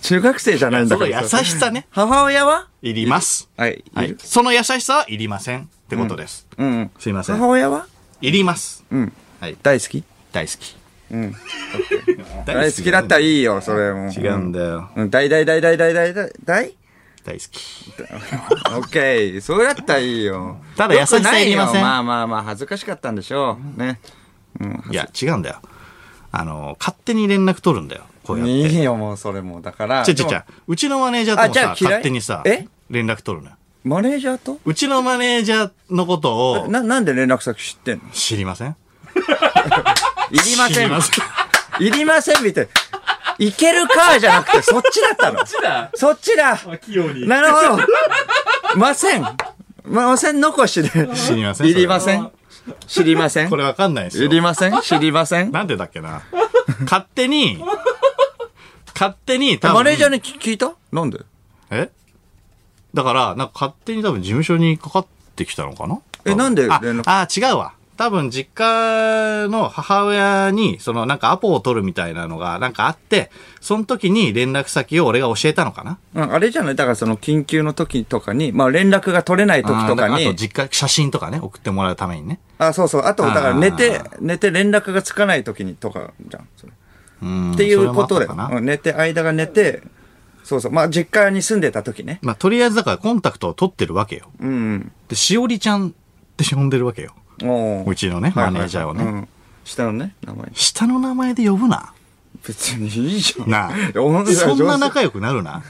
中学生じゃないんだ
そ
か
の
ら。
優しさね、
母親はい
ります。
はい。
はいい
る。
その優しさはいりませんってことです。
うんうん。
すいません
母。親はい
ります。
うん。
はい。
大好き
大好き。
大好きだったらいいよ、それも。
違うんだよ。
うん。大大大大大大大大
大好き。
オッケー。そうやったらいいよ。
ただ優しさ
よくない
りません
よまあまあまあ、恥ずかしかったんでしょう。ね。うん。
いや、違うんだよ。あの、勝手に連絡取るんだよ。こうやって。
いいよ、もうそれも。だから。
ちょちょち
で
ょ
も。
うちのマネージャーとも
あじゃ
さ、
あ嫌い
勝手にさ
え、
連絡取るのよ。
マネージャーと
うちのマネージャーのことを
な、なんで連絡先知ってんの
知りません
いりま
知
せ
り
ん
ま。せん。
いりませんみたいな。いけるかじゃなくて、そっちだったの。
ちだ
そっちだ。
器用に。
なるほど。ません。ません残しで。
知りません。
いりません。知りません
こ。れわかんないです
い
よ。
りません。知りません。
なんでだっけな。勝手に、勝手に多分、
マネージャーに聞聞いたなんで
えだから、なんか勝手に多分事務所にかかってきたのかな
えなんで
あ
連絡
あ、違うわ。多分実家の母親に、そのなんかアポを取るみたいなのがなんかあって、その時に連絡先を俺が教えたのかな
うんあれじゃないだからその緊急の時とかに、まあ連絡が取れない時とか
あーあと
に、
実家、写真とかね、送ってもらうためにね。
あそうそう、あと、だから寝て
あ、
寝て連絡がつかない時にとかじゃん。それ
うん
っていうこと
それ
で、
もあったかな
う
ん
寝て、間が寝て、そうそう、まあ実家に住んでた時ね。
まあ、とりあえずだからコンタクトを取ってるわけよ。
うん。
で、しおりちゃんって呼んでるわけよ。
おー
うちのね、マネージャーをね。
はいはいはいうん下のね、名前。
下の名前で呼ぶな。
別にいいじゃん。
なあ
いや女が上手
そんな仲良くなるな。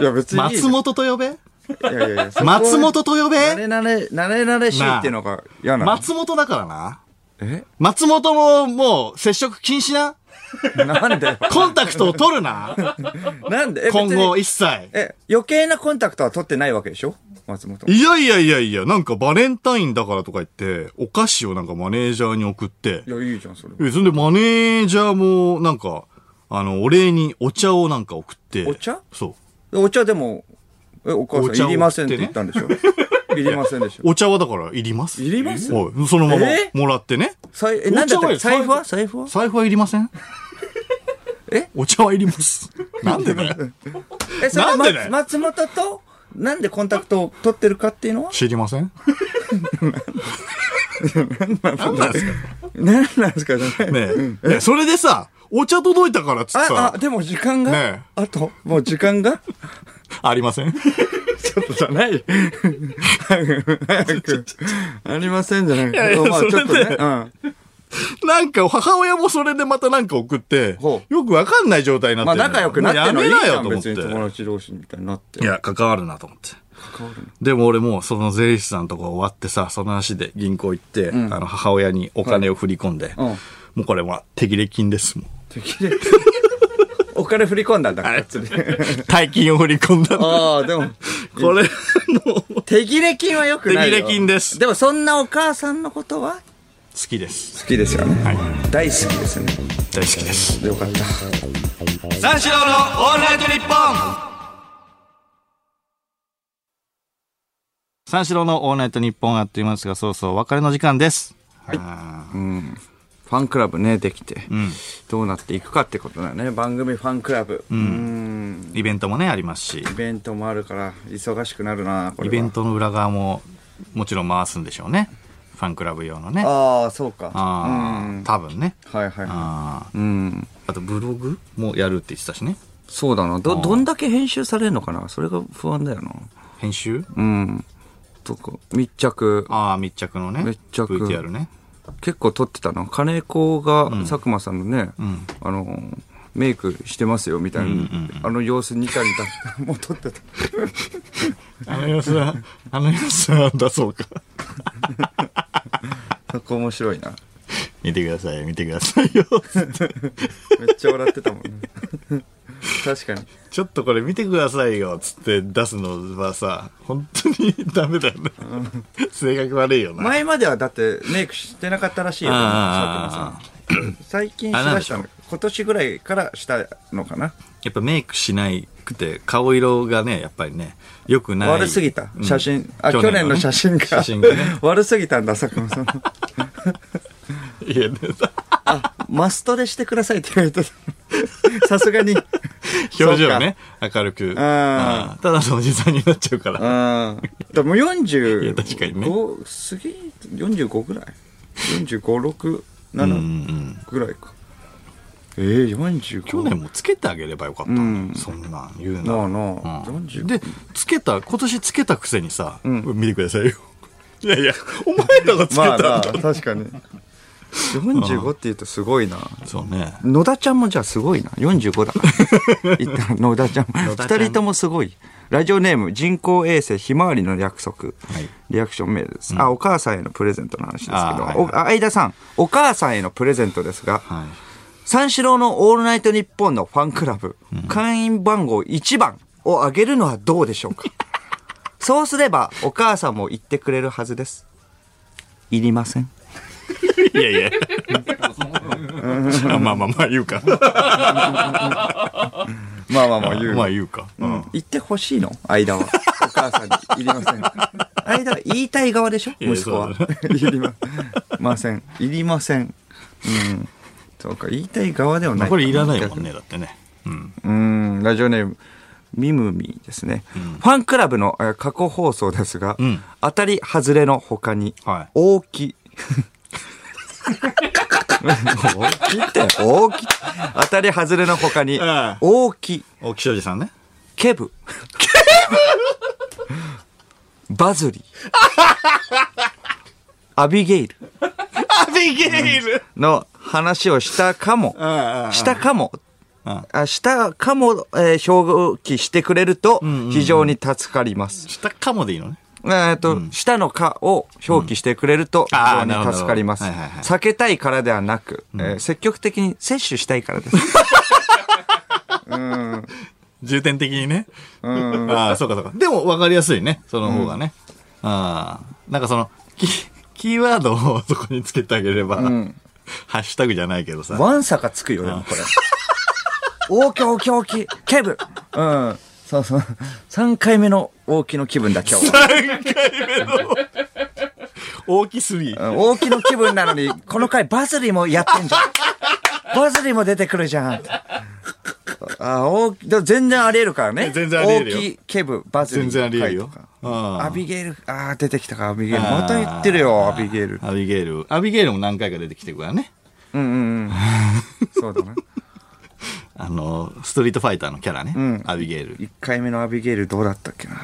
いや、別にいいじ
松
ゃん。
本と呼べ
いやいやいやそこは
松本と呼
慣
べ
れ慣れ、慣れ慣れしいっていうのが嫌なの。
松本だからな。
え
松本ももう接触禁止な。
な んで
コンタクトを取るな。
なんでえ
今。
別
後
に
一切。
え、余計なコンタクトは取ってないわけでしょ松本。
いやいやいやいや、なんかバレンタインだからとか言って、お菓子をなんかマネージャーに送って
い、や、いいじゃん、それ。
えそれでマネージャーもなんか、あの、お礼にお茶をなんか送って。
お茶
そう。
お茶でも、え、お母
お
さ
茶
ん、
を
いりませんって言ったん でしょいりませんでしょ
お茶はだから、いります。
いります
はい。そのまま
え、
もらってね。
さいえ、
お茶
なんだっ
は
て
よ
財布は財布は
財布はいりません
え
お茶はいります。なんでだよ。
え、それ
なんでだ
松
よ
松本と、なんでコンタクトを取ってるかっていうのは
知りませんなんなんですか
何なんですか
ね
ね。
えねえ。それでさ、お茶届いたからっつって
あ、
さ
あ、、でも時間が、
ね
あと、もう時 間が
ありませんい
ちょっとじゃない。早く早 くありませんじゃない。
やいや
まあ
それ
ちょっとね
で。
うん。
なんか、母親もそれでまたなんか送って
ほ、
よくわかんない状態になって
まあ
る
仲良くなってん
も
の
う
いい
やめ
じ
な
ゃ
よ
ん、
と思っ
別
て。
に友達同士みたいになって。
いや、関わるなと思って。
関わるの
でも俺もうその税理士さんとか終わってさ、その足で銀行行って、あの母親にお金を振り込んで、
うん
もうこれは手切れ金ですもん。
適齢お金振り込んだんだから。
大金を振り込んだの。
ああ、でも、
これ、の、好
手切れ金は良くないよ。
手切れ金です
でもそんなお母さんのことは
きです。
好きですよね。
はい。
大好きですね。
大好きです。
よかった。
三四郎のオールナイトニッポン三四郎のオールナイトニッポンやっていますが、そうそう、お別れの時間です。はい。
ファンクラブね、できて、どうなっていくかってことだよね。番組ファンクラブ。うん。
イベントもね、ありますし、
イベントもあるから、忙しくなるな、これは
イベントの裏側も、もちろん回すんでしょうね。ファンクラブ用のね。
ああ、そうか。
あ
うん
あ、多分ね。
はいはいは
ああ
い。うん。
あとブログもやるって言ってたしね。
そうだな。ど、
ー
どんだけ編集されるのかなそれが不安だよな。
編集
うん。とか、密着、
ああ、密着のね。
密着
VTR ね。
結構撮ってたな。金子が、佐久間さんのね、あの、メイクしてますよ、みたいな。あの様子にたりた、もう撮ってた。
あの様子は、あの様子なんだそうか。
そこ面白いな。
見てください、見てください よ。
めっちゃ笑ってたもんね。 確かに。
ちょっとこれ見てくださいよ、つって出すのはさ、本当にダメだよな。性格悪いよな。
前まではだってメイクしてなかったらしいよ、佐久間さん。
あー
最近しだしたの今年ぐらいからしたのかな
やっぱメイクしないくて、顔色がね、やっぱりね、良くない。
悪すぎた
うん
写真、あ去年の
ね
写真が
写真がね。
悪すぎたんだ佐久間さん
いや、ね、
あマストでしてくださいって言われてた さすがに
表情ね、明るく。あーただのおじさんになっちゃうから。
うんでも40
いや確かにね
5すぎ45ぐらい4567
うんうん
ぐらいかえー、45
去年もつけてあげればよかったのに、
うん
そんなん言うな、
なあなあ、
うん
45
でつけた今年つけたくせにさ、
ん
見てください よいやいやお前らがつけ
ま
た
あ
んだ、
なあ確かに45って言うとすごいな
そうね
野田ちゃんもじゃあすごいな45 だから言ったら野田ちゃんも
野田ちゃん
2人ともすごいラジオネーム人工衛星ひまわりの約束、
はい
リアクションメールです、あお母さんへのプレゼントの話ですけど
あーはいはい
おあ相田さんお母さんへのプレゼントですが
はい
三四郎の「オールナイトニッポン」のファンクラブ、会員番号1番をあげるのはどうでし ょうかそうすればお母さんも言ってくれるはずですいりません
いやいやあまあまあまあ言うか
まあまあま
まあ言うか、うん
言ってほしいの間は。お母さんに。いりません。間は言いたい側でしょ
いや
息子は
そう。
いりまません。いりません。うん。そうか、言いたい側ではないか。
これいらないもんねだってねうん
うん、ラジオネーム。ミムミですね、ファンクラブのえー過去放送ですが、
ん
当たり外れの他に、
はい
大き。大きって、 大き。当たり外れの他に
うん、
大き。
大木庄司さんね
ケブ。バズリ。アビゲイル
アビゲイル
の話をしたかも。したかも。
うん
あしたかも、えー表記してくれると非常に助かります。
したかもでいいのね
えっと、したのかを表記してくれると非
あー
常
なるほ
に
ど
助かります。
はいはいはい
避けたいからではなく、えー積極的に摂取したいからです。
重点的にね。ああ、そうかそうか。でも分かりやすいね。その方がね。ああ、なんかその、キキーワードをそこにつけてあげれば、ハッシュタグじゃないけどさ。
ワンサがつくよ、でもこれ。大き大き大き、ケブ。うん。そうそう。3回目の大きの気分だ、今日は。
大きすぎ。
うん大きの気分なのに、この回バズリもやってんじゃん。バズリも出てくるじゃん。あ、大き、でも全然あり得るからね。
全然あり得るよ
大き、ケブ、バズリ。
全然ありえるよ
回とか。
あ
アビゲール、あー出てきたか、アビゲール。
あー
また言ってるよ、アビゲール。
アビゲイル。アビゲイルも何回か出てきてるからね。
うんうんうん。そうだな。
あの、ストリートファイターのキャラね。
ん
アビゲイル。
1回目のアビゲールどうだったっけな。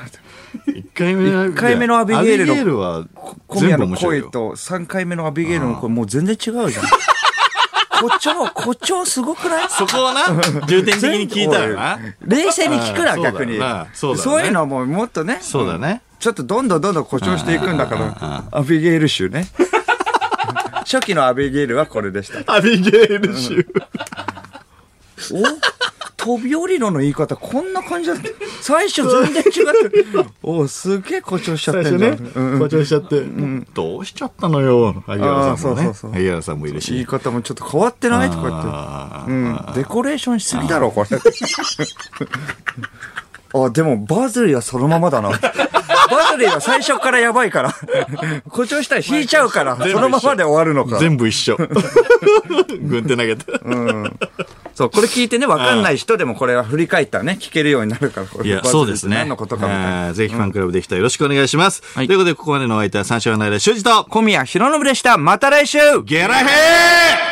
1回目
一回目のアビゲイルの
アビゲイルは
小
全
宮
部
の
面白い
声
よ。
と3回目のアビゲイルの声もう全然違 うじゃん。誇張、誇張すごくない
そこは な、重点的に聞いたらな。
冷静に聞くな、
うんそうだよ
逆に
な。そうだよね
いうのはもうもっとね。
そうだね。
ちょっとどんどんどんどん誇張していくんだから、アビゲイル集ね。初期のアビゲイルはこれでした。
アビゲイル集。
お飛び降りろの言い方、こんな感じだった。最初全然違って。おうすげえ誇張しちゃっ
最
て
初
ん
ね、
だ。うん
誇張しちゃって、どうしちゃったのよ、萩原さんも
あーそう
ね
そうそう。
萩原さんもいるし。
言い方もちょっと変わってないとか
あ
言って。うん。デコレーションしすぎだろ、これ。 あ、でも、バズリーはそのままだな。バズリーは最初からやばいから。誇張したら引いちゃうから、
部
そのままで終わるの
ー
か。
全部一 緒。軍手投げた。
そう、これ聞いてね、わかんない人でもこれは振り返ったらね、聞けるようになるから、これ
いや、
バズリー
そうですね。
何のことかみたいな。
えーぜひファンクラブできたらよろしくお願いします。
い
ということで、ここまでのお相手は三四郎の間修二と、
小宮浩信でした。また来週
ゲラヘー